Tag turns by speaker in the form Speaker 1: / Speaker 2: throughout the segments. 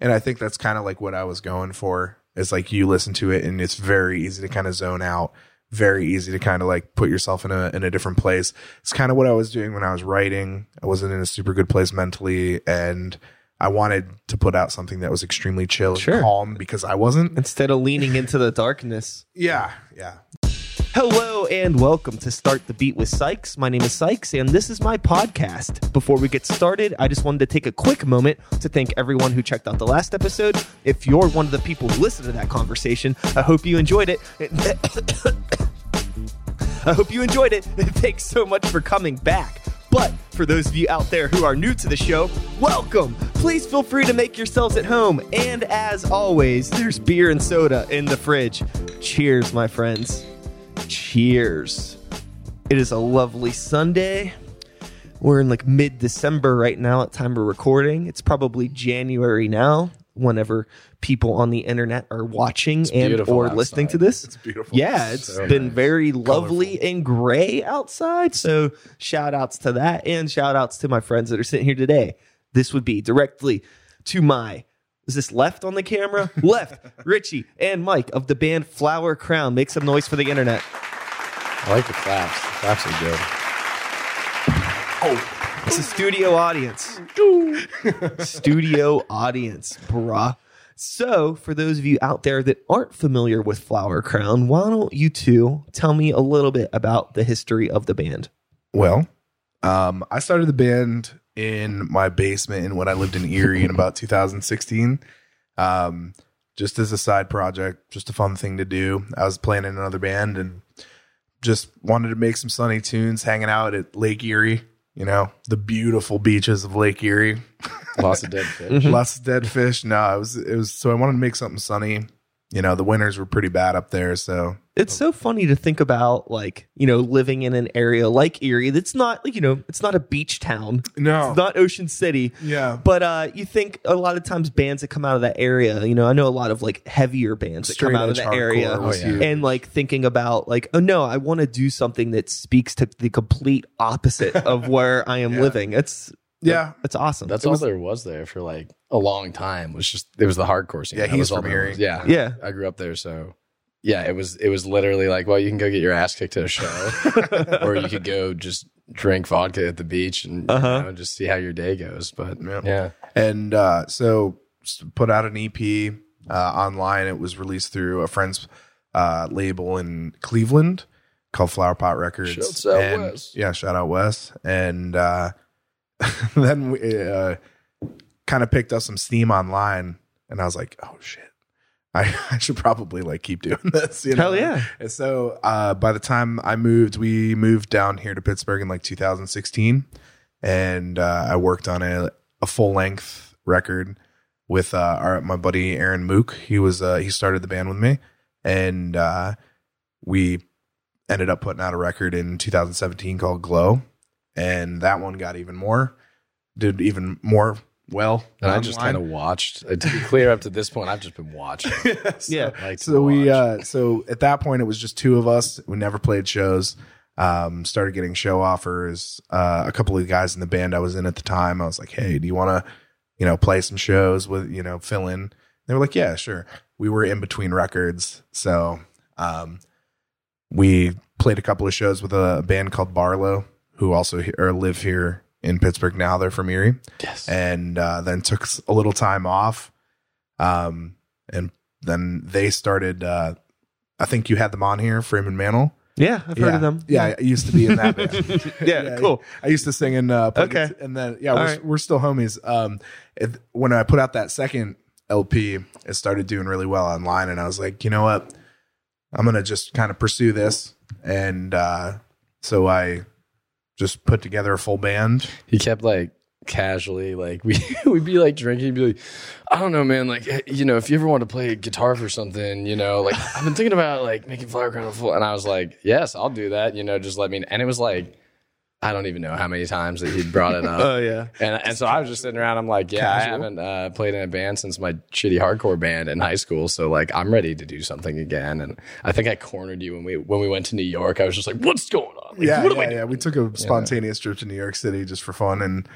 Speaker 1: And I think that's kind of like what I was going for. It's like you listen to it and it's very easy to kind of zone out, very easy to kind of like put yourself in a in a different place. It's kind of what I was doing when I was writing. I wasn't in a super good place mentally and I wanted to put out something that was extremely chill
Speaker 2: Sure.
Speaker 1: and calm because I wasn't.
Speaker 2: instead of leaning into the darkness.
Speaker 1: Yeah, yeah.
Speaker 2: Hello and welcome to Start the Beat with Sykes. My name is Sykes and this is my podcast. Before we get started, I just wanted to take a quick moment to thank everyone who checked out the last episode. If you're one of the people who listened to that conversation, I hope you enjoyed it. I hope you enjoyed it. Thanks so much for coming back. But for those of you out there who are new to the show, welcome. Please feel free to make yourselves at home. And as always, there's beer and soda in the fridge. Cheers, my friends. Cheers. It is a lovely Sunday. We're in like mid December right now at time of recording. It's probably January now whenever people on the internet are watching and
Speaker 3: beautiful
Speaker 2: or listening to
Speaker 3: outside.
Speaker 2: this.
Speaker 1: It's beautiful.
Speaker 2: Yeah, it's
Speaker 1: So
Speaker 2: been
Speaker 1: nice.
Speaker 2: very lovely and gray outside. So shout outs to that and shout outs to my friends that are sitting here today. This would be directly to my is this left on the camera? left, Richie and Mike of the band Flower Crown. Make some noise for the internet.
Speaker 3: I like the claps. The claps are good.
Speaker 1: Oh,
Speaker 2: It's a studio audience. studio audience, bruh. So, for those of you out there that aren't familiar with Flower Crown, why don't you two tell me a little bit about the history of the band?
Speaker 1: Well, um, I started the band in my basement in when I lived in Erie in about 2016. Um, just as a side project, just a fun thing to do. I was playing in another band and just wanted to make some sunny tunes, hanging out at Lake Erie. You know, the beautiful beaches of Lake Erie.
Speaker 3: Lots of dead fish.
Speaker 2: Mhm.
Speaker 1: Lots of dead fish. No, it was it was so I wanted to make something sunny. You know, the winters were pretty bad up there, so
Speaker 2: it's so funny to think about like you know living in an area like erie that's not like you know it's not a beach town
Speaker 1: no,
Speaker 2: it's not ocean city
Speaker 1: yeah,
Speaker 2: but uh you think a lot of times bands that come out of that area you know i know a lot of like heavier bands that come out of
Speaker 1: edge
Speaker 2: that
Speaker 1: hardcore
Speaker 2: area
Speaker 1: was
Speaker 3: Oh, yeah.
Speaker 1: huge.
Speaker 2: and like thinking about like oh no i want to do something that speaks to the complete opposite of where i am
Speaker 1: Yeah.
Speaker 2: living it's
Speaker 1: yeah,
Speaker 2: it's awesome
Speaker 3: That's
Speaker 2: It
Speaker 3: all
Speaker 2: was-
Speaker 3: there was there for like a long time. Was just it was the hardcore scene.
Speaker 1: Yeah,
Speaker 3: That
Speaker 1: he's
Speaker 3: was all
Speaker 1: from
Speaker 3: there
Speaker 1: Erie.
Speaker 3: was. Yeah,
Speaker 2: yeah
Speaker 3: I grew up there, so yeah, it was it was literally like, well, you can go get your ass kicked at a show, or you could go just drink vodka at the beach and you
Speaker 2: Uh-huh.
Speaker 3: know, just see how your day goes. But
Speaker 1: Yeah.
Speaker 3: yeah,
Speaker 1: and uh, so s- put out an EP uh, online. It was released through a friend's uh, label in Cleveland called Flower Pot Records.
Speaker 3: Shouts out
Speaker 1: And-
Speaker 3: Wes.
Speaker 1: Yeah, shout out Wes. And uh, then we uh, kind of picked up some steam online, and I was like, oh shit. I, I should probably like keep doing this. You know?
Speaker 2: hell yeah
Speaker 1: And so uh, by the time I moved, we moved down here to Pittsburgh in like 2016. And uh, I worked on a, a full length record with uh, our, my buddy Aaron Mook. He was uh, he started the band with me. And uh, we ended up putting out a record in 2017 called Glow. And that one got even more, did even more well.
Speaker 3: And I just
Speaker 1: online.
Speaker 3: kind of watched. Uh, to be clear, up to this point, I've just been watching.
Speaker 1: So-
Speaker 2: yeah
Speaker 3: Like to
Speaker 1: so we
Speaker 3: watch.
Speaker 1: uh so at that point it was just two of us we never played shows um started getting show offers uh a couple of guys in the band i was in at the time i was like hey do you want to you know play some shows with you know fill in they were like yeah sure we were in between records so um we played a couple of shows with a band called barlow who also he- or live here in pittsburgh now they're from erie
Speaker 3: yes.
Speaker 1: and uh, then took s- a little time off. Um, and then they started. Uh, I think you had them on here, Freeman Mantle.
Speaker 2: yeah i've
Speaker 1: yeah.
Speaker 2: heard of them
Speaker 1: Yeah, I used to be in that band.
Speaker 2: yeah,
Speaker 1: Yeah.
Speaker 2: cool
Speaker 1: I used to sing in. Uh, play
Speaker 2: Okay.
Speaker 1: guit- and then yeah,
Speaker 2: All
Speaker 1: we're,
Speaker 2: right.
Speaker 1: we're still homies. Um, if, when I put out that second LP, it started doing really well online, and I was like, you know what, I'm gonna just kind of pursue this, and uh, so I just put together a full band.
Speaker 3: he kept like casually like we we'd be like drinking he'd be like i don't know man like eh, you know if you ever want to play guitar for something you know like i've been thinking about like making flower crown a fool and i was like yes i'll do that you know just let me and it was like i don't even know how many times that he brought it up
Speaker 2: oh yeah
Speaker 3: and, and so i was just sitting around i'm like yeah
Speaker 1: Casual.
Speaker 3: i haven't uh, played in a band since my shitty hardcore band in high school so like i'm ready to do something again and i think i cornered you when we when we went to new york i was just like what's going on Like,
Speaker 1: yeah,
Speaker 3: what do
Speaker 1: yeah, yeah. We took a spontaneous trip to New York City just for fun, and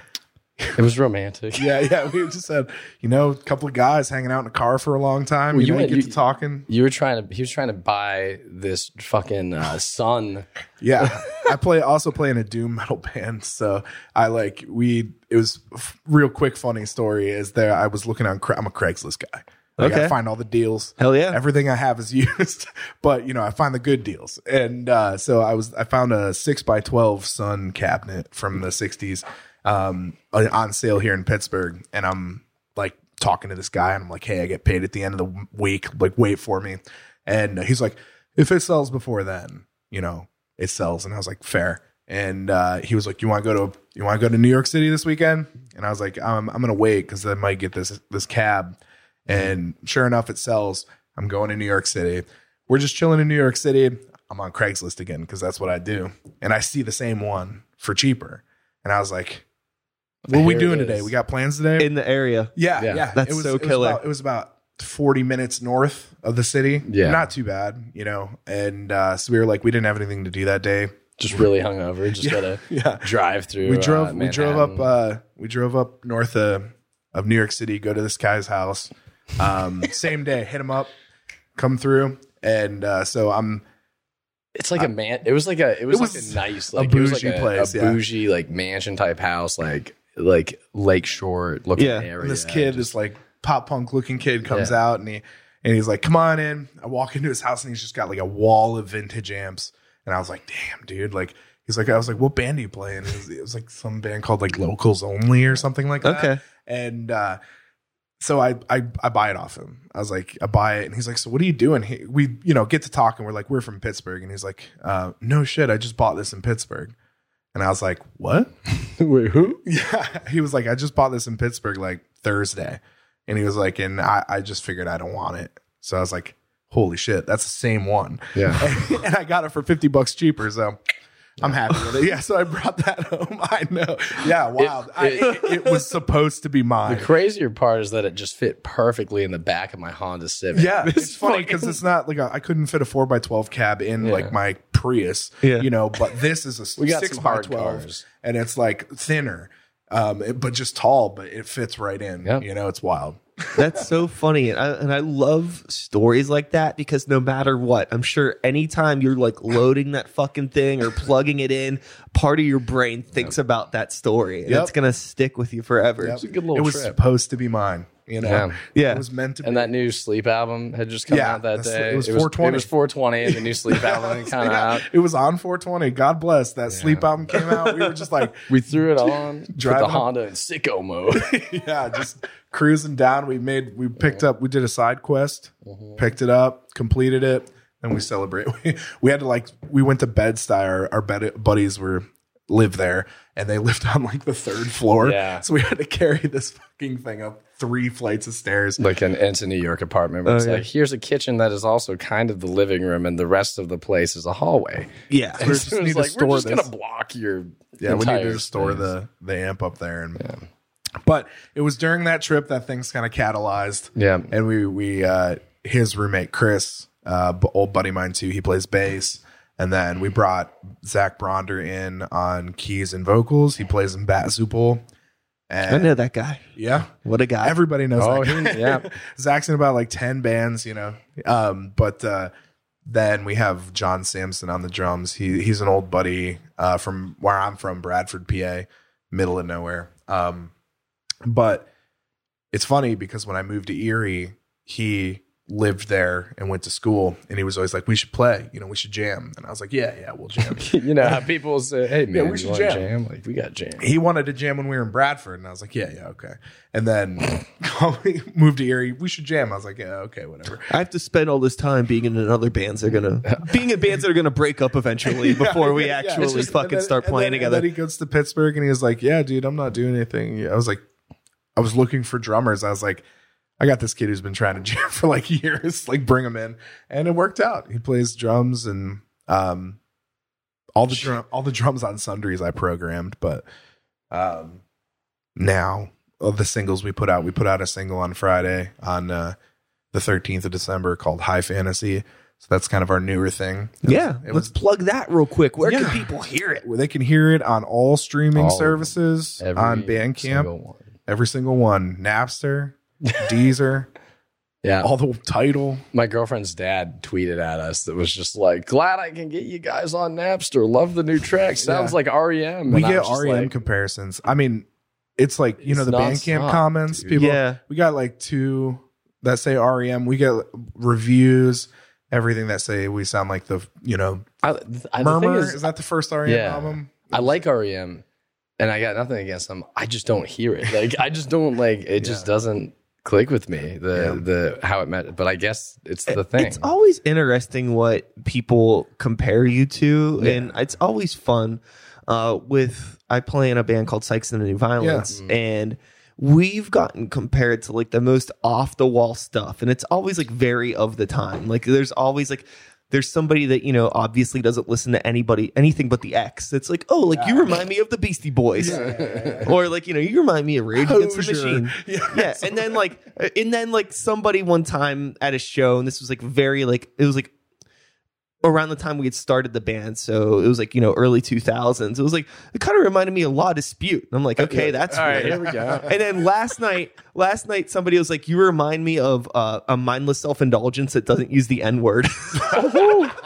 Speaker 3: It was romantic.
Speaker 1: Yeah, yeah. We just had, you know, a couple of guys hanging out in a car for a long time. you,
Speaker 3: Well, you
Speaker 1: know, you
Speaker 3: went-
Speaker 1: get
Speaker 3: you-
Speaker 1: to talking.
Speaker 3: You were trying to. He was trying to buy this fucking uh, sun.
Speaker 1: Yeah. I play also play in a doom metal band, so I like we. It was f- real quick. Funny story is there. I was looking on. Cra- I'm a Craigslist guy. Like,
Speaker 2: Okay.
Speaker 1: I find all the deals.
Speaker 2: Hell yeah.
Speaker 1: Everything I have is used, but you know I find the good deals. And uh, so I was I found a six by twelve sun cabinet from the '60s um, on on sale here in Pittsburgh, and I'm like talking to this guy, and I'm like, "Hey, I get paid at the end of the w- week. Like, wait for me." And he's like, "If it sells before then, you know, it sells." And I was like, "Fair." And uh, he was like, "You want to go to you want to go to New York City this weekend?" And I was like, "Um, "I'm I'm gonna wait because I might get this this cab."
Speaker 3: Mm-hmm.
Speaker 1: And sure enough, it sells. I'm going to New York City. We're just chilling in New York City. I'm on Craigslist again because that's what I do. And I see the same one for cheaper. And I was like, what are we
Speaker 3: Here it
Speaker 1: doing
Speaker 3: is.
Speaker 1: today? We got plans today?
Speaker 2: in the area.
Speaker 1: yeah,
Speaker 3: Yeah.
Speaker 1: yeah,
Speaker 2: That's so killer.
Speaker 1: about- It was, about, 40 minutes north of the city.
Speaker 3: Yeah.
Speaker 1: Not too bad, you know? And uh, so we were like, we didn't have anything to do that day.
Speaker 3: Just really hungover. Just gotta
Speaker 1: Yeah.
Speaker 3: drive through.
Speaker 1: We
Speaker 3: uh,
Speaker 1: drove, we drove up,
Speaker 3: Manhattan.
Speaker 1: uh, we drove up north of, of New York City, go to this guy's house. Um, same day, hit him up, come through. And uh, so I'm,
Speaker 3: It's like a man. It was like a. It was,
Speaker 1: was
Speaker 3: like a nice,
Speaker 1: a
Speaker 3: like it was like
Speaker 1: bougie
Speaker 3: a,
Speaker 1: place,
Speaker 3: a
Speaker 1: yeah.
Speaker 3: bougie like mansion type house, like like lakeshore looking
Speaker 2: Yeah, and
Speaker 3: area.
Speaker 1: And this kid, this like pop punk looking kid, comes
Speaker 3: Yeah.
Speaker 1: out and he and he's like, "Come on in." I walk into his house and he's just got like a wall of vintage amps, and I was like, "Damn, dude!" Like he's like, "I was like, what band do you play?" And it was, it was like some band called like Locals Only or something like that.
Speaker 2: Okay.
Speaker 1: and uh, so I, I I buy it off him. I was like, I buy it, and he's like, so what are you doing? He, we you know get to talking. We're like, we're from Pittsburgh, and he's like, uh, no shit, I just bought this in Pittsburgh, and I was like, what?
Speaker 3: Wait, who?
Speaker 1: Yeah. He was like, I just bought this in Pittsburgh like Thursday. And he was like, and I, I just figured I don't want it. So I was like, holy shit, that's the same one.
Speaker 3: Yeah.
Speaker 1: and I got it for 50 bucks cheaper. So I'm happy with it. Yeah. So I brought that home. I know. Yeah. Wow. It, I,
Speaker 3: it-
Speaker 1: it, it was supposed to be
Speaker 3: The
Speaker 1: mine.
Speaker 3: crazier part is that it just fit perfectly in the back of my Honda Civic.
Speaker 1: yeah, it's funny because it's not like I I couldn't fit a four by twelve cab in
Speaker 3: Yeah.
Speaker 1: like my Prius,
Speaker 2: Yeah.
Speaker 1: you know. But this is a
Speaker 3: We got
Speaker 1: six
Speaker 3: some
Speaker 1: by
Speaker 3: hard
Speaker 1: twelve,
Speaker 3: cars.
Speaker 1: and it's like thinner, um, it- but just tall. But it fits right in.
Speaker 3: Yeah.
Speaker 1: You know, it's wild.
Speaker 2: That's so funny. And I, and I love stories like that because no matter what, I'm sure anytime you're like loading that fucking thing or plugging it in, part of your brain thinks about that story. And
Speaker 1: Yep.
Speaker 2: it's going to stick with you forever.
Speaker 1: Yep.
Speaker 3: a good little
Speaker 1: it was
Speaker 3: trip.
Speaker 1: supposed to be mine. You know,
Speaker 3: Yeah.
Speaker 2: Yeah.
Speaker 1: it was meant to be.
Speaker 3: And that new sleep album had just come
Speaker 1: Yeah,
Speaker 3: out that
Speaker 1: that's-
Speaker 3: day.
Speaker 1: it was
Speaker 3: It
Speaker 1: 420.
Speaker 3: was 420, and the new sleep album had come out.
Speaker 1: It was on 420. God bless that sleep album came out. We were just like,
Speaker 3: We threw it on, put
Speaker 1: Driving
Speaker 3: the
Speaker 1: up-
Speaker 3: Honda in sicko mode.
Speaker 1: yeah, just cruising down. We made, we picked up, we did a side quest, picked it up, completed it, and we celebrate. We, we had to like, we went to Bed Stuy. Our, our bed, buddies were live there, and they lived on like the third floor.
Speaker 3: Yeah.
Speaker 1: So we had to carry this fucking thing up three flights of stairs.
Speaker 3: like an it's a New York apartment where
Speaker 2: Oh,
Speaker 3: it's
Speaker 2: yeah.
Speaker 3: like here's a kitchen that is also kind of the living room and the rest of the place is a hallway.
Speaker 2: Yeah.
Speaker 3: We're
Speaker 1: just
Speaker 3: just,
Speaker 1: need to
Speaker 3: like, we're
Speaker 1: store
Speaker 3: just
Speaker 1: this.
Speaker 3: gonna block your
Speaker 1: Yeah, we need
Speaker 3: entire
Speaker 1: to just store
Speaker 3: space.
Speaker 1: the the amp up there, and but it was during that trip that things kind of catalyzed.
Speaker 3: Yeah.
Speaker 1: and we we uh, his roommate Chris, uh, b- old buddy of mine too, he plays bass, and then we brought Zach Bronder in on keys and vocals. He plays in Bat Zoople,
Speaker 2: I
Speaker 1: and
Speaker 2: know that guy.
Speaker 1: yeah,
Speaker 2: What a guy.
Speaker 1: everybody knows.
Speaker 3: Oh,
Speaker 1: that guy.
Speaker 3: he- yeah.
Speaker 1: Zach's in about like ten bands, you know. Um, but uh, then we have John Sampson on the drums. He he's an old buddy uh, from where I'm from, Bradford, PA, middle of nowhere. Um, but it's funny because when I moved to Erie, he lived there and went to school, and he was always like, "We should play, you know, we should jam." And I was like, "Yeah, yeah, we'll jam."
Speaker 3: you know how people say, "Hey man,
Speaker 1: we
Speaker 3: we
Speaker 1: should
Speaker 3: you want jam.
Speaker 1: jam.
Speaker 3: jam?" Like we got jam.
Speaker 1: he wanted to jam when we were in Bradford, and I was like, "Yeah, yeah, okay." And then we moved to Erie. We should jam. I was like, "Yeah, okay, whatever."
Speaker 2: I have to spend all this time being in another bands that are gonna being in bands that are gonna break up eventually before we
Speaker 1: Yeah, yeah.
Speaker 2: actually
Speaker 1: It's just-
Speaker 2: fucking
Speaker 1: and then-
Speaker 2: start
Speaker 1: and
Speaker 2: playing
Speaker 1: then-
Speaker 2: together.
Speaker 1: And then he goes to Pittsburgh and he was like, "Yeah, dude, I'm not doing anything." I was like, I was looking for drummers. I was like, I got this kid who's been trying to jam for like years. Like, bring him in, and it worked out. He plays drums and um, all the drum, all the drums on Sundries I programmed, but um, now of the singles we put out, we put out a single on Friday on uh, the 13th of December called High Fantasy. So that's kind of our newer thing. It was-
Speaker 2: yeah,
Speaker 1: it was
Speaker 2: let's plug that real quick. Where
Speaker 1: Yeah.
Speaker 2: can people hear it?
Speaker 1: where they can hear it on all streaming
Speaker 3: All of them.
Speaker 1: services,
Speaker 3: Every
Speaker 1: on Bandcamp,
Speaker 3: single one.
Speaker 1: every single one, Napster, Deezer,
Speaker 3: Yeah.
Speaker 1: all the title.
Speaker 3: my girlfriend's dad tweeted at us that was just like, "Glad I can get you guys on Napster. Love the new track. Sounds
Speaker 1: Yeah.
Speaker 3: like REM." And
Speaker 1: we
Speaker 3: I
Speaker 1: get E
Speaker 3: was just
Speaker 1: REM
Speaker 3: like,
Speaker 1: comparisons. I mean, it's like you know
Speaker 3: It's
Speaker 1: the Bandcamp
Speaker 3: nonstop,
Speaker 1: comments.
Speaker 3: dude.
Speaker 1: People,
Speaker 2: Yeah.
Speaker 1: we got like two that say REM. We get reviews, everything that say we sound like the you know
Speaker 3: I, I, the thing
Speaker 1: Murmur.
Speaker 3: is,
Speaker 1: Is, that the first REM
Speaker 3: Yeah.
Speaker 1: album?
Speaker 3: I like REM, and I got nothing against them. I just don't hear it. Like I just don't like it. Just doesn't click with me. The the how it met. But I guess it's the thing.
Speaker 2: It's always interesting what people compare you to,
Speaker 3: Yeah.
Speaker 2: and it's always fun. Uh, with I play in a band called Sykes and the New Violence, and we've gotten compared to like the most off the wall stuff, and it's always like very of the time. Like there's always like there's somebody that you know obviously doesn't listen to anybody anything but the X. It's like oh like you remind me of the Beastie Boys, or like you know you remind me of Rage Against the
Speaker 1: Hozier.
Speaker 2: Machine
Speaker 1: Yeah.
Speaker 2: yeah and then like and then like somebody one time at a show and this was like very like it was like around the time we had started the band so it was like you know early 2000s it was like it kind of reminded me of law dispute and i'm like okay that's
Speaker 3: All right,
Speaker 2: weird.
Speaker 3: here we go.
Speaker 2: and then last night last night somebody was like you remind me of uh, a mindless self-indulgence that doesn't use the n-word
Speaker 3: Oh.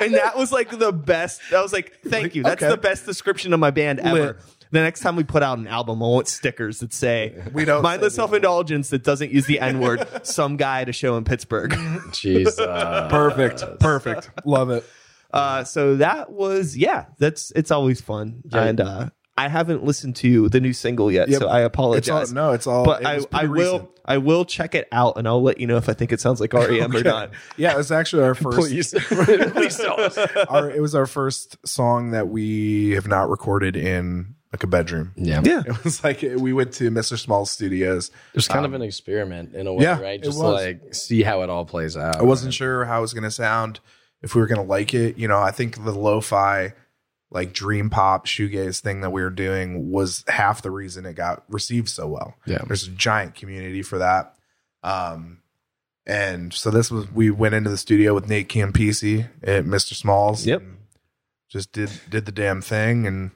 Speaker 2: and that was like the best i was like thank you that's
Speaker 1: Okay.
Speaker 2: the best description of my band ever
Speaker 1: Lit.
Speaker 2: the next time we put out an album, I want stickers that say
Speaker 1: We don't
Speaker 2: mindless
Speaker 1: say we
Speaker 2: self indulgence that doesn't use the N word. some guy at a show in Pittsburgh.
Speaker 3: Jesus.
Speaker 1: Perfect, perfect, love it.
Speaker 2: Uh, so that was yeah. That's it's always fun,
Speaker 3: Yeah.
Speaker 2: and uh, I haven't listened to the new single yet,
Speaker 1: Yep.
Speaker 2: so I
Speaker 1: It's all,
Speaker 2: apologize.
Speaker 1: no, it's all.
Speaker 2: but
Speaker 1: it
Speaker 2: I,
Speaker 1: was
Speaker 2: I
Speaker 1: pretty
Speaker 2: will
Speaker 1: recent.
Speaker 2: I will check it out, and I'll let you know if I think it sounds like REM or not.
Speaker 1: Yeah, it's actually our first.
Speaker 3: please, please don't.
Speaker 1: our, it was our first song that we have not recorded in like a bedroom.
Speaker 3: Yeah.
Speaker 2: Yeah,
Speaker 1: It was like we went to Mr. Small's studios.
Speaker 3: It was kind of an experiment in a way,
Speaker 1: um, yeah,
Speaker 3: right?
Speaker 1: it
Speaker 3: Just
Speaker 1: was.
Speaker 3: like see how it all plays out.
Speaker 1: I wasn't sure how it was going to sound, if we were going to like it. You know, I think the lo-fi, like dream pop shoegaze thing that we were doing was half the reason it got received so well.
Speaker 3: Yeah.
Speaker 1: there's a giant community for that. Um, and so this was we went into the studio with Nate Campisi at Mr. Smalls.
Speaker 2: Yep.
Speaker 1: and Just did did the damn thing, and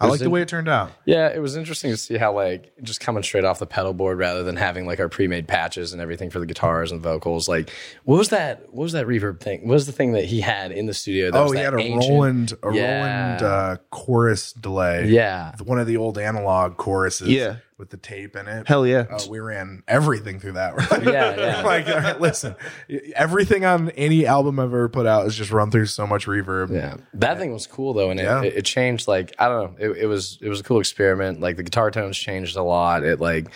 Speaker 1: I
Speaker 3: There's
Speaker 1: like the
Speaker 3: an-
Speaker 1: way it turned out.
Speaker 3: Yeah, it was interesting to see how like just coming straight off the pedal board rather than having like our pre-made patches and everything for the guitars and vocals. Like, what was that? What was that reverb thing? What was the thing that he had in the studio? That
Speaker 1: oh,
Speaker 3: was
Speaker 1: he
Speaker 3: that
Speaker 1: had a
Speaker 3: ancient-
Speaker 1: Roland a
Speaker 3: Yeah.
Speaker 1: Roland uh, chorus delay.
Speaker 3: Yeah,
Speaker 1: one of the old analog choruses.
Speaker 2: Yeah.
Speaker 1: with the tape in it.
Speaker 2: hell yeah.
Speaker 1: Oh, we ran everything through that. Right?
Speaker 3: Yeah, yeah.
Speaker 1: like, all right, listen, everything on any album I've ever put out is just run through so much reverb.
Speaker 3: yeah. That thing was cool though, and it,
Speaker 1: Yeah.
Speaker 3: it, it changed. Like, I don't know. It, it was it was a cool experiment. Like the guitar tones changed a lot. It like.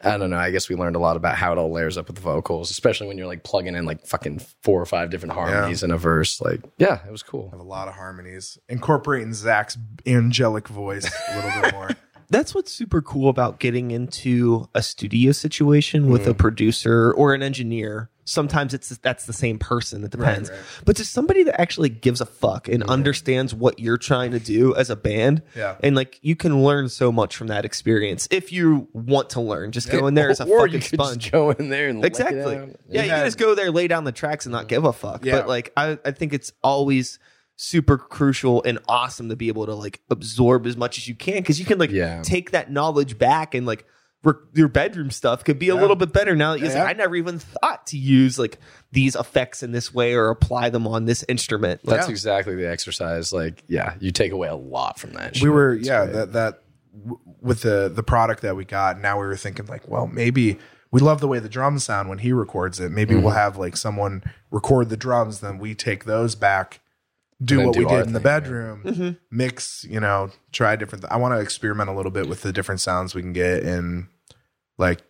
Speaker 3: I don't know. I guess we learned a lot about how it all layers up with the vocals, especially when you're like plugging in like fucking four or five different harmonies in a verse. Like, yeah, it was cool.
Speaker 1: Have a lot of harmonies, incorporating Zach's angelic voice a little bit more.
Speaker 2: that's what's super cool about getting into a studio situation with a
Speaker 3: Mm.
Speaker 2: producer or an engineer. Sometimes it's that's the same person. It depends, but to somebody that actually gives a fuck and understands what you're trying to do as a band,
Speaker 1: Yeah.
Speaker 2: and like you can learn so much from that experience if you want to learn. Just go in there as a
Speaker 3: or you
Speaker 2: fucking
Speaker 3: could
Speaker 2: sponge.
Speaker 3: just go in there and lick it
Speaker 2: Exactly.
Speaker 3: out.
Speaker 2: yeah, you
Speaker 1: Yeah.
Speaker 2: can just go there, lay down the tracks, and not give a fuck.
Speaker 1: Yeah.
Speaker 2: But like, I, I think it's always super crucial and awesome to be able to like absorb as much as you can because you can like
Speaker 3: Yeah.
Speaker 2: take that knowledge back and like re- your bedroom stuff could be a little bit better now that you
Speaker 1: Yeah.
Speaker 2: I never even thought to use like these effects in this way or apply them on this instrument. Like,
Speaker 3: That's
Speaker 1: Yeah.
Speaker 3: exactly the exercise. Like, yeah, you take away a lot from that.
Speaker 1: we
Speaker 3: shit.
Speaker 1: were
Speaker 3: It's
Speaker 1: yeah
Speaker 3: great.
Speaker 1: that that w- with the the product that we got now we were thinking like well maybe we love the way the drums sound when he records it maybe
Speaker 3: Mm-hmm.
Speaker 1: we'll have like someone record the drums then we take those back do
Speaker 3: then
Speaker 1: what
Speaker 3: do
Speaker 1: we
Speaker 3: our
Speaker 1: did in the
Speaker 3: thing, Mm-hmm. right?
Speaker 1: bedroom mix you know try different i want to experiment a little bit with the different sounds we can get and like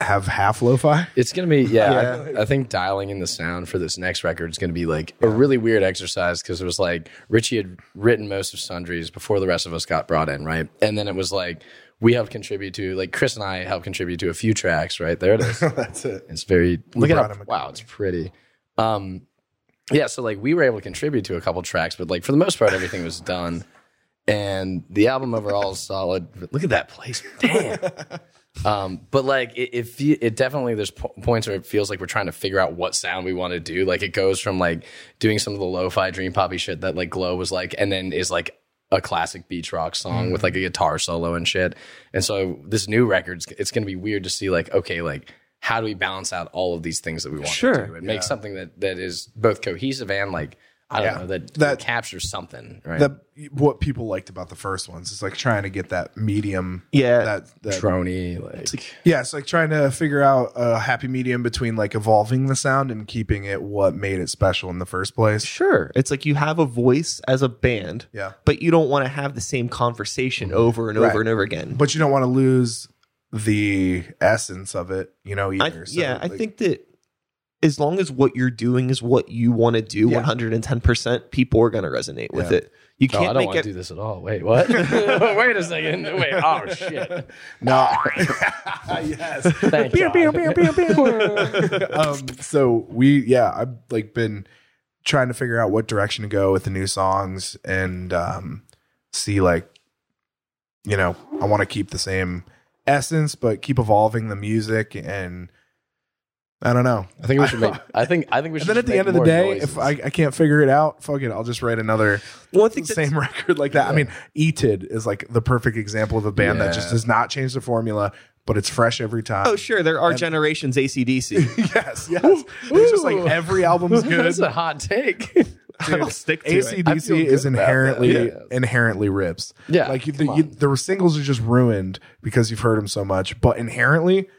Speaker 1: have half lo-fi
Speaker 3: It's gonna be yeah.
Speaker 1: Yeah.
Speaker 3: I, I think dialing in the sound for this next record is gonna be like a really weird exercise because it was like Richie had written most of Sundries before the rest of us got brought in, right? And then it was like we helped contribute to like Chris and I helped contribute to a few tracks, right? There it is.
Speaker 1: that's it
Speaker 3: It's very look at
Speaker 1: brought him
Speaker 3: how
Speaker 1: a
Speaker 3: wow, it's pretty. Um, yeah, so like we were able to contribute to a couple tracks, but like for the most part, everything was done, and the album overall is solid. But look at that place, damn! Um, but like it, it, fe- it definitely there's po- points where it feels like we're trying to figure out what sound we want to do. Like it goes from like doing some of the lo-fi dream poppy shit that like Glow was like, and then is like a classic beach rock song with like a guitar solo and shit. And so this new record's it's going to be weird to see like okay like how do we balance out all of these things that we want
Speaker 2: Sure.
Speaker 3: to do and make something that that is both cohesive and like I don't
Speaker 1: Yeah.
Speaker 3: know that,
Speaker 1: That-
Speaker 3: that captures something right.
Speaker 1: That what people liked about the first ones. It's like trying to get that medium.
Speaker 2: Yeah.
Speaker 1: That, that
Speaker 3: Trony, like
Speaker 1: Yeah, it's like trying to figure out a happy medium between like evolving the sound and keeping it what made it special in the first place.
Speaker 2: Sure. It's like you have a voice as a band,
Speaker 1: Yeah.
Speaker 2: but you don't want to have the same conversation over and
Speaker 1: Right.
Speaker 2: over and over again.
Speaker 1: But you don't want to lose the essence of it, you know,
Speaker 2: I,
Speaker 1: either. So,
Speaker 2: yeah, I
Speaker 1: like,
Speaker 2: think that as long as what you're doing is what you want to do
Speaker 1: Yeah.
Speaker 2: 110%, people are going to resonate with
Speaker 1: Yeah.
Speaker 2: it. You
Speaker 3: Oh, I
Speaker 2: can't
Speaker 3: don't
Speaker 2: make
Speaker 3: want to do
Speaker 2: it.
Speaker 3: this at all. Wait, what? Wait a second. Wait. Oh shit.
Speaker 1: no. yes.
Speaker 3: Thank
Speaker 1: Pew, pew,
Speaker 3: God.
Speaker 1: pew, pew, pew. um, so we, yeah, I've like been trying to figure out what direction to go with the new songs and um, see like, you know, I want to keep the same essence, but keep evolving the music and I don't know.
Speaker 3: I think we should make. I think. I think we
Speaker 1: And
Speaker 3: should.
Speaker 1: then at
Speaker 3: just
Speaker 1: the
Speaker 3: make
Speaker 1: end of the
Speaker 3: more
Speaker 1: day,
Speaker 3: noises.
Speaker 1: if I, I can't figure it out, fuck it, I'll just write another
Speaker 2: Well, I think that's-
Speaker 1: same record like that. I mean, Etid is like the perfect example of a band that just
Speaker 3: Yeah.
Speaker 1: does not change the formula, but it's fresh every time.
Speaker 2: Oh, sure. There are generations ACDC.
Speaker 1: Yes, yes. It's just like
Speaker 3: Ooh.
Speaker 1: every album's good.
Speaker 3: that's a hot take.
Speaker 2: I'll stick to it.
Speaker 3: I feel
Speaker 1: ACDC
Speaker 3: good
Speaker 1: is
Speaker 3: about
Speaker 1: inherently
Speaker 3: that. Yeah.
Speaker 1: inherently rips.
Speaker 3: Yeah,
Speaker 1: like you, the,
Speaker 3: come
Speaker 1: you, the singles are just ruined because you've heard them so much. But inherently,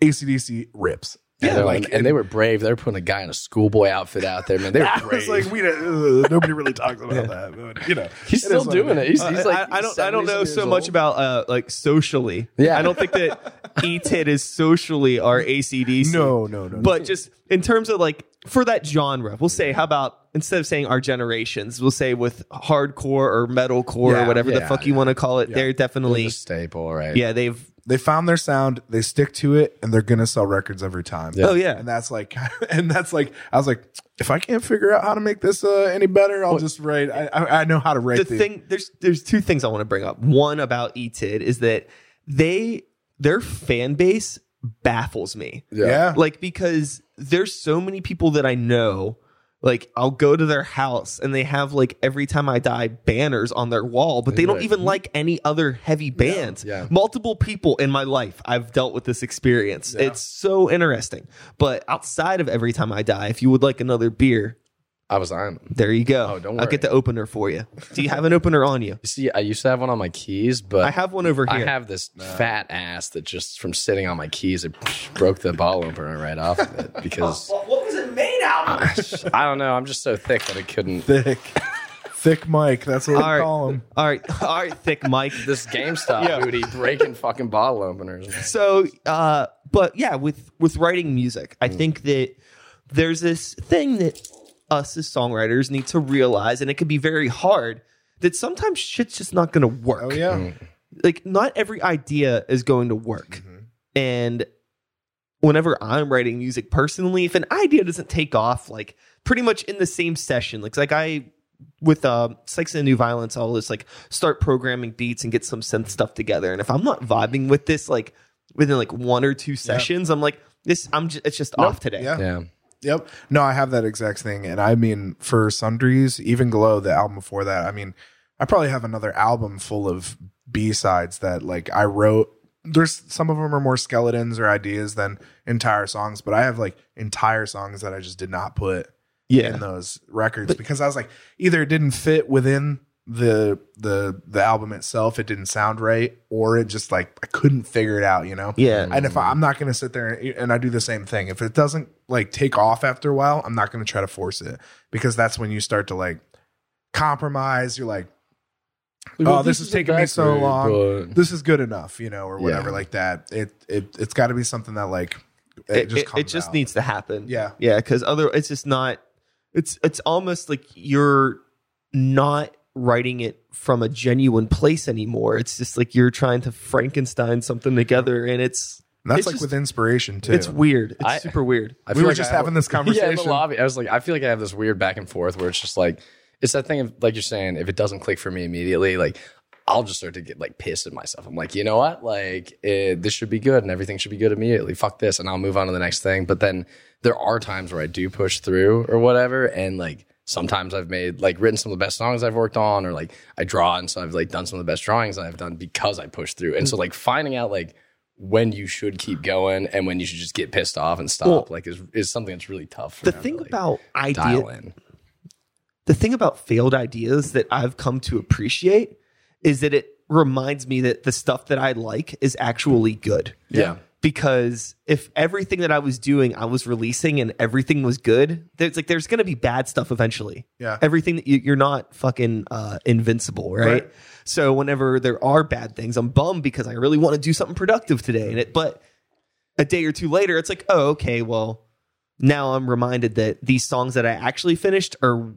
Speaker 1: ACDC rips.
Speaker 3: and, they're like-
Speaker 1: like,
Speaker 3: and they were brave. They were putting a guy in a schoolboy outfit out there, man. They were brave.
Speaker 1: It's like we don't- uh, nobody really talks about that. But, you know,
Speaker 3: he's
Speaker 1: it
Speaker 3: still
Speaker 1: is what it
Speaker 3: doing
Speaker 1: is.
Speaker 3: it. He's, he's like.
Speaker 2: I, I don't. I don't
Speaker 3: 70
Speaker 2: know
Speaker 3: years
Speaker 2: so much
Speaker 3: old.
Speaker 2: about uh, like socially.
Speaker 3: Yeah.
Speaker 2: I don't think that E ETID is socially our ACDC.
Speaker 1: No, no, no. no.
Speaker 2: but just in terms of like for that genre, we'll say how about instead of saying our generations, we'll say with hardcore or metalcore
Speaker 1: Yeah,
Speaker 2: or whatever the
Speaker 3: yeah,
Speaker 2: fuck you want to call it. They're definitely
Speaker 3: the staple, right?
Speaker 2: yeah. They've
Speaker 1: they found their sound. They stick to it, and they're gonna sell records every time.
Speaker 3: Yeah.
Speaker 2: oh yeah.
Speaker 1: and that's like and that's like i was like if i can't figure out how to make this uh, any better i'll just write I, I I know how to write
Speaker 2: the
Speaker 1: these.
Speaker 2: thing there's there's two things I want to bring up. One about E ETID is that they their fan base baffles me.
Speaker 1: yeah
Speaker 2: like because there's so many people that I know. Like I'll go to their house and they have like every time I die banners on their wall, but they
Speaker 3: They're
Speaker 2: don't
Speaker 3: like,
Speaker 2: even like any other heavy band.
Speaker 3: yeah.
Speaker 2: Multiple people in my life I've dealt with this experience. It's so interesting. But outside of every time I die, if you would like another beer,
Speaker 3: I was on. them.
Speaker 2: there you go.
Speaker 3: Oh, don't
Speaker 2: I'll
Speaker 3: worry.
Speaker 2: get the opener for you. Do you have an opener on you?
Speaker 3: You see, I used to have one on my keys, but
Speaker 2: I have one over
Speaker 3: I
Speaker 2: here.
Speaker 3: have this fat ass that just from sitting on my keys, it broke the ball opener right off of it because
Speaker 2: what was it made out of?
Speaker 3: I don't know. I'm just so thick that I couldn't.
Speaker 1: thick thick mike that's what
Speaker 2: All
Speaker 1: i
Speaker 2: right.
Speaker 1: call him
Speaker 2: All right. All right, thick Mike.
Speaker 3: This GameStop
Speaker 2: Yeah.
Speaker 3: booty breaking fucking bottle openers.
Speaker 2: so uh but yeah with with writing music
Speaker 3: Mm.
Speaker 2: i think that there's this thing that us as songwriters need to realize and it can be very hard that sometimes shit's just not gonna work
Speaker 1: oh yeah
Speaker 2: like not every idea is going to work and whenever i'm writing music personally if an idea doesn't take off like pretty much in the same session like like i with uh, Sykes and the New Violence, I'll just like start programming beats and get some synth stuff together. And if I'm not vibing with this, like within like one or two sessions, I'm like, this, I'm just, it's just off today.
Speaker 1: yeah
Speaker 3: Yeah.
Speaker 1: Yep. No, I have that exact thing. And I mean, for Sundries, even Glow, the album before that, I mean, I probably have another album full of B sides that like I wrote. There's some of them are more skeletons or ideas than entire songs, but I have like entire songs that I just did not put
Speaker 2: Yeah.
Speaker 1: in those records because I was like, either it didn't fit within the the the album itself, it didn't sound right, or it just like I couldn't figure it out, you know?
Speaker 2: Yeah.
Speaker 1: And if I, I'm not going to sit there and, and I do the same thing, if it doesn't like take off after a while, I'm not going to try to force it because that's when you start to like compromise. You're like, oh, this, is taking me so long. This is good enough, you know, or whatever
Speaker 3: Yeah.
Speaker 1: like that. It it it's got to be something that like it,
Speaker 2: it,
Speaker 1: just
Speaker 2: it-
Speaker 1: comes
Speaker 2: it just
Speaker 1: out.
Speaker 2: needs to happen.
Speaker 1: Yeah.
Speaker 2: yeah, because other it's just not. It's it's almost like you're not writing it from a genuine place anymore. It's just like you're trying to Frankenstein something together, and it's
Speaker 1: And that's
Speaker 2: it's
Speaker 1: like
Speaker 2: just-
Speaker 1: with inspiration too.
Speaker 2: it's weird. It's
Speaker 3: I-
Speaker 2: super weird.
Speaker 3: I
Speaker 1: we
Speaker 3: feel
Speaker 1: were
Speaker 3: like
Speaker 1: just
Speaker 3: I-
Speaker 1: having this
Speaker 3: Yeah,
Speaker 1: conversation.
Speaker 3: in the lobby. I was like, I feel like I have this weird back and forth where it's just like, it's that thing of, like you're saying, if it doesn't click for me immediately, like, I'll just start to get like pissed at myself. I'm like, you know what? Like, it, this should be good and everything should be good immediately. Fuck this. And I'll move on to the next thing. But then there are times where I do push through or whatever. And like, sometimes I've made like written some of the best songs I've worked on or like I draw. And so I've like done some of the best drawings I've done because I pushed through. And so like finding out like, when you should keep going and when you should just get pissed off and stop,
Speaker 2: Well,
Speaker 3: like is is something that's really tough. For
Speaker 2: The
Speaker 3: them to,
Speaker 2: thing
Speaker 3: like,
Speaker 2: about idea,
Speaker 3: dial in.
Speaker 2: the thing about failed ideas that I've come to appreciate is that it reminds me that the stuff that I like is actually good.
Speaker 3: Yeah.
Speaker 2: Because if everything that I was doing, I was releasing and everything was good, there's like there's going to be bad stuff eventually.
Speaker 1: Yeah.
Speaker 2: Everything that you, you're not fucking uh, invincible, right?
Speaker 1: Right.
Speaker 2: So whenever there are bad things, I'm bummed because I really want to do something productive today, and it but a day or two later, it's like, oh, okay, well, now I'm reminded that these songs that I actually finished are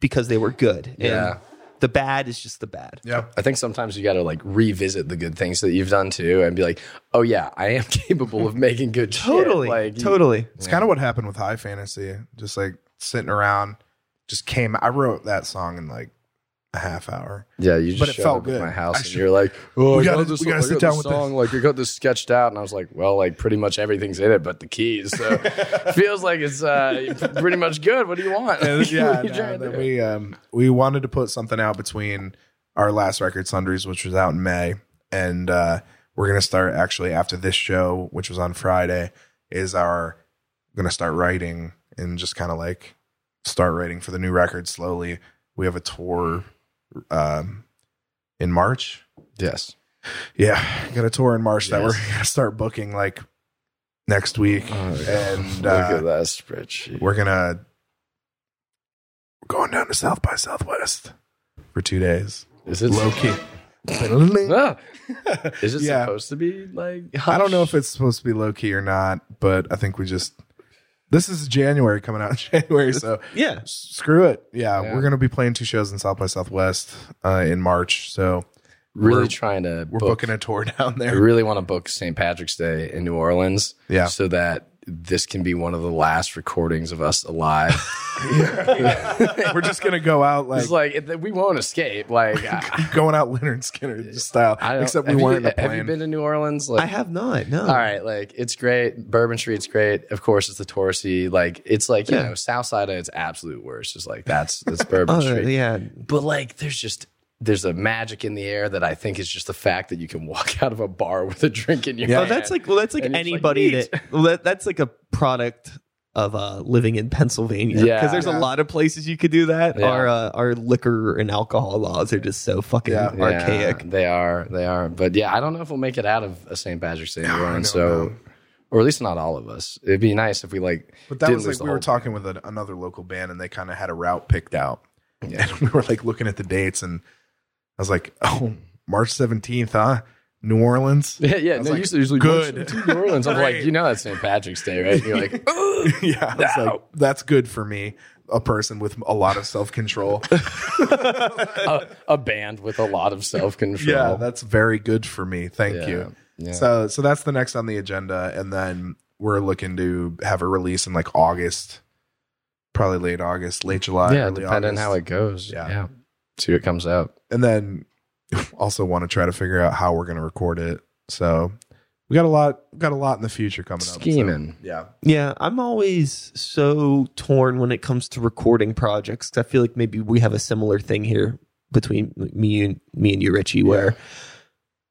Speaker 2: because they were good. And
Speaker 3: Yeah.
Speaker 2: the bad is just the bad.
Speaker 1: Yeah.
Speaker 3: I think sometimes you got to like revisit the good things that you've done too and be like, oh yeah, I am capable of making good shit.
Speaker 2: Totally.
Speaker 3: Like, you-
Speaker 2: totally.
Speaker 1: It's kind of what happened with High Fantasy. Just like sitting around, just came. I wrote that song in like a half hour.
Speaker 3: Yeah, you just
Speaker 1: But it
Speaker 3: showed
Speaker 1: felt
Speaker 3: up at
Speaker 1: good.
Speaker 3: my
Speaker 1: I
Speaker 3: house and
Speaker 1: should-
Speaker 3: you're like, oh,
Speaker 1: We
Speaker 3: I
Speaker 1: gotta-
Speaker 3: got this,
Speaker 1: we gotta
Speaker 3: I
Speaker 1: sit
Speaker 3: got
Speaker 1: down
Speaker 3: this
Speaker 1: with
Speaker 3: song, like I got this sketched out, and I was like, well, like pretty much everything's in it but the keys. So feels like it's uh, pretty much good. What do you want? Like,
Speaker 1: yeah,
Speaker 3: what are you
Speaker 1: no,
Speaker 3: trying to
Speaker 1: that
Speaker 3: do?
Speaker 1: we um, we wanted to put something out between our last record, Sundries, which was out in May, and uh, we're gonna start actually after this show, which was on Friday, is our gonna start writing and just kind of like start writing for the new record slowly. We have a tour um, in March.
Speaker 3: yes.
Speaker 1: Yeah, got a tour in March that
Speaker 3: Yes.
Speaker 1: we're gonna start booking like next week, and
Speaker 3: Oh, Look
Speaker 1: uh,
Speaker 3: at that spreadsheet.
Speaker 1: we're gonna we're going down to South by Southwest for two days,
Speaker 3: Is it
Speaker 1: low key.
Speaker 3: Ah. Is it
Speaker 1: Yeah.
Speaker 3: supposed to be like?
Speaker 1: I don't know if it's supposed to be low key or not, but I think we just this is January coming out in January, so
Speaker 2: Yeah.
Speaker 1: screw it. Yeah,
Speaker 3: Yeah.
Speaker 1: we're gonna be playing two shows in South by Southwest uh, in March, so
Speaker 3: really
Speaker 1: we're-
Speaker 3: trying to
Speaker 1: we're
Speaker 3: book
Speaker 1: booking a tour down
Speaker 3: I
Speaker 1: there.
Speaker 3: really want to book St. Patrick's Day in New Orleans.
Speaker 1: Yeah.
Speaker 3: So that this can be one of the last recordings of us alive.
Speaker 1: we're just gonna go out like
Speaker 3: it's like it, we won't escape. Like I,
Speaker 1: going out Leonard Skinner style.
Speaker 3: I don't,
Speaker 1: Except we
Speaker 3: have
Speaker 1: weren't
Speaker 3: You,
Speaker 1: in a plane.
Speaker 3: have you been to New Orleans? Like,
Speaker 2: I have not. No.
Speaker 3: all right, like it's great. Bourbon Street's great. Of course, it's the touristy. Like it's like you
Speaker 2: Yeah.
Speaker 3: know, South Side at its absolute worst is like that's that's Bourbon
Speaker 2: Oh,
Speaker 3: Street.
Speaker 2: yeah.
Speaker 3: But like, there's just there's a magic in the air that I think is just the fact that you can walk out of a bar with a drink in your.
Speaker 1: Yeah.
Speaker 2: Oh,
Speaker 3: hand.
Speaker 2: that's like well, that's like
Speaker 3: And it's like,
Speaker 2: anybody
Speaker 3: neat.
Speaker 2: that well, that's like a product of uh, living in Pennsylvania.
Speaker 3: Yeah.
Speaker 2: because there's
Speaker 1: Yeah.
Speaker 2: a lot of places you could do that.
Speaker 3: Yeah.
Speaker 2: Our uh, our liquor and alcohol laws are just so fucking
Speaker 1: Yeah.
Speaker 3: Yeah,
Speaker 2: archaic.
Speaker 3: they are. They are. But yeah, I don't know if we'll make it out of a St. Patrick's Day in New Orleans.
Speaker 1: know,
Speaker 3: So,
Speaker 1: man.
Speaker 3: or at least not all of us. It'd be nice if we like.
Speaker 1: But that
Speaker 3: didn't
Speaker 1: was
Speaker 3: lose
Speaker 1: like
Speaker 3: the
Speaker 1: we were
Speaker 3: whole-
Speaker 1: talking with an, another local band, and they kind of had a route picked out, and we were like looking at the dates, and I was like, "Oh, March seventeenth, huh? New Orleans."
Speaker 3: Yeah, yeah.
Speaker 1: I was
Speaker 3: No,
Speaker 1: like,
Speaker 3: usually, usually
Speaker 1: good.
Speaker 3: March to New Orleans. I'm like,
Speaker 1: Right.
Speaker 3: you know, that's St. Patrick's Day, right? And you're like, "Ugh."
Speaker 1: yeah, I was
Speaker 3: No.
Speaker 1: like, "That's good for me, a person with a lot of self control."
Speaker 3: a, "Uh, a band with a lot of self control.
Speaker 1: yeah, that's very good for me. Thank
Speaker 3: Yeah,
Speaker 1: you.
Speaker 3: yeah.
Speaker 1: So, so that's the next on the agenda, and then we're looking to have a release in like August, probably late August, late July.
Speaker 3: yeah,
Speaker 1: early
Speaker 3: depending on
Speaker 1: August.
Speaker 3: how it goes.
Speaker 1: Yeah.
Speaker 3: Yeah. See what comes out.
Speaker 1: and then also want to try to figure out how we're going to record it. So we got a lot, got a lot in the future coming up.
Speaker 3: Scheming.
Speaker 1: So, yeah,
Speaker 2: Yeah, I'm always so torn when it comes to recording projects. 'cause I feel like maybe we have a similar thing here between me and me and you, Richie, where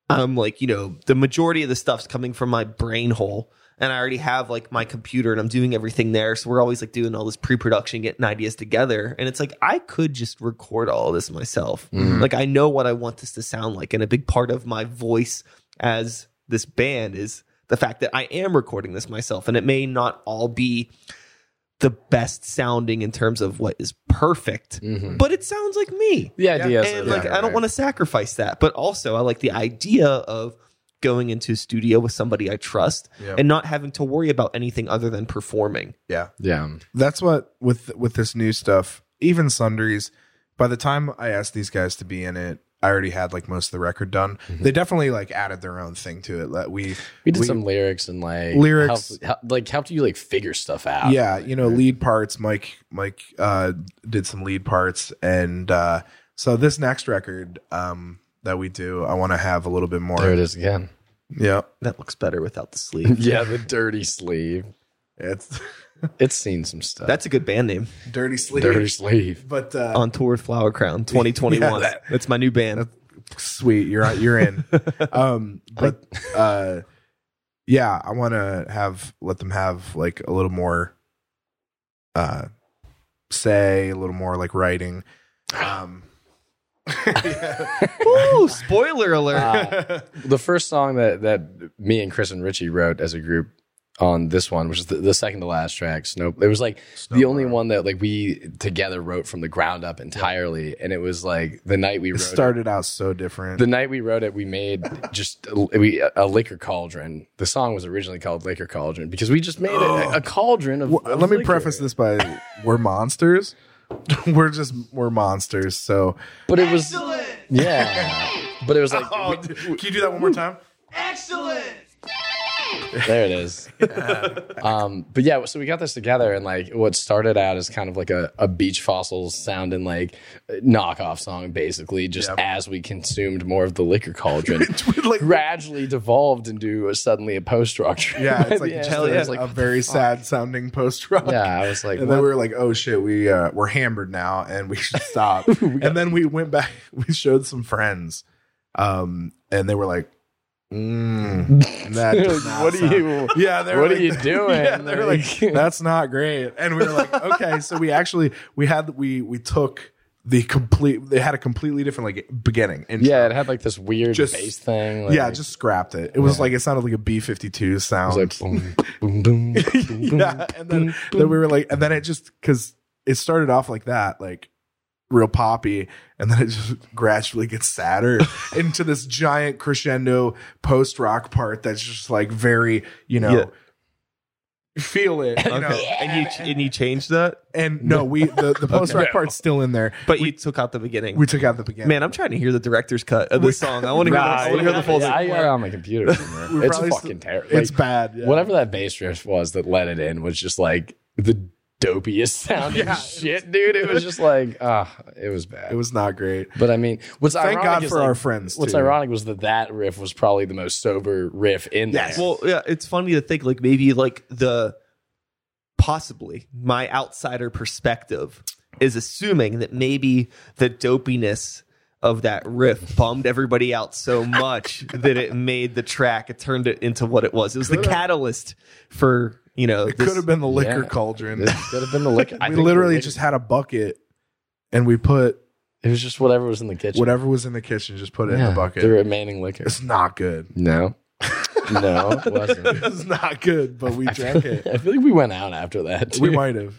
Speaker 2: I'm like, you know, the majority of the stuff's coming from my brain hole, and I already have like my computer, and I'm doing everything there. So we're always like doing all this pre-production, getting ideas together, and it's like I could just record all this myself.
Speaker 3: Mm-hmm.
Speaker 1: Mm-hmm.
Speaker 2: Like I know what I want this to sound like, and a big part of my voice as this band is the fact that I am recording this myself, and it may not all be the best sounding in terms of what is perfect,
Speaker 1: Mm-hmm.
Speaker 3: Mhm.
Speaker 2: but it sounds like me.
Speaker 3: The idea is
Speaker 2: and like I don't want to sacrifice that, but also I like the idea of going into a studio with somebody I trust
Speaker 1: Yeah.
Speaker 2: and not having to worry about anything other than performing.
Speaker 1: yeah.
Speaker 3: Yeah.
Speaker 1: That's what with with this new stuff, even sundries. By the time I asked these guys to be in it, I already had like most of the record done. They definitely like added their own thing to it. That we
Speaker 3: Mm-hmm. We did some lyrics and like
Speaker 1: Lyrics.
Speaker 3: helped- hel- like helped you like figure stuff out.
Speaker 1: yeah you know lead parts mike mike uh did some lead parts and uh so this next record um that we do. I want to have a little bit more.
Speaker 3: There it is again.
Speaker 1: Yeah,
Speaker 2: That looks better without the sleeve.
Speaker 3: yeah, the dirty sleeve.
Speaker 1: it's
Speaker 3: It's seen some stuff.
Speaker 2: That's a good band name.
Speaker 1: dirty sleep.
Speaker 3: dirty sleeve.
Speaker 1: But uh,
Speaker 2: On tour with Flower Crown 2021.
Speaker 1: Yeah, that-
Speaker 2: That's my new band.
Speaker 1: sweet you're you're in um but uh yeah i want to have let them have like a little more uh say a little more like writing um
Speaker 2: Ooh, spoiler alert.
Speaker 3: The first song that that me and Chris and Richie wrote as a group on this one, which is the, the second to last track, Snow. It was like
Speaker 1: Oh,
Speaker 3: the only one that like we together wrote from the ground up entirely, and it was like the night we
Speaker 1: it
Speaker 3: wrote. it-
Speaker 1: started out so different
Speaker 3: the night we wrote it, we made just a, we a liquor cauldron. The song was originally called Liquor Cauldron because we just made a, a cauldron of.
Speaker 1: Well,
Speaker 3: of
Speaker 1: let me
Speaker 3: liquor.
Speaker 1: preface this by we're monsters we're just we're monsters so
Speaker 3: but it was yeah, but it was like we-
Speaker 1: Oh, can you do that one more time
Speaker 3: there it is. um, but yeah, so we got this together, and like what started out as kind of like a, a beach fossils sounding like knockoff song, basically, just as we consumed more of the liquor cauldron.
Speaker 1: like
Speaker 3: Gradually devolved into a, suddenly a post structure.
Speaker 1: yeah it's like just
Speaker 2: Hell
Speaker 1: a-
Speaker 2: yeah.
Speaker 1: a, very sad sounding post rock
Speaker 3: yeah, I was like,
Speaker 1: and
Speaker 3: what
Speaker 1: then we were like, "Oh shit, we uh, we're hammered now, and we should stop." and then we went back. We showed some friends, um, and they were like, mm, that
Speaker 3: They're
Speaker 1: does
Speaker 3: like,
Speaker 1: not
Speaker 3: "What are
Speaker 1: sound-"
Speaker 3: you-
Speaker 1: Yeah, they were
Speaker 3: what are
Speaker 1: like-
Speaker 3: you doing?
Speaker 1: Yeah, they were like,
Speaker 3: Like-
Speaker 1: "That's not great." And we were like, "Okay." So we actually we had we we took the complete. They had a completely different like beginning. Intro.
Speaker 3: Yeah, it had like this weird
Speaker 1: Just-
Speaker 3: bass thing. Like,
Speaker 1: yeah, just scrapped it. It was like it sounded like a B fifty two sound.
Speaker 3: it was like boom, boom, boom, boom, boom.
Speaker 1: yeah, and then, then we were like, and then it just because it started off like that, like real poppy, and then it just gradually gets sadder into this giant crescendo post rock part that's just like very, you know, feel it, you know.
Speaker 2: And you and you changed that,
Speaker 1: And no, we the, the post rock part's still in there.
Speaker 2: but you took out the beginning.
Speaker 1: We took out the beginning.
Speaker 2: Man, I'm trying to hear the director's cut of this song. I want to hear,
Speaker 3: Nah,
Speaker 2: I wanna hear the full
Speaker 3: yeah, I
Speaker 2: thing.
Speaker 3: got it on my computer. somewhere.
Speaker 1: We
Speaker 3: it's
Speaker 1: probably
Speaker 3: fucking
Speaker 1: still-
Speaker 3: terrible.
Speaker 1: it's
Speaker 3: Like,
Speaker 1: bad. yeah.
Speaker 3: Whatever that bass riff was that let it in was just like the dopiest sounding shit, dude. It was just like, ah, it was bad.
Speaker 1: It was not great.
Speaker 3: but I mean, what's
Speaker 1: Thank
Speaker 3: ironic
Speaker 1: God
Speaker 3: is,
Speaker 1: for
Speaker 3: like,
Speaker 1: our friends.
Speaker 3: What's
Speaker 1: too.
Speaker 3: ironic was that that riff was probably the most sober riff in
Speaker 1: Yes.
Speaker 3: there.
Speaker 2: Well, yeah, it's funny to think like maybe like the possibly my outsider perspective is assuming that maybe the dopiness of that riff bummed everybody out so much that it made the track it turned it into what it was. It was the catalyst for, you know,
Speaker 1: It could have been the liquor
Speaker 3: Yeah.
Speaker 1: cauldron.
Speaker 3: this could have been the liquor. I
Speaker 1: we
Speaker 3: think the
Speaker 1: literally
Speaker 3: liquor-
Speaker 1: just had a bucket and we put
Speaker 3: it was just whatever was in the kitchen.
Speaker 1: whatever was in the kitchen, just put it in
Speaker 3: Yeah,
Speaker 1: the bucket.
Speaker 3: The remaining liquor.
Speaker 1: it's not good.
Speaker 3: No. no, it wasn't.
Speaker 1: It's not good, but we drank it.
Speaker 3: I feel like we went out after that.
Speaker 1: We
Speaker 3: too.
Speaker 1: might have.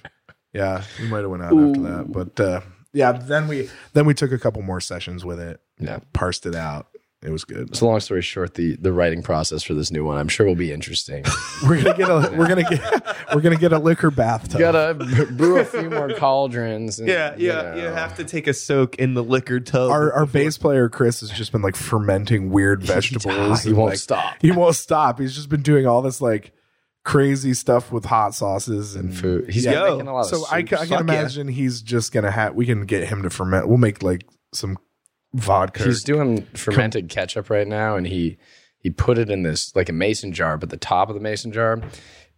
Speaker 1: Yeah, we might have went out after that. But uh, yeah, then we then we took a couple more sessions with it,
Speaker 3: Yeah.
Speaker 1: parsed it out. It was good.
Speaker 3: So long story short, the the writing process for this new one, I'm sure, will be interesting.
Speaker 1: We're gonna get a we're gonna get we're gonna get a liquor bathtub.
Speaker 3: Gotta b- brew a few more cauldrons. And,
Speaker 2: Yeah, yeah,
Speaker 3: you
Speaker 2: you,
Speaker 3: know.
Speaker 2: have to take a soak in the liquor tub.
Speaker 1: our our bass player Chris has just been like fermenting weird vegetables.
Speaker 3: He
Speaker 1: and,
Speaker 3: won't
Speaker 1: like,
Speaker 3: stop.
Speaker 1: He won't stop. He's just been doing all this like crazy stuff with hot sauces and,
Speaker 3: Food. He's
Speaker 2: Yo,
Speaker 3: making a lot
Speaker 1: So
Speaker 3: of
Speaker 1: I, ca-
Speaker 3: soups.
Speaker 1: I
Speaker 2: Fuck
Speaker 1: can
Speaker 2: yeah.
Speaker 1: imagine he's just gonna have. We can get him to ferment. We'll make like some vodka.
Speaker 3: He's doing fermented ketchup right now, and he he put it in this like a mason jar, but the top of the mason jar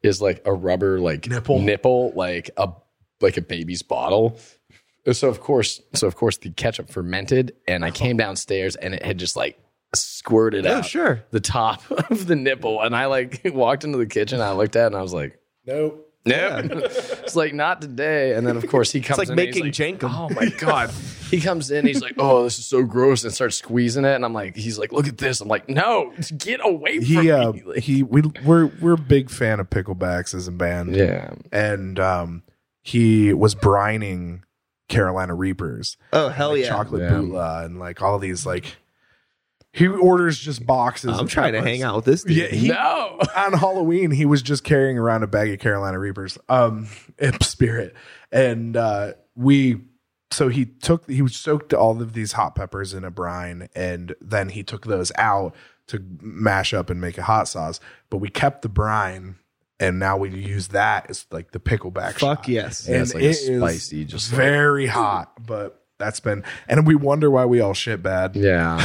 Speaker 3: is like a rubber like
Speaker 1: Nipple.
Speaker 3: nipple like a like a baby's bottle. So of course, so of course, the ketchup fermented, and I came downstairs, and it had just like squirted
Speaker 2: Oh,
Speaker 3: out
Speaker 2: sure.
Speaker 3: the top of the nipple, and I like walked into the kitchen, I looked at, it, and I was like.
Speaker 1: nope.
Speaker 3: No, it's like not today. And then of course he comes.
Speaker 2: It's like
Speaker 3: in and he's
Speaker 2: making Jenkum.
Speaker 3: Oh my god! He comes in. He's like, "Oh, this is so gross," and starts squeezing it. And I'm like, "He's like, look at this." I'm like, "No, get away from
Speaker 1: He uh,
Speaker 3: me!" Like,
Speaker 1: he we we're we're a big fan of picklebacks as a band.
Speaker 3: yeah,
Speaker 1: and um, he was brining Carolina Reapers,
Speaker 2: Oh hell
Speaker 1: like
Speaker 2: yeah.
Speaker 1: chocolate
Speaker 3: Yeah.
Speaker 1: bootla, and like all these like. He orders just boxes.
Speaker 2: I'm
Speaker 1: of
Speaker 2: trying to
Speaker 1: peppers.
Speaker 2: hang out with this dude.
Speaker 1: Yeah, he,
Speaker 3: no.
Speaker 1: on Halloween, he was just carrying around a bag of Carolina Reapers, um, in spirit, and uh, we. So he took he soaked all of these hot peppers in a brine, and then he took those out to mash up and make a hot sauce. But we kept the brine, and now we use that as like the pickleback.
Speaker 2: Fuck
Speaker 1: shot.
Speaker 2: yes.
Speaker 1: and
Speaker 3: it's like
Speaker 1: it
Speaker 3: a
Speaker 1: is
Speaker 3: spicy, just
Speaker 1: very hot. But that's been, and we wonder why we all shit bad.
Speaker 3: yeah.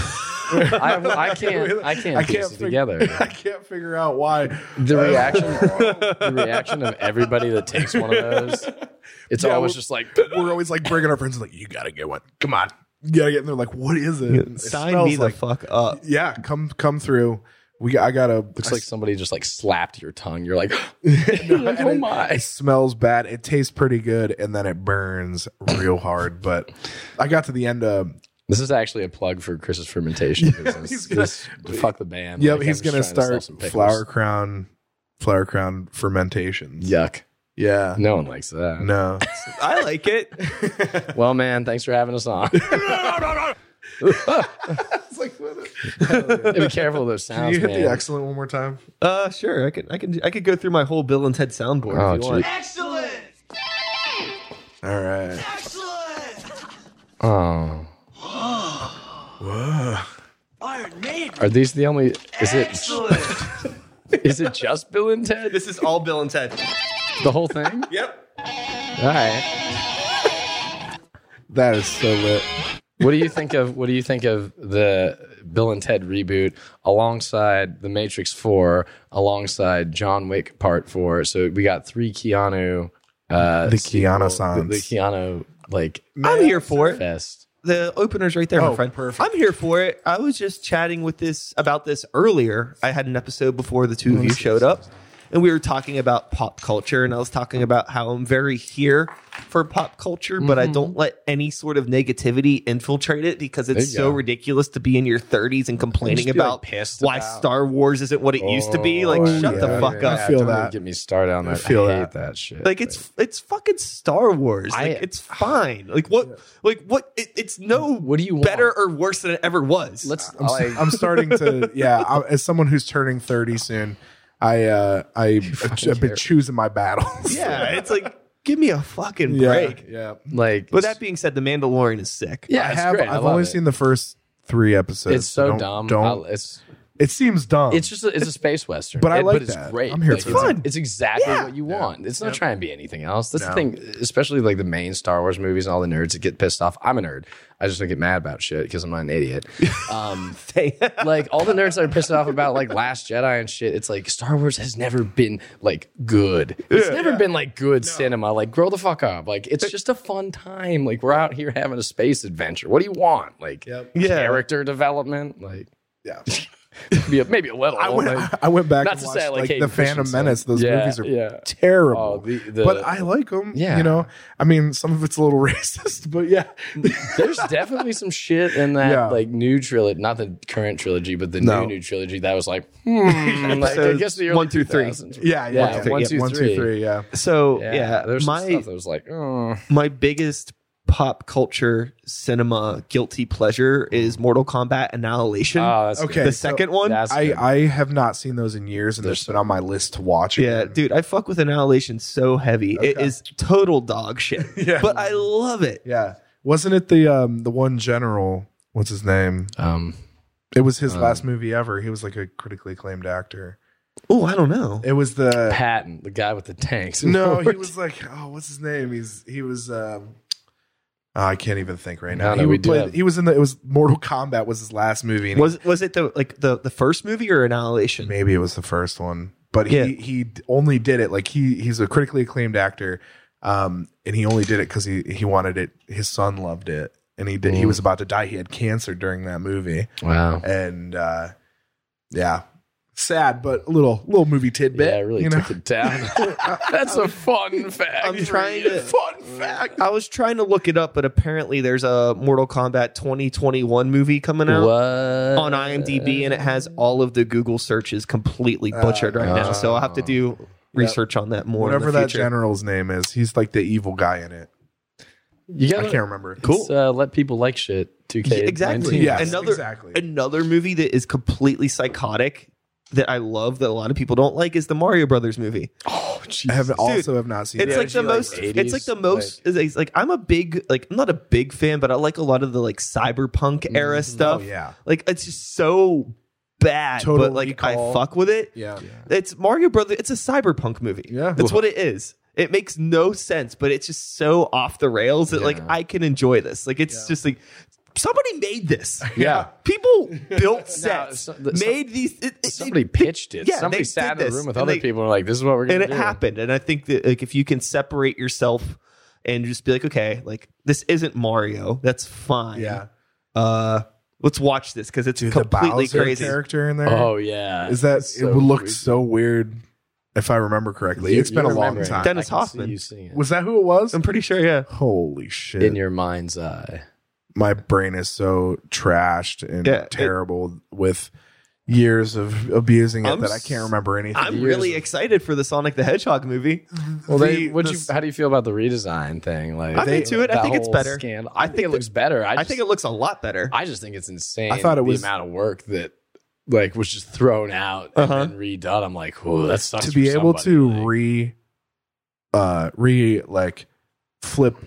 Speaker 3: I, I can't. I can't piece it
Speaker 1: fig-
Speaker 3: together.
Speaker 1: I can't figure out why.
Speaker 3: The reaction, the reaction of everybody that takes one of those, it's
Speaker 1: Yeah,
Speaker 3: always
Speaker 1: well-
Speaker 3: just like,
Speaker 1: We're always like breaking our friends like, you gotta get one. Come on. You gotta get and they're like, what is it? And it
Speaker 2: Sign
Speaker 1: smells
Speaker 2: me the
Speaker 1: like,
Speaker 2: fuck up.
Speaker 1: Yeah, come come through. We I gotta
Speaker 3: looks like somebody just like slapped your tongue. You're like,
Speaker 1: and
Speaker 3: oh
Speaker 1: it-
Speaker 3: my!
Speaker 1: It smells bad. It tastes pretty good, and then it burns real hard. But I got to the end of
Speaker 3: This is actually a plug for Chris's fermentation business.
Speaker 1: he's gonna-
Speaker 3: This- fuck the band.
Speaker 1: yep.
Speaker 3: Like, I'm
Speaker 1: he's
Speaker 3: just
Speaker 1: gonna
Speaker 3: trying to sell
Speaker 1: start
Speaker 3: some pickles.
Speaker 1: flower crown, flower crown fermentations.
Speaker 3: Yuck!
Speaker 1: yeah.
Speaker 3: No one likes that.
Speaker 1: No,
Speaker 2: I like it.
Speaker 3: Well, man, thanks for having us on.
Speaker 1: it's like what the-
Speaker 3: Be careful of those
Speaker 1: can
Speaker 3: sounds,
Speaker 1: you hit
Speaker 3: man.
Speaker 1: the excellent one more time?
Speaker 2: Uh, sure. I could. I could. I could go through my whole Bill and Ted soundboard
Speaker 3: Oh,
Speaker 2: if you want.
Speaker 3: gee.
Speaker 1: All right.
Speaker 3: oh.
Speaker 1: Whoa.
Speaker 3: Are these the only? Is it? Is it just Bill and Ted?
Speaker 2: This is all Bill and Ted.
Speaker 3: The whole thing?
Speaker 2: Yep.
Speaker 3: All right.
Speaker 1: That is so lit.
Speaker 3: What do you think of? What do you think of the Bill and Ted reboot alongside The Matrix Four, alongside John Wick Part Four? So we got three Keanu. Uh,
Speaker 1: The
Speaker 3: sequel-
Speaker 1: Keanu-sans.
Speaker 3: The, the Keanu like
Speaker 2: I'm here for it.
Speaker 3: fest.
Speaker 2: the opener's right there, my
Speaker 1: Oh,
Speaker 2: friend.
Speaker 1: perfect.
Speaker 2: I'm here for it. I was just chatting with this about this earlier. I had an episode before the two of you showed up, and we were talking about pop culture, and I was talking about how I'm very here for pop culture, but I don't let any sort of negativity infiltrate it because it's
Speaker 3: you
Speaker 2: so
Speaker 3: go.
Speaker 2: ridiculous to be in your 30s and complaining
Speaker 3: be, like,
Speaker 2: about
Speaker 3: pissed
Speaker 2: why
Speaker 3: about-
Speaker 2: Star Wars isn't what it used to be. Like,
Speaker 1: Oh,
Speaker 2: shut
Speaker 1: yeah,
Speaker 2: the fuck
Speaker 1: yeah.
Speaker 2: up.
Speaker 1: I feel
Speaker 3: don't even
Speaker 1: that.
Speaker 3: Get me started on that. I,
Speaker 1: feel
Speaker 3: hate
Speaker 1: that.
Speaker 3: that, shit.
Speaker 2: Like it's it's fucking Star Wars.
Speaker 3: I-
Speaker 2: Like it's fine. Like what? Like what? It, it's no.
Speaker 3: What do you want?
Speaker 2: better or worse than it ever was?
Speaker 3: Let's.
Speaker 1: I'm,
Speaker 3: like,
Speaker 1: I'm starting to yeah. I, as someone who's turning thirty soon, I uh, I I've been
Speaker 3: care.
Speaker 1: choosing my battles.
Speaker 2: yeah, it's like give me a fucking
Speaker 1: yeah,
Speaker 2: break.
Speaker 1: yeah.
Speaker 3: like
Speaker 2: But that being said, the Mandalorian is sick.
Speaker 3: yeah,
Speaker 1: I
Speaker 3: it's
Speaker 1: have.
Speaker 3: great. I
Speaker 1: I've
Speaker 3: love
Speaker 1: only
Speaker 3: it.
Speaker 1: seen the first three episodes.
Speaker 3: It's so
Speaker 1: Don't-
Speaker 3: dumb.
Speaker 1: Don't.
Speaker 3: I- it's
Speaker 1: it seems dumb.
Speaker 3: it's just a, it's a space western,
Speaker 1: But I
Speaker 3: It-
Speaker 1: like
Speaker 3: it's
Speaker 1: that.
Speaker 3: great.
Speaker 1: I'm here
Speaker 3: Like,
Speaker 1: for
Speaker 3: it's,
Speaker 1: that.
Speaker 3: it's exactly
Speaker 2: Yeah.
Speaker 3: what you want. It's not
Speaker 1: Yep.
Speaker 3: trying to be anything else. That's the
Speaker 1: No.
Speaker 3: thing, especially like the main Star Wars movies and all the nerds that get pissed off. I'm a nerd. I just don't get mad about shit because I'm not an idiot. Um, like all the nerds that are pissed off about like Last Jedi and shit. It's like Star Wars has never been like good. It's never been like good cinema. Like grow the fuck up. Like it's just a fun time. Like we're out here having a space adventure. What do you want? Like
Speaker 1: Yep.
Speaker 2: Yeah.
Speaker 3: character development. Like
Speaker 1: yeah.
Speaker 3: be a, maybe a little.
Speaker 1: I went,
Speaker 3: like-
Speaker 1: I went back
Speaker 3: Not
Speaker 1: and
Speaker 3: to
Speaker 1: watched
Speaker 3: say I like
Speaker 1: like,
Speaker 3: Hayden
Speaker 1: the Phantom
Speaker 3: Christensen.
Speaker 1: Menace. Those
Speaker 3: Yeah,
Speaker 1: movies are
Speaker 3: yeah.
Speaker 1: terrible.
Speaker 3: Oh, the- the-
Speaker 1: but I like them.
Speaker 3: Yeah.
Speaker 1: You know, I mean, some of it's a little racist, but yeah.
Speaker 3: There's definitely some shit in that
Speaker 1: Yeah.
Speaker 3: like new trilogy, not the current trilogy, but the
Speaker 1: No.
Speaker 3: new new trilogy that was like, hmm, like I
Speaker 2: Episodes
Speaker 3: guess the early
Speaker 2: one through three.
Speaker 3: 2000s.
Speaker 1: Yeah.
Speaker 3: Yeah,
Speaker 1: Yeah.
Speaker 3: one, two,
Speaker 1: one, two,
Speaker 3: three.
Speaker 1: three. Yeah.
Speaker 2: So
Speaker 3: yeah.
Speaker 2: yeah,
Speaker 3: there's some
Speaker 2: my
Speaker 3: stuff that was like, oh,
Speaker 2: my biggest pop culture cinema guilty pleasure is Mortal Kombat Annihilation.
Speaker 3: oh that's
Speaker 1: Okay.
Speaker 3: good.
Speaker 2: the
Speaker 1: so
Speaker 2: second one.
Speaker 3: That's
Speaker 1: I,
Speaker 3: good.
Speaker 1: I have not seen those in years, and it's been on my list to watch.
Speaker 2: yeah,
Speaker 1: again.
Speaker 2: dude, I fuck with Annihilation so heavy. It
Speaker 1: Okay.
Speaker 2: is total dog shit.
Speaker 1: Yeah.
Speaker 2: But I love it.
Speaker 1: Yeah. Wasn't it the um the one general? What's his name?
Speaker 3: um,
Speaker 1: It was his last movie ever. He was like a critically acclaimed actor.
Speaker 2: Oh, I don't know.
Speaker 1: It was the
Speaker 3: Patton, the guy with the tanks.
Speaker 1: no. He was like oh, what's his name? He's he was. um oh, I can't even think right now.
Speaker 3: No, no,
Speaker 1: he,
Speaker 3: we
Speaker 1: would
Speaker 3: do
Speaker 1: play-
Speaker 3: have-
Speaker 1: he was in the. It was Mortal Kombat was his last movie. and he-
Speaker 2: Was was it the like the the first movie or Annihilation?
Speaker 1: maybe it was the first one, but
Speaker 2: Yeah.
Speaker 1: he he only did it like he he's a critically acclaimed actor, um, and he only did it because he he wanted it. His son loved it, and he did. He was about to die. He had cancer during that movie.
Speaker 3: wow.
Speaker 1: and uh yeah sad but a little little movie tidbit
Speaker 3: Yeah, I really
Speaker 1: you know?
Speaker 3: took it down. that's a fun fact.
Speaker 2: I'm trying to-
Speaker 3: fun fact.
Speaker 2: I was trying to look it up, but apparently there's a Mortal Kombat 2021 movie coming out
Speaker 3: What
Speaker 2: on IMDb, and it has all of the Google searches completely butchered right now. So I'll have to do research on that more.
Speaker 1: whatever
Speaker 2: in the
Speaker 1: that
Speaker 2: future.
Speaker 1: general's name is he's like the evil guy in it
Speaker 3: You
Speaker 1: i
Speaker 3: gotta
Speaker 1: can't remember
Speaker 3: cool. Uh, let people like shit. Two K
Speaker 2: Yeah, exactly.
Speaker 1: Yes,
Speaker 2: another
Speaker 1: exactly.
Speaker 2: another movie that is completely psychotic that I love that a lot of people don't like is the Mario Brothers movie.
Speaker 3: Oh,
Speaker 1: i have also have not seen
Speaker 2: it's
Speaker 1: it
Speaker 2: like the
Speaker 3: like,
Speaker 2: most.
Speaker 3: 80s,
Speaker 2: it's like the most. It's it's like I'm a big like I'm not a big fan, but I like a lot of the like cyberpunk era stuff.
Speaker 1: yeah.
Speaker 2: like it's just so bad,
Speaker 1: Total
Speaker 2: but like I
Speaker 1: Recall.
Speaker 2: fuck with it.
Speaker 1: yeah
Speaker 2: It's Mario Brother. It's a cyberpunk movie.
Speaker 1: Yeah.
Speaker 2: that's what it is. It makes no sense, but it's just so off the rails that like
Speaker 3: Yeah.
Speaker 2: I can enjoy this. Like it's just like somebody made this.
Speaker 3: Yeah.
Speaker 2: People built sets,
Speaker 3: so- the-
Speaker 2: made these. It, it-
Speaker 3: Somebody
Speaker 2: it-
Speaker 3: pitched it.
Speaker 2: yeah, they
Speaker 3: Somebody
Speaker 2: did
Speaker 3: sat in
Speaker 2: this,
Speaker 3: a room with
Speaker 2: and
Speaker 3: other
Speaker 2: they-
Speaker 3: people and were like, this is what we're going
Speaker 2: and
Speaker 3: to
Speaker 2: it
Speaker 3: do.
Speaker 2: happened. And I think that like if you can separate yourself and just be like, okay, like this isn't Mario. That's fine.
Speaker 1: Yeah.
Speaker 2: Uh, let's watch this because it's
Speaker 1: Dude, the
Speaker 2: completely
Speaker 1: Bowser
Speaker 2: crazy.
Speaker 1: character in there.
Speaker 3: Oh, yeah.
Speaker 1: Is that
Speaker 3: So
Speaker 1: it would look
Speaker 3: weird.
Speaker 1: so weird if I remember correctly.
Speaker 3: You-
Speaker 1: it's been a
Speaker 3: you
Speaker 1: long
Speaker 3: remember it.
Speaker 1: time.
Speaker 2: Dennis
Speaker 3: I can see
Speaker 2: Hoffman.
Speaker 3: you seeing it.
Speaker 1: Was that who it was?
Speaker 2: I'm pretty sure. Yeah.
Speaker 1: Holy shit.
Speaker 3: in your mind's eye.
Speaker 1: My brain is so trashed and
Speaker 2: Yeah, it-
Speaker 1: terrible with years of abusing it
Speaker 2: I'm
Speaker 1: that I can't
Speaker 2: s-
Speaker 1: remember anything.
Speaker 2: I'm
Speaker 3: Years
Speaker 2: really
Speaker 3: of-
Speaker 2: excited for the Sonic the Hedgehog movie.
Speaker 1: well,
Speaker 3: They, what you, how do you feel about the redesign thing? Like,
Speaker 2: I'm into it. I
Speaker 3: that
Speaker 2: think it's
Speaker 3: whole
Speaker 2: better.
Speaker 3: Scandal.
Speaker 2: I
Speaker 3: I, think,
Speaker 2: think
Speaker 3: it looks better. I,
Speaker 2: I
Speaker 3: just,
Speaker 2: think it looks a lot better.
Speaker 3: I just think it's insane.
Speaker 1: I thought it
Speaker 3: the
Speaker 1: was-
Speaker 3: amount of work that like was just thrown out
Speaker 2: Uh-huh.
Speaker 3: and then redone. I'm like, whoa, that sucks.
Speaker 1: to
Speaker 3: for
Speaker 1: be able
Speaker 3: somebody,
Speaker 1: to
Speaker 3: like,
Speaker 1: re uh re like flip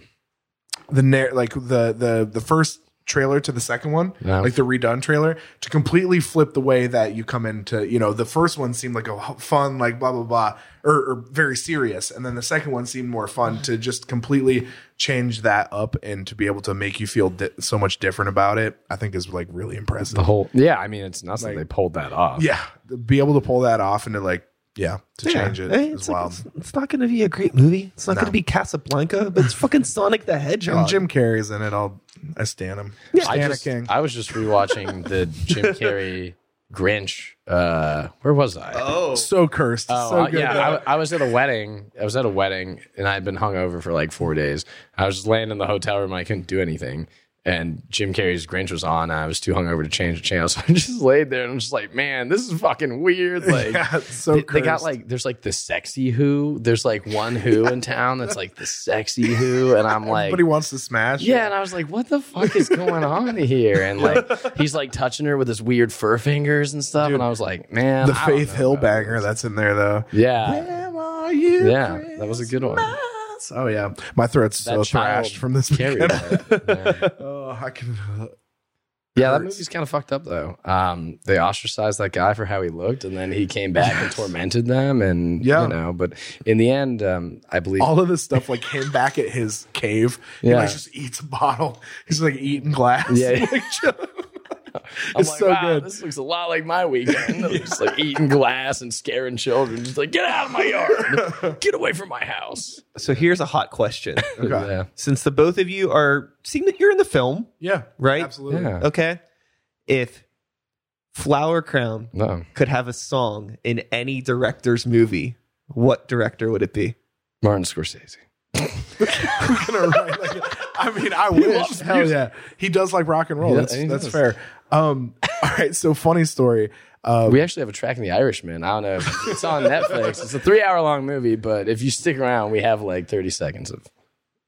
Speaker 1: the nar- like the the the first trailer to the second one
Speaker 3: Yeah.
Speaker 1: like the redone trailer to completely flip the way that you come into you know the first one seemed like a h- fun like blah blah blah or, or very serious and then the second one seemed more fun to just completely change that up and to be able to make you feel di- so much different about it i think is like really impressive
Speaker 3: the whole. Yeah, I mean, it's nuts
Speaker 1: Like-
Speaker 3: that they pulled that off.
Speaker 1: yeah to be able to pull that off and to like yeah to
Speaker 2: Yeah.
Speaker 1: change it
Speaker 2: Hey,
Speaker 1: is
Speaker 2: Eh, it's, like-
Speaker 1: wild
Speaker 2: it's- it's not going to be a great movie. It's not
Speaker 1: No.
Speaker 2: going to be Casablanca, but it's fucking Sonic the Hedgehog.
Speaker 1: And Jim Carrey's in it. I'll I stand him.
Speaker 3: I,
Speaker 1: Stan a
Speaker 3: just-
Speaker 1: king.
Speaker 3: I was just rewatching the Jim Carrey Grinch. Uh, where was I?
Speaker 2: oh,
Speaker 1: so cursed.
Speaker 3: Oh,
Speaker 1: so
Speaker 3: uh,
Speaker 1: good.
Speaker 3: yeah. I, I was at a wedding. I was at a wedding, and I had been hungover for like four days. I was just laying in the hotel room. I couldn't do anything. And Jim Carrey's Grinch was on. and I was too hungover to change the channel, so I just laid there and I'm just like, man, this is fucking weird. Like.
Speaker 1: Yeah, it's so
Speaker 3: They,
Speaker 1: cursed.
Speaker 3: they got like there's like the sexy who there's like one who in town that's like the sexy who and I'm like
Speaker 1: Everybody wants to smash.
Speaker 3: yeah, and I was like, what the fuck is going on here? And like, he's like touching her with his weird fur fingers and stuff. and I was like, man,
Speaker 1: The
Speaker 3: I don't
Speaker 1: Faith
Speaker 3: know
Speaker 1: Hill
Speaker 3: about this."
Speaker 1: banger that's in there though.
Speaker 3: Yeah.
Speaker 1: Where are you?
Speaker 3: Yeah. That was a good one.
Speaker 1: Christmas? Oh yeah, my throat's so
Speaker 3: That child
Speaker 1: thrashed from this
Speaker 3: Carried
Speaker 1: weekend.
Speaker 3: that. Yeah.
Speaker 1: Oh, I can.
Speaker 3: Yeah, that
Speaker 1: Hurts.
Speaker 3: movie's kind of fucked up though. Um, they ostracized that guy for how he looked, and then he came back and tormented them, and
Speaker 1: Yeah. Oh,
Speaker 3: you know. But in the end, um, I believe
Speaker 1: all of this stuff like him back at his cave. He
Speaker 3: Yeah.
Speaker 1: like just eats a bottle. He's like eating glass.
Speaker 3: Yeah.
Speaker 1: Like,
Speaker 3: I'm
Speaker 1: it's
Speaker 3: like,
Speaker 1: so
Speaker 3: wow,
Speaker 1: good.
Speaker 3: This looks a lot like my weekend. Just like eating glass and scaring children. Just like get out of my yard, get away from my house.
Speaker 2: so here's a hot question.
Speaker 1: Okay.
Speaker 3: Yeah.
Speaker 2: Since the both of you are seeing that you're in the film,
Speaker 1: yeah,
Speaker 2: Right?
Speaker 1: Absolutely.
Speaker 3: Yeah.
Speaker 2: okay? If Flower Crown
Speaker 3: No.
Speaker 2: could have a song in any director's movie, what director would it be?
Speaker 3: Martin Scorsese.
Speaker 1: gonna write, like, I mean, I wish.
Speaker 3: loves
Speaker 1: Hell yeah, he does like rock and roll.
Speaker 3: He does-
Speaker 1: that's
Speaker 3: he
Speaker 1: that's
Speaker 3: does.
Speaker 1: fair. Um, all right. So funny story. Um,
Speaker 3: We actually have a track in The Irishman. I don't know. If it's on Netflix. It's a three hour long movie, but if you stick around, we have like 30 seconds of.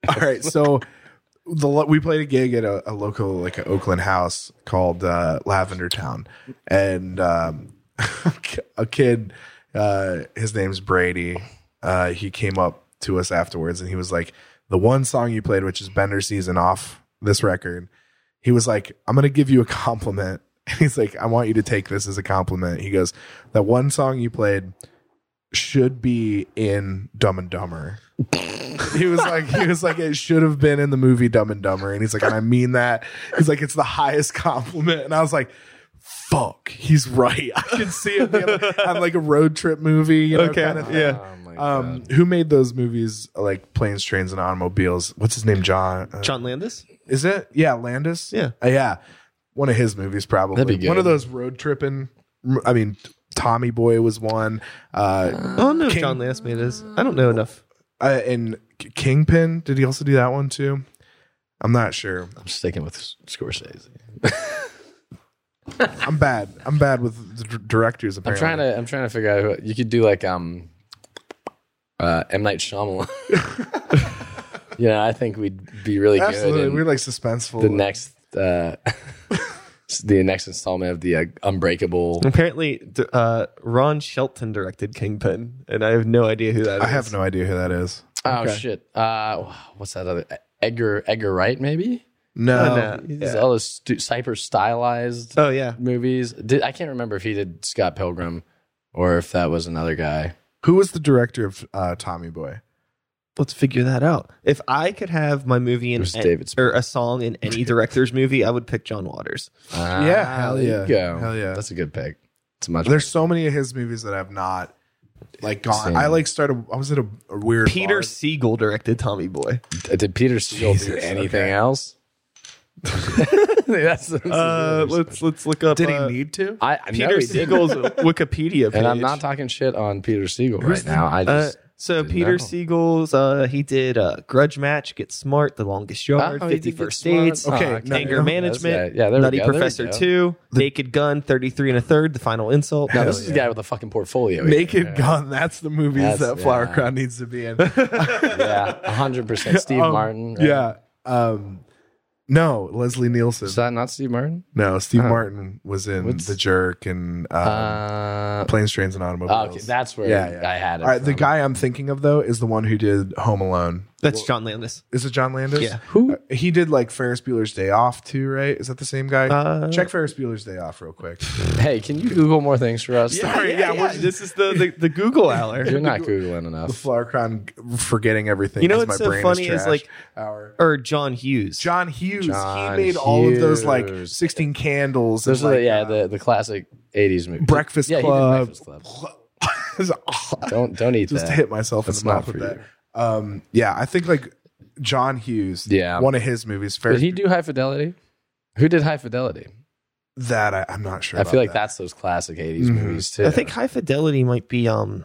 Speaker 1: all right. So the lo- we played a gig at a, a local like an Oakland house called uh, Lavender Town, and um, a kid, uh, his name's Brady. Uh, he came up to us afterwards and he was like, "The one song you played, which is Bender Season off this record." he was like, I'm going to give you a compliment. And he's like, I want you to take this as a compliment. He goes, That one song you played should be in Dumb and Dumber. he was like, he was like, it should have been in the movie Dumb and Dumber. And he's like, and I mean that. He's like, it's the highest compliment. And I was like, fuck, he's right. I can see it being on like a road trip movie, you know,
Speaker 2: Okay,
Speaker 1: kind of thing.
Speaker 2: yeah.
Speaker 3: Oh my
Speaker 1: Um,
Speaker 3: God.
Speaker 1: who made those movies like planes, trains, and automobiles? What's his name? John. uh,
Speaker 2: John Landis?
Speaker 1: is it? Yeah, Landis.
Speaker 2: Yeah.
Speaker 1: Uh, yeah. One of his movies, probably.
Speaker 3: That'd be
Speaker 1: One
Speaker 3: good.
Speaker 1: of those road tripping. I mean, Tommy Boy was one. Uh,
Speaker 2: Oh, no,
Speaker 1: King-
Speaker 2: John Landis made this. I don't know enough.
Speaker 1: uh, and K- Kingpin. Did he also do that one too? I'm not sure.
Speaker 3: I'm sticking with Scorsese.
Speaker 1: I'm bad. I'm bad with the d- directors.
Speaker 3: I'm
Speaker 1: Apparently,
Speaker 3: trying to. I'm trying to figure out who you could do like um, uh, M Night Shyamalan. yeah, I think we'd be really
Speaker 1: Absolutely,
Speaker 3: good. in
Speaker 1: we're like suspenseful.
Speaker 3: the next, uh, the next installment of the uh, Unbreakable.
Speaker 1: Oh,
Speaker 2: Apparently, d- uh, Ron Shelton directed Kingpin, and I have no idea who that is.
Speaker 1: I have no idea who that is.
Speaker 3: Oh
Speaker 1: Okay.
Speaker 3: shit! Uh, what's that other Edgar Edgar Wright? Maybe
Speaker 1: No,
Speaker 2: Oh, no.
Speaker 3: He
Speaker 2: Yeah.
Speaker 3: does all those stu- hyper stylized
Speaker 2: Oh, yeah.
Speaker 3: movies. Did, I can't remember if he did Scott Pilgrim or if that was another guy.
Speaker 1: who was the director of uh, Tommy Boy?
Speaker 2: let's figure that out. If I could have my movie in
Speaker 3: It was
Speaker 2: an-
Speaker 3: David
Speaker 2: or a song in any director's movie, I would pick John Waters.
Speaker 1: Yeah, hell
Speaker 3: there you
Speaker 1: yeah.
Speaker 3: go.
Speaker 1: Hell yeah.
Speaker 3: Ah, That's a good pick. It's a much.
Speaker 1: There's so many of his movies that I've not like gone.
Speaker 3: Same.
Speaker 1: I like started. I was at a, a weird
Speaker 2: Peter
Speaker 1: bar.
Speaker 2: Siegel directed Tommy Boy.
Speaker 3: Did Peter Steele do
Speaker 1: Jesus,
Speaker 3: anything
Speaker 1: okay.
Speaker 3: else? that's, that's
Speaker 2: Uh, let's let's look up.
Speaker 1: Did
Speaker 2: uh,
Speaker 1: he need to?
Speaker 3: I, I know
Speaker 2: Peter
Speaker 3: he didn't.
Speaker 2: Siegel's Wikipedia page?
Speaker 3: And I'm not talking shit on Peter Siegel right now. I
Speaker 2: Uh,
Speaker 3: just
Speaker 2: so
Speaker 3: Didn't
Speaker 2: Peter
Speaker 3: know.
Speaker 2: Siegel's uh, he did uh, Grudge Match, Get Smart, The Longest Yard,
Speaker 3: Oh, he did
Speaker 2: Fifty
Speaker 3: Get
Speaker 2: First
Speaker 3: Smart.
Speaker 2: Dates,
Speaker 3: Oh,
Speaker 1: Okay,
Speaker 3: okay.
Speaker 1: no,
Speaker 2: Anger
Speaker 1: no,
Speaker 2: Management,
Speaker 3: that's- yeah, yeah, there we
Speaker 2: Nutty
Speaker 3: go, there we
Speaker 2: Professor
Speaker 3: go.
Speaker 2: Two, Naked Gun, Thirty Three and a Third, The Final Insult.
Speaker 3: now
Speaker 2: Hell
Speaker 3: Oh, this is a guy with a fucking portfolio. here.
Speaker 1: Naked Gun. That's the movies
Speaker 3: That's-
Speaker 1: that Flower
Speaker 3: yeah.
Speaker 1: Crown needs to be in.
Speaker 3: yeah, hundred percent. Steve
Speaker 1: Um,
Speaker 3: Martin. right?
Speaker 1: Yeah. Um, no, Leslie Nielsen.
Speaker 3: Is that not Steve Martin?
Speaker 1: no, Steve Martin was in
Speaker 3: What's-
Speaker 1: The Jerk and um,
Speaker 3: Uh,
Speaker 1: Planes, Trains, and Automobiles.
Speaker 3: okay, that's where
Speaker 1: Yeah, yeah.
Speaker 3: I had it.
Speaker 1: All right, the
Speaker 3: from.
Speaker 1: guy I'm thinking of though is the one who did Home Alone.
Speaker 2: That's John Landis.
Speaker 1: Is it John Landis? Uh,
Speaker 2: Yeah.
Speaker 3: Who?
Speaker 1: He did like Ferris Bueller's Day Off too, right? Is that the same guy?
Speaker 2: Uh,
Speaker 1: Check Ferris Bueller's Day Off real quick.
Speaker 3: Hey, can you Google more things for us?
Speaker 2: Sorry, yeah, we're- this is the, the, the Google hour.
Speaker 3: You're not googling
Speaker 1: the
Speaker 3: enough.
Speaker 1: flower crown g- forgetting everything.
Speaker 2: You know
Speaker 1: 'cause
Speaker 2: what's
Speaker 1: my
Speaker 2: so
Speaker 1: brain
Speaker 2: funny
Speaker 1: is,
Speaker 2: is,
Speaker 1: trash.
Speaker 2: like-
Speaker 1: our
Speaker 2: Or John Hughes.
Speaker 1: John Hughes.
Speaker 3: John
Speaker 1: he made all of those like
Speaker 3: Hughes.
Speaker 1: sixteen candles.
Speaker 3: Those
Speaker 1: and,
Speaker 3: are the,
Speaker 1: like,
Speaker 3: yeah,
Speaker 1: uh,
Speaker 3: the, the classic '80s movie.
Speaker 1: Breakfast
Speaker 3: yeah, he did
Speaker 1: Club.
Speaker 3: Breakfast Club.
Speaker 1: Just
Speaker 3: Don't don't eat that.
Speaker 1: hit myself
Speaker 3: That's
Speaker 1: in the
Speaker 3: not
Speaker 1: mouth with
Speaker 3: for
Speaker 1: that. Um, yeah, I think like John Hughes.
Speaker 3: Yeah.
Speaker 1: one of his movies. Ferris
Speaker 3: Did he do High Fidelity? Who did High Fidelity?
Speaker 1: that I, I'm not sure.
Speaker 3: I
Speaker 1: about
Speaker 3: feel like
Speaker 1: that.
Speaker 3: that's those classic '80s movies too.
Speaker 2: I think High Fidelity might be um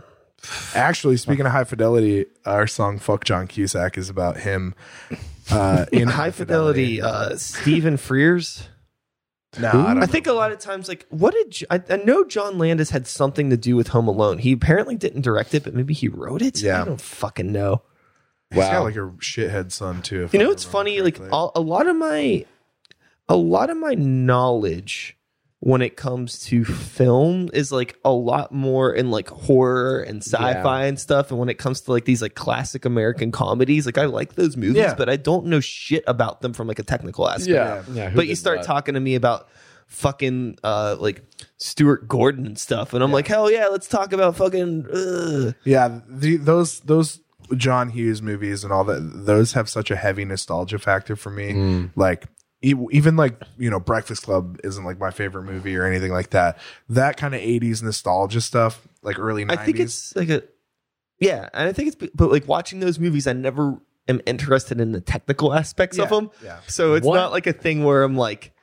Speaker 1: Actually, speaking of high fidelity, our song "Fuck John Cusack" is about him. Uh, in
Speaker 2: in High Fidelity, uh, Stephen Frears.
Speaker 1: No, I don't
Speaker 2: I think a lot of times, like, what did J- I, I know? John Landis had something to do with Home Alone. He apparently didn't direct it, but maybe he wrote it.
Speaker 1: Yeah.
Speaker 2: I don't fucking know.
Speaker 1: He's got
Speaker 3: Wow.
Speaker 1: like a shithead son too. if
Speaker 2: You
Speaker 1: I
Speaker 2: know, it's
Speaker 1: remember
Speaker 2: funny. Like,
Speaker 1: correctly.
Speaker 2: a, a lot of my, a lot of my knowledge when it comes to film is like a lot more in like horror and sci-fi and stuff. And when it comes to like these like classic American comedies, like I like those movies,
Speaker 1: Yeah.
Speaker 2: but I don't know shit about them from like a technical aspect.
Speaker 3: yeah,
Speaker 1: Yeah.
Speaker 3: yeah. who
Speaker 2: but you
Speaker 3: did
Speaker 2: start
Speaker 3: what?
Speaker 2: talking to me about fucking uh like Stuart Gordon and stuff, and I'm like, hell yeah, let's talk about fucking. Ugh.
Speaker 1: Yeah, the, those those John Hughes movies and all that those have such a heavy nostalgia factor for me.
Speaker 3: Mm.
Speaker 1: Like e- even like you know Breakfast Club isn't like my favorite movie or anything like that. That kind of '80s nostalgia stuff, like early
Speaker 2: I
Speaker 1: '90s.
Speaker 2: think it's like a yeah, and I think it's but like watching those movies, I never am interested in the technical aspects of
Speaker 1: Yeah,
Speaker 2: them.
Speaker 1: yeah.
Speaker 2: So it's
Speaker 3: What-
Speaker 2: not like a thing where I'm like,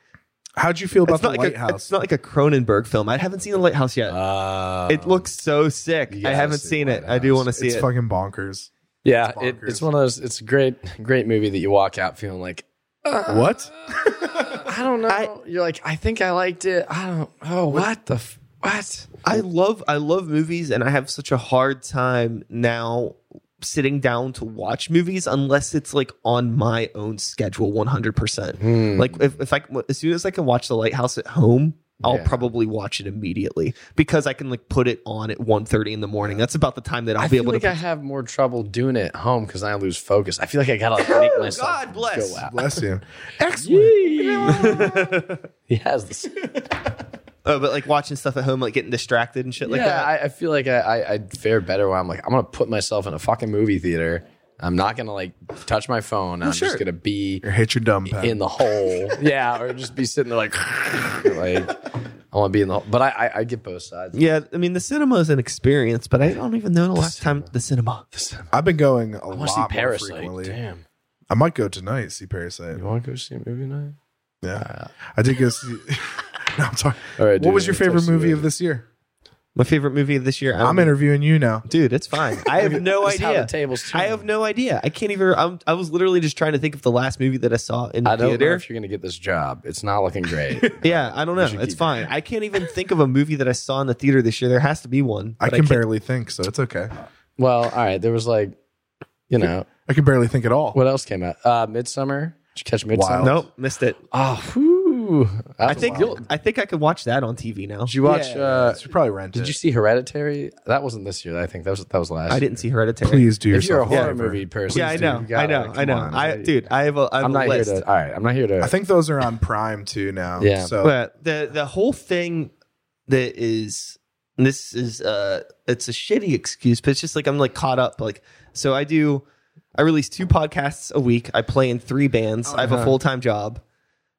Speaker 1: How'd you feel about
Speaker 2: it's
Speaker 1: the
Speaker 2: not like a, it's
Speaker 1: Lighthouse?
Speaker 2: not like a Cronenberg film. I haven't seen the Lighthouse yet.
Speaker 3: Uh,
Speaker 2: it looks so sick. I
Speaker 3: you gotta
Speaker 2: haven't
Speaker 3: see
Speaker 2: seen
Speaker 3: The
Speaker 2: it. I do
Speaker 3: Lighthouse.
Speaker 2: want to see
Speaker 1: it's
Speaker 2: it.
Speaker 1: fucking bonkers.
Speaker 3: yeah.
Speaker 1: it's
Speaker 3: It,
Speaker 1: bonkers.
Speaker 3: it's one of those. It's a great, great movie that you walk out feeling like
Speaker 2: Uh,
Speaker 1: what?
Speaker 3: I don't know.
Speaker 2: I-
Speaker 3: You're like I think I liked it. I don't. Oh, what the f- what?
Speaker 2: I love I love movies and I have such a hard time now sitting down to watch movies unless it's like on my own schedule 100%.
Speaker 3: Hmm.
Speaker 2: Like if, if I as soon as I can watch The Lighthouse at home, I'll
Speaker 3: Yeah.
Speaker 2: probably watch it immediately because I can like put it on at 1:30 in the morning. That's about the time that I'll
Speaker 3: I
Speaker 2: be
Speaker 3: feel
Speaker 2: able
Speaker 3: like
Speaker 2: to
Speaker 3: I have more trouble doing it at home because I lose focus. I feel like I gotta like, make myself
Speaker 2: God bless.
Speaker 3: go out.
Speaker 1: Bless you.
Speaker 3: He has this.
Speaker 2: Oh, but like watching stuff at home like getting distracted and shit like
Speaker 3: yeah,
Speaker 2: that.
Speaker 3: I, I feel like I, I I'd fare better when I'm like I'm gonna put myself in a fucking movie theater. I'm not gonna like touch my phone. I'm
Speaker 2: sure.
Speaker 3: just gonna be
Speaker 1: Or hit your dumb pad.
Speaker 3: in the hole. yeah, or just be sitting there like like I want to be in the hole. But I, I I get both sides.
Speaker 2: yeah, I mean the cinema is an experience, but I don't even know the last time the cinema.
Speaker 1: I've been going a
Speaker 3: I want
Speaker 1: lot
Speaker 3: to see
Speaker 1: more
Speaker 3: Parasite.
Speaker 1: frequently.
Speaker 3: Damn.
Speaker 1: I might go tonight. See Parasite.
Speaker 3: You want to go see a movie night?
Speaker 1: Yeah, I did go see. no, I'm sorry.
Speaker 3: All right,
Speaker 1: what
Speaker 3: dude,
Speaker 1: was your
Speaker 3: I'll
Speaker 1: favorite
Speaker 3: text you
Speaker 1: movie of
Speaker 3: later.
Speaker 1: this year?
Speaker 2: My favorite movie of this year. I don't
Speaker 1: I'm interviewing you now.
Speaker 2: Dude, it's fine. I have no
Speaker 3: That's how
Speaker 2: idea.
Speaker 3: the tables
Speaker 2: I
Speaker 3: turn.
Speaker 2: have no idea. I can't even. I'm, I was literally just trying to think of the last movie that I saw in the
Speaker 3: I don't know
Speaker 2: theater.
Speaker 3: if you're gonna get this job. It's not looking great.
Speaker 2: Yeah, I don't know. It's fine. I can't even think of a movie that I saw in the theater this year. There has to be one.
Speaker 1: I can
Speaker 2: but can't-
Speaker 1: barely think, so it's okay.
Speaker 3: well, all right. There was like, you know,
Speaker 1: I can barely think at all.
Speaker 3: what else came out? Uh, Midsummer. Did you catch Midsummer?
Speaker 1: Wild.
Speaker 2: Nope, missed it.
Speaker 3: Oh, whew.
Speaker 2: I think I think I could watch that on TV now.
Speaker 3: Did you watch? uh,
Speaker 1: should probably rent
Speaker 3: did
Speaker 1: it.
Speaker 3: you see Hereditary? That wasn't this year. I think that was that was last.
Speaker 2: I
Speaker 3: year.
Speaker 2: didn't see Hereditary.
Speaker 1: Please do
Speaker 3: If you're a
Speaker 1: yourself.
Speaker 3: horror
Speaker 1: favor.
Speaker 3: movie person,
Speaker 2: Yeah, I know. I know. I know.
Speaker 1: on.
Speaker 2: I dude, I have a. I have
Speaker 3: I'm
Speaker 2: a
Speaker 3: not here
Speaker 2: list.
Speaker 3: to. All right, I'm not here to.
Speaker 1: I think those are on Prime too now.
Speaker 3: Yeah.
Speaker 1: So
Speaker 2: but the the whole thing that is this is uh it's a shitty excuse but it's just like i'm like caught up like so i do I release two podcasts a week. I play in three bands. I have a full time job,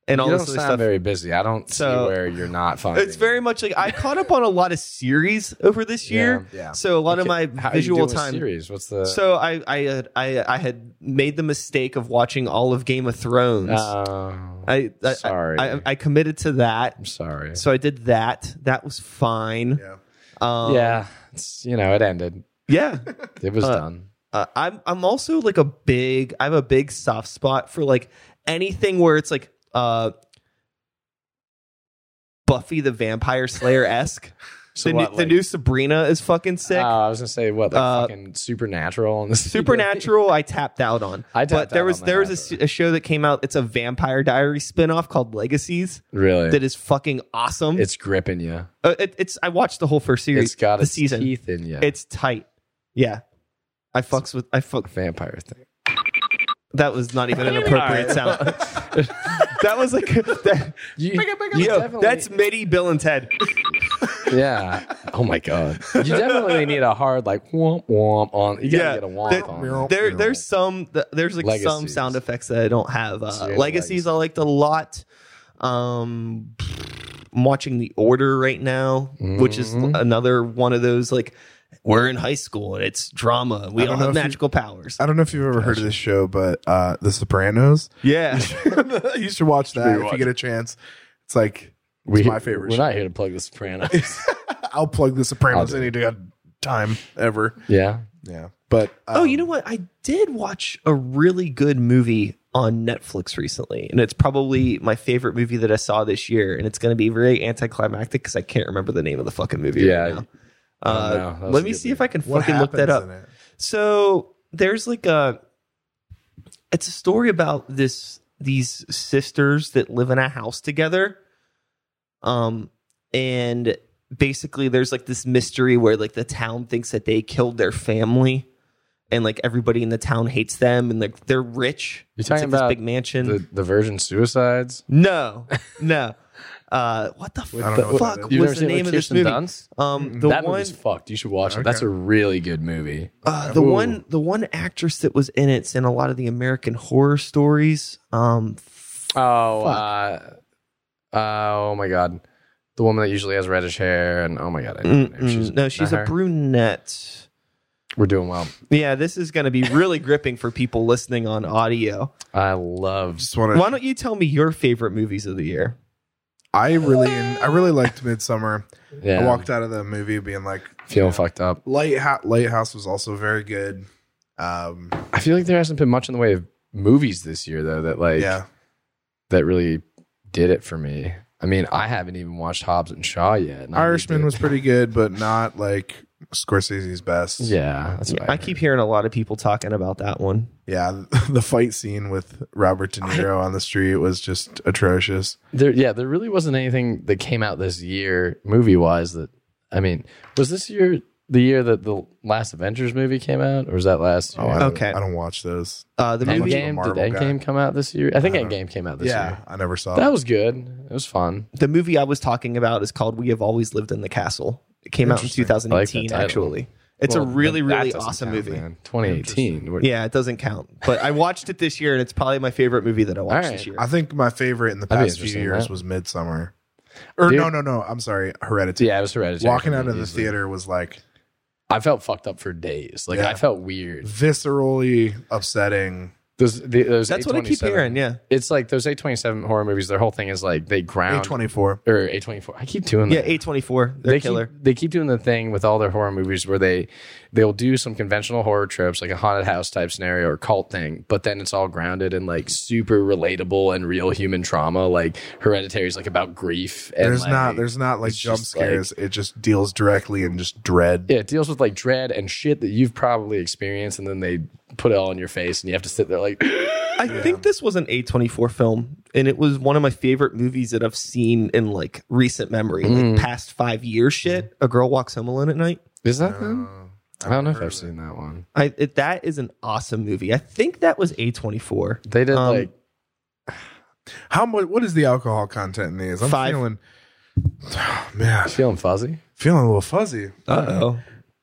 Speaker 2: and all
Speaker 3: Oh, You
Speaker 2: this
Speaker 3: don't
Speaker 2: other
Speaker 3: sound
Speaker 2: stuff.
Speaker 3: very busy. I don't
Speaker 2: So-
Speaker 3: see where you're not finding.
Speaker 2: it's very much like I caught up on a lot of series over this year.
Speaker 3: Yeah, yeah.
Speaker 2: So a lot of my
Speaker 3: How are you
Speaker 2: visual
Speaker 3: doing with
Speaker 2: time.
Speaker 3: series. What's the
Speaker 2: So I I, had, I I had made the mistake of watching all of Game of Thrones.
Speaker 3: Oh,
Speaker 2: I, I
Speaker 3: sorry.
Speaker 2: I, I, I committed to that.
Speaker 3: I'm sorry.
Speaker 2: So I did that. That was fine.
Speaker 1: Yeah.
Speaker 2: Um,
Speaker 3: yeah, it's you know it ended.
Speaker 2: yeah.
Speaker 3: It was done.
Speaker 2: Uh, I'm I'm also like a big. I have a big soft spot for like anything where it's like uh, Buffy the Vampire Slayer esque.
Speaker 3: So
Speaker 2: the, new,
Speaker 3: what,
Speaker 2: the
Speaker 3: like-
Speaker 2: new Sabrina is fucking sick.
Speaker 3: Oh, I was gonna say what like
Speaker 2: Uh,
Speaker 3: fucking supernatural and the
Speaker 2: Supernatural, I tapped out on.
Speaker 3: I tapped
Speaker 2: but there
Speaker 3: out
Speaker 2: was
Speaker 3: on
Speaker 2: there
Speaker 3: that
Speaker 2: was a s- a, show that came out. It's a Vampire Diary spinoff called Legacies
Speaker 3: really.
Speaker 2: that is fucking awesome.
Speaker 3: it's gripping you.
Speaker 2: Uh, it, it's I watched the whole first series.
Speaker 3: It's got
Speaker 2: the
Speaker 3: its
Speaker 2: season.
Speaker 3: teeth in you.
Speaker 2: It's tight. Yeah. I fucks with I fuck
Speaker 3: vampire thing.
Speaker 2: that was not even an appropriate sound. that was like that,
Speaker 3: You,
Speaker 2: yo,
Speaker 3: you definitely-
Speaker 2: that's MIDI Bill and Ted.
Speaker 3: yeah. Oh my god. You definitely need a hard like womp womp on. You gotta
Speaker 2: Yeah,
Speaker 3: get a womp
Speaker 2: that-
Speaker 3: on. it.
Speaker 2: There there's some th- there's like some
Speaker 3: Legacies.
Speaker 2: sound effects that I don't have. Uh,
Speaker 3: So you have
Speaker 2: legacies I liked a lot. Um I'm watching The Order right now, which is
Speaker 1: Mm-hmm.
Speaker 3: Mhm.
Speaker 2: another one of those like we're in high school and it's drama. We
Speaker 1: I don't know
Speaker 2: don't have
Speaker 1: if you- Uh,
Speaker 2: magical powers.
Speaker 1: I don't know if you've ever heard of this show, but uh, The Sopranos.
Speaker 2: Yeah.
Speaker 1: you should watch that if
Speaker 3: watch
Speaker 1: you get a chance. It's like
Speaker 3: We-
Speaker 1: it's my favorite.
Speaker 3: We're
Speaker 1: show.
Speaker 3: not here to plug the Sopranos.
Speaker 1: I'll plug The Sopranos
Speaker 3: I'll do
Speaker 1: any damn time ever.
Speaker 3: yeah.
Speaker 1: Yeah, but
Speaker 2: Oh,
Speaker 3: Um,
Speaker 2: you know what? I did watch a really good movie on Netflix recently, and it's probably my favorite movie that I saw this year. And it's going to be very anticlimactic because I can't remember the name of the fucking movie.
Speaker 3: Yeah.
Speaker 2: Right now.
Speaker 3: don't
Speaker 2: Uh,
Speaker 3: know. That was
Speaker 2: let
Speaker 3: a
Speaker 2: me
Speaker 3: good
Speaker 2: see
Speaker 3: movie.
Speaker 2: if I can
Speaker 1: um, what
Speaker 2: fucking look that
Speaker 1: happens
Speaker 2: up.
Speaker 1: in it?
Speaker 2: So there's like a, it's a story about this these sisters that live in a house together, um, and basically there's like this mystery where like the town thinks that they killed their family, and like everybody in the town hates them, and like they're rich.
Speaker 3: You're
Speaker 2: It's,
Speaker 3: talking
Speaker 2: like
Speaker 3: about
Speaker 2: this big mansion?
Speaker 3: The the Virgin Suicides.
Speaker 2: no, no. Uh, what the
Speaker 1: I don't know what
Speaker 2: fuck,
Speaker 1: that is.
Speaker 2: was
Speaker 3: You've never
Speaker 2: the
Speaker 3: seen it
Speaker 2: name
Speaker 3: with
Speaker 2: of this
Speaker 3: Kirsten
Speaker 2: movie?
Speaker 3: Dunst?
Speaker 2: Um, the
Speaker 3: Mm-hmm. that
Speaker 2: one
Speaker 3: movie's fucked. You should watch it. That's a really good movie.
Speaker 2: Uh, the
Speaker 1: Ooh.
Speaker 2: one the one actress that was in it's in a lot of the American horror stories. Um,
Speaker 3: Oh, uh, uh, oh my god, the woman that usually has reddish hair and oh my god, I don't know.
Speaker 2: mm,
Speaker 3: She's,
Speaker 2: no, she's
Speaker 3: not
Speaker 2: a
Speaker 3: her.
Speaker 2: brunette.
Speaker 3: We're doing well.
Speaker 2: Yeah, this is going to be really gripping for people listening on audio.
Speaker 3: I love.
Speaker 1: Just want to.
Speaker 2: Why don't you tell me your favorite movies of the year?
Speaker 1: I really, I really liked Midsummer.
Speaker 3: Yeah,
Speaker 1: I walked out of the movie being like,
Speaker 3: feeling fucked up.
Speaker 1: Lighthouse, Lighthouse was also very good. Um,
Speaker 3: I feel like there hasn't been much in the way of movies this year though that like
Speaker 1: yeah,
Speaker 3: that really did it for me. I mean, I haven't even watched Hobbs and Shaw yet. and I need
Speaker 1: Irishman
Speaker 3: to-
Speaker 1: was pretty good, but not like Scorsese's best.
Speaker 3: Yeah, that's
Speaker 2: Yeah,
Speaker 3: what
Speaker 2: I
Speaker 3: I
Speaker 2: keep hearing a lot of people talking about that one.
Speaker 1: yeah. The fight scene with Robert De Niro on the street was just atrocious.
Speaker 3: There, yeah, there really wasn't anything that came out this year, movie wise. That I mean, was this year the year that the last Avengers movie came out, or was that last year?
Speaker 1: Oh, I don't,
Speaker 2: Okay.
Speaker 1: I don't watch those.
Speaker 2: Uh, the movie
Speaker 1: I'm a
Speaker 3: Endgame. Did
Speaker 1: Marvel guy.
Speaker 3: Endgame come out this year? I think Endgame came out this
Speaker 1: yeah,
Speaker 3: year.
Speaker 1: I never saw.
Speaker 3: That was good. It was fun.
Speaker 2: the movie I was talking about is called "We Have Always Lived in the Castle." It came out in
Speaker 1: Interesting.
Speaker 3: I like
Speaker 2: 2018.
Speaker 3: that title.
Speaker 2: actually, it's a
Speaker 3: Well,
Speaker 2: really
Speaker 3: that- that
Speaker 2: really
Speaker 3: doesn't
Speaker 2: awesome
Speaker 3: count,
Speaker 2: movie.
Speaker 3: man. 2018. We're-
Speaker 2: Yeah, it doesn't count, but I watched it this year, and it's probably my favorite movie that I watched
Speaker 3: right.
Speaker 2: this year.
Speaker 1: I think my favorite in the
Speaker 3: That'd be
Speaker 1: past few
Speaker 3: interesting,
Speaker 1: years
Speaker 3: right?
Speaker 1: was Midsummer. Or
Speaker 3: Dude.
Speaker 1: no, no, no. I'm sorry, Hereditary.
Speaker 3: Yeah, it was hereditary.
Speaker 1: Walking
Speaker 3: for me
Speaker 1: out of the
Speaker 3: easily.
Speaker 1: theater was like
Speaker 3: I felt fucked up for days. Like
Speaker 1: Yeah.
Speaker 3: I felt weird.
Speaker 1: viscerally upsetting.
Speaker 3: Those, the, those
Speaker 2: That's what I keep
Speaker 3: A27
Speaker 2: hearing. Yeah,
Speaker 3: It's like those A27 horror movies. Their whole thing is like they ground
Speaker 1: A24.
Speaker 3: or A24. I keep doing that.
Speaker 2: yeah. A twenty four. They're
Speaker 3: they
Speaker 2: killer.
Speaker 3: Keep, they keep doing the thing with all their horror movies where they they'll do some conventional horror tropes like a haunted house type scenario or cult thing, but then it's all grounded in like super relatable and real human trauma. Like Hereditary is like about grief. And
Speaker 1: There's
Speaker 3: like-
Speaker 1: not there's not like
Speaker 3: it's
Speaker 1: jump
Speaker 3: just like-
Speaker 1: scares. it just deals directly in just dread.
Speaker 3: yeah, it deals with like dread and shit that you've probably experienced, and then they put it all in your face, and you have to sit there like,
Speaker 2: I think this was an A twenty four film, and it was one of my favorite movies that I've seen in like recent memory, like past five years. Shit, a girl walks home alone at night.
Speaker 3: is that them? I don't know if I've seen that one.
Speaker 2: I it, that is an awesome movie. I think that was A twenty four.
Speaker 3: They did
Speaker 2: Um,
Speaker 3: like
Speaker 1: How much what is the alcohol content in these? I'm
Speaker 2: Five.
Speaker 1: feeling man,
Speaker 3: feeling fuzzy.
Speaker 1: feeling a little fuzzy.
Speaker 2: Uh oh.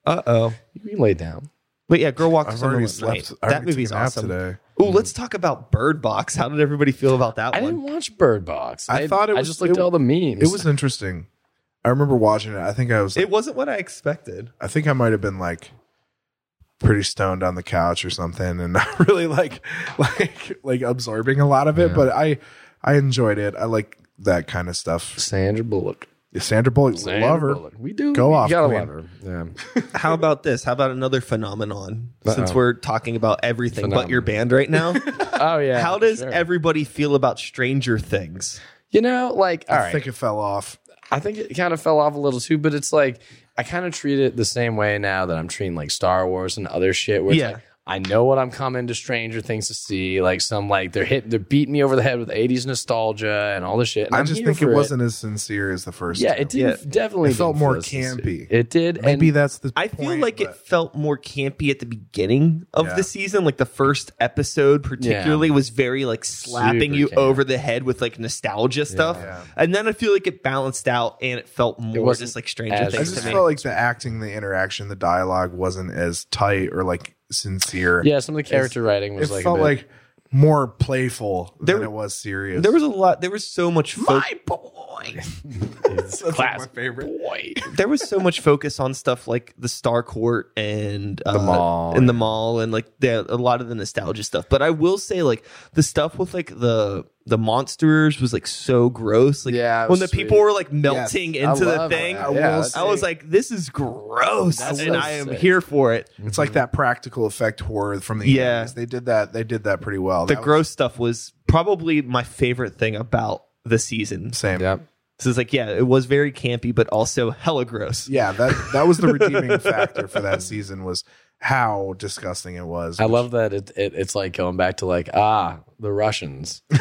Speaker 2: Uh oh.
Speaker 3: You can lay down.
Speaker 2: But yeah, Girl Walks
Speaker 1: I've
Speaker 2: on the
Speaker 1: already
Speaker 2: Moonlight.
Speaker 1: slept. I
Speaker 2: That
Speaker 1: already
Speaker 2: movie's
Speaker 1: took a nap
Speaker 2: awesome.
Speaker 1: today.
Speaker 2: Ooh, let's talk about Bird Box. How did everybody feel about that
Speaker 3: I
Speaker 2: one?
Speaker 3: didn't watch Bird Box.
Speaker 1: I thought it
Speaker 3: I
Speaker 1: was-
Speaker 3: just looked
Speaker 1: it-
Speaker 3: at all the memes.
Speaker 1: It was interesting. I remember watching it. I think I was.
Speaker 2: It wasn't what I expected.
Speaker 1: I think I might have been like pretty stoned on the couch or something, and not really like like like absorbing a lot of it.
Speaker 3: Yeah.
Speaker 1: But I I enjoyed it. I like that kind of stuff.
Speaker 3: Sandra Bullock.
Speaker 1: Sandra Bullock,
Speaker 3: Sandra
Speaker 1: love her.
Speaker 3: Bullock. We do
Speaker 1: Go
Speaker 3: you
Speaker 1: off,
Speaker 3: Gotta
Speaker 1: queen.
Speaker 3: love her. Yeah.
Speaker 2: How about this? How about another phenomenon? Since
Speaker 3: Uh-oh.
Speaker 2: we're talking about everything but your band right now,
Speaker 3: Oh yeah.
Speaker 2: how does
Speaker 3: sure.
Speaker 2: everybody feel about Stranger Things?
Speaker 3: you know like all
Speaker 1: I
Speaker 3: right?
Speaker 1: think it fell off.
Speaker 3: I think it kind of fell off a little too, but it's like I kind of treat it the same way now that I'm treating like Star Wars and other shit. Where it's
Speaker 2: Yeah.
Speaker 3: like, I know what I'm coming to Stranger Things to see. Like some like they're hit, they're beating me over the head with '80s nostalgia and all this shit. and
Speaker 1: I
Speaker 3: I'm
Speaker 1: just
Speaker 3: here
Speaker 1: think it
Speaker 3: for
Speaker 1: wasn't as sincere as the first.
Speaker 3: Yeah,
Speaker 1: two.
Speaker 3: it didn't definitely
Speaker 1: It felt
Speaker 3: didn't
Speaker 1: more
Speaker 3: feel sincere.
Speaker 1: campy.
Speaker 3: It did.
Speaker 1: Maybe
Speaker 3: and
Speaker 1: that's the.
Speaker 2: I feel
Speaker 1: point,
Speaker 2: like it
Speaker 1: but-
Speaker 2: felt more campy at the beginning of
Speaker 1: Yeah.
Speaker 2: the season. Like the first episode, particularly, was very like slapping
Speaker 3: Super
Speaker 2: you
Speaker 3: camp.
Speaker 2: over the head with like nostalgia stuff.
Speaker 1: Yeah.
Speaker 2: And then I feel like it balanced out and it felt more
Speaker 3: wasn't
Speaker 2: just like Stranger
Speaker 3: as-
Speaker 1: I
Speaker 2: Things
Speaker 1: just
Speaker 2: to me.
Speaker 1: felt like the acting, the interaction, the dialogue wasn't as tight or like sincere.
Speaker 3: yeah, some of the character writing
Speaker 1: it
Speaker 3: was like a
Speaker 1: felt
Speaker 3: bit-
Speaker 1: like more playful
Speaker 2: There-
Speaker 1: than it was serious.
Speaker 2: there was a lot. There was so much. Fo-
Speaker 3: boy,
Speaker 1: That's, like,
Speaker 3: class
Speaker 1: my favorite.
Speaker 3: boy.
Speaker 2: there was so much focus on stuff like the Star Court and uh,
Speaker 1: mall.
Speaker 2: and the mall, and like the, a lot of the nostalgia stuff. But I will say, like the stuff with like the the monsters was like so gross. Like
Speaker 3: Yeah, it
Speaker 2: when
Speaker 3: was
Speaker 2: the
Speaker 3: sweet.
Speaker 2: people were like melting
Speaker 3: I
Speaker 2: into the
Speaker 3: love
Speaker 2: thing,
Speaker 3: that.
Speaker 1: I
Speaker 2: I,
Speaker 1: will
Speaker 3: Yeah, that's
Speaker 1: say-
Speaker 2: was like, this is gross,
Speaker 3: That's
Speaker 2: and
Speaker 3: so
Speaker 2: I am
Speaker 3: sick.
Speaker 2: here for it.
Speaker 1: It's like that practical effect horror from the
Speaker 2: Mm-hmm. Yeah.
Speaker 1: 80s. They did that. They did that pretty well.
Speaker 2: The
Speaker 1: That was
Speaker 2: gross stuff was probably my favorite thing about the season.
Speaker 1: the same. Yeah.
Speaker 3: Yeah.
Speaker 2: So it's like, yeah, it was very campy, but also hella gross.
Speaker 1: that that was the redeeming factor for that season was how disgusting it was.
Speaker 3: I love that it, it it's like going back to like ah the Russians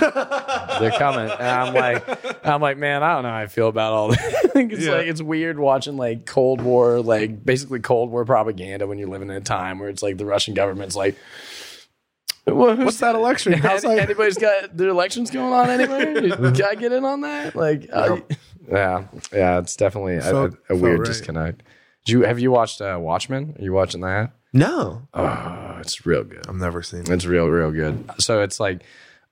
Speaker 3: they're coming and I'm like I'm like man I don't know how I feel about all this it's like it's weird watching like Cold War like basically Cold War propaganda when you're living in a time where it's like the Russian government's like "Well, who's-
Speaker 1: What's that election? How's
Speaker 3: any-
Speaker 1: I-
Speaker 3: anybody's got their elections going on anywhere can I get in on that like uh, yeah yeah it's definitely a-
Speaker 1: Felt-
Speaker 3: a, a
Speaker 1: felt
Speaker 3: weird
Speaker 1: right.
Speaker 3: disconnect. Do you have you watched uh, Watchmen? Are you watching that?
Speaker 2: No,
Speaker 3: Oh, it's real good.
Speaker 1: I've never seen.
Speaker 3: It's real, real good. So it's like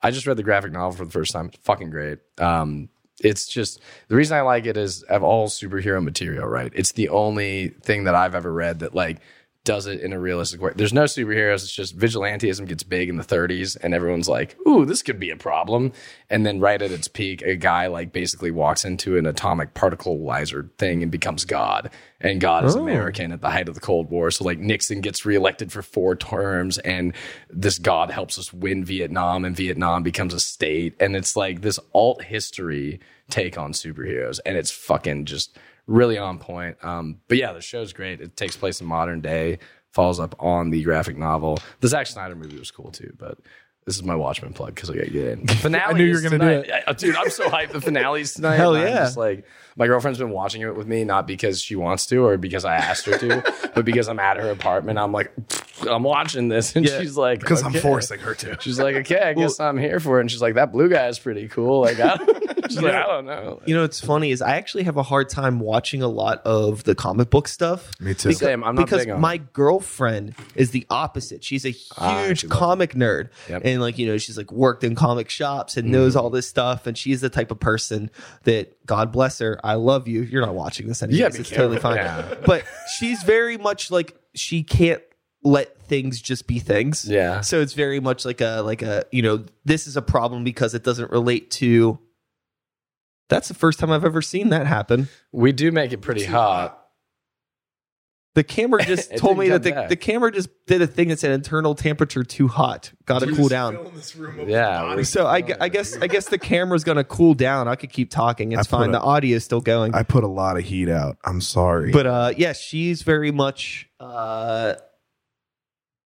Speaker 3: I just read the graphic novel for the first time. It's fucking great. Um, it's just the reason I like it is of all superhero material, right? It's the only thing that I've ever read that like does it in a realistic way. There's no superheroes. It's just vigilantism gets big in the 30s, and everyone's like, "Ooh, this could be a problem." And then right at its peak, a guy like basically walks into an atomic particleizer thing and becomes God. And God is American at the height of the Cold War. So like Nixon gets reelected for four terms, and this God helps us win Vietnam, and Vietnam becomes a state. And it's like this alt history take on superheroes, and it's fucking just really on point. Um, but yeah, the show's great. It takes place in modern day, follows up on the graphic novel. The Zack Snyder movie was cool too, but this is my Watchmen plug because I got to get in. Finale. I
Speaker 1: knew you were gonna do
Speaker 3: it, dude. I'm so hyped. The finale's tonight.
Speaker 2: Hell
Speaker 3: and I'm
Speaker 2: yeah.
Speaker 3: just like my girlfriend's been watching it with me, not because she wants to or because I asked her to, but because I'm at her apartment. I'm like, I'm watching this, and she's like,
Speaker 1: Because
Speaker 3: okay.
Speaker 1: I'm forcing her to.
Speaker 3: She's like, okay, I guess I'm here for it. And she's like, that blue guy is pretty cool. Like, I don't, she's like, I don't know.
Speaker 2: You know, what's funny is I actually have a hard time watching a lot of the comic book stuff.
Speaker 1: Me too.
Speaker 2: Because,
Speaker 3: Same, I'm not
Speaker 2: because
Speaker 3: big on it.
Speaker 2: my girlfriend is the opposite. She's a
Speaker 3: Ah,
Speaker 2: huge
Speaker 3: she loves
Speaker 2: comic nerd,
Speaker 3: Yep. Mm-hmm.
Speaker 2: and like you know, she's like worked in comic shops and knows all this stuff. And she's the type of person that God bless her. I love you. You're not watching this anymore.
Speaker 3: Yeah, be
Speaker 2: it's totally
Speaker 3: careful.
Speaker 2: fine.
Speaker 3: Yeah.
Speaker 2: But she's very much like she can't let things just be things.
Speaker 3: Yeah.
Speaker 2: So it's very much like a like a you know this is a problem because it doesn't relate to. That's the first time I've ever seen that happen.
Speaker 3: We do make it pretty hot.
Speaker 2: The camera just
Speaker 3: It
Speaker 2: told me that
Speaker 3: didn't come
Speaker 2: the,
Speaker 3: back.
Speaker 2: the camera just did a thing that said internal temperature too hot, got to cool down.
Speaker 3: Yeah. we-
Speaker 2: So I, gu- I guess I guess the camera's gonna cool down. I could keep talking. It's
Speaker 1: I put
Speaker 2: fine.
Speaker 1: a-
Speaker 2: the audio's still going.
Speaker 1: I put a lot of heat out. I'm sorry.
Speaker 2: but uh, yeah, she's very much. Uh,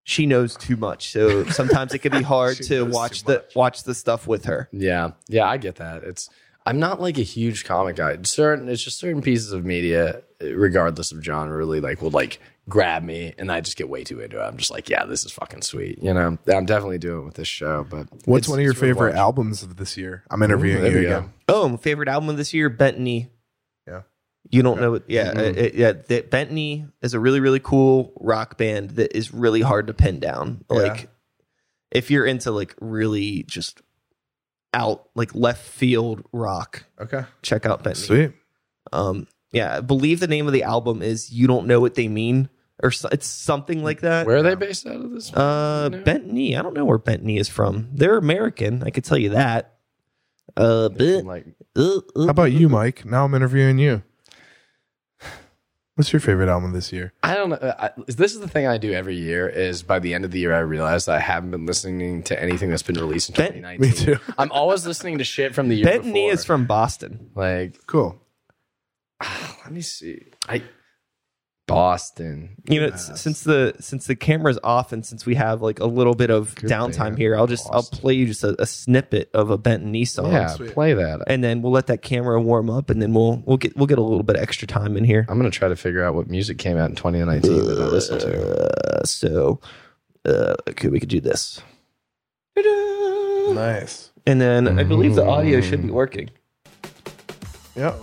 Speaker 2: she knows too much, so sometimes it can be hard
Speaker 1: She
Speaker 2: to
Speaker 1: knows
Speaker 2: watch
Speaker 1: too
Speaker 2: the watch the stuff with her.
Speaker 3: Yeah, yeah, I get that. It's I'm not like a huge comic guy. Certain it's just certain pieces of media, regardless of genre, really like will like grab me, and I just get way too into it. I'm just like, yeah, this is fucking sweet. You know, I'm definitely doing it with this show. But
Speaker 1: What's
Speaker 3: it's-
Speaker 1: one of your
Speaker 3: it's worth
Speaker 1: favorite
Speaker 3: watching.
Speaker 1: albums of this year? I'm interviewing
Speaker 3: Ooh, there
Speaker 1: you
Speaker 3: we go.
Speaker 1: again.
Speaker 2: Oh, my favorite album of this year, Bentney.
Speaker 1: Yeah. Mm-hmm.
Speaker 2: You don't know, what- yeah, uh, uh, yeah. That Bentney is a really, really cool rock band that is really hard to pin down. Like, if you're into like really just out like left field rock,
Speaker 1: Okay.
Speaker 2: check out Bentney.
Speaker 1: Sweet.
Speaker 2: Um, yeah, I believe the name of the album is "You Don't Know What They Mean" or so, it's something like that.
Speaker 3: Where are they based out of this?
Speaker 2: Uh,
Speaker 3: No.
Speaker 2: Bentney. I don't know where Bentney is from. They're American. I could tell you that. Uh,
Speaker 3: From,
Speaker 2: but,
Speaker 3: like
Speaker 2: uh, uh,
Speaker 1: How about you, Mike? Now I'm interviewing you. What's your favorite album this year?
Speaker 3: I don't know. Uh, I, this is the thing I do every year. Is by the end of the year, I realize I haven't been listening to anything that's been released in
Speaker 2: Ben-
Speaker 3: 2019.
Speaker 1: me too.
Speaker 3: I'm always listening to shit from the year
Speaker 2: Bentney
Speaker 3: before.
Speaker 2: is from Boston.
Speaker 3: like.
Speaker 1: Cool.
Speaker 3: Let me see. I Boston.
Speaker 2: You know, s- since the since the camera's off and since we have like a little bit of downtime
Speaker 3: band,
Speaker 2: here, I'll just I'll
Speaker 3: Boston.
Speaker 2: play you just a, a snippet of a Bentney song.
Speaker 3: yeah,
Speaker 1: Oh, sweet.
Speaker 3: play that.
Speaker 2: And then we'll let that camera warm up, and then we'll we'll get we'll get a little bit extra time in here.
Speaker 3: I'm gonna try to figure out what music came out in 2019 that I listened to.
Speaker 2: Uh, so, uh, okay, we could do this.
Speaker 1: Nice.
Speaker 2: And then I believe the audio should
Speaker 3: Mm.
Speaker 2: be working.
Speaker 1: Yep.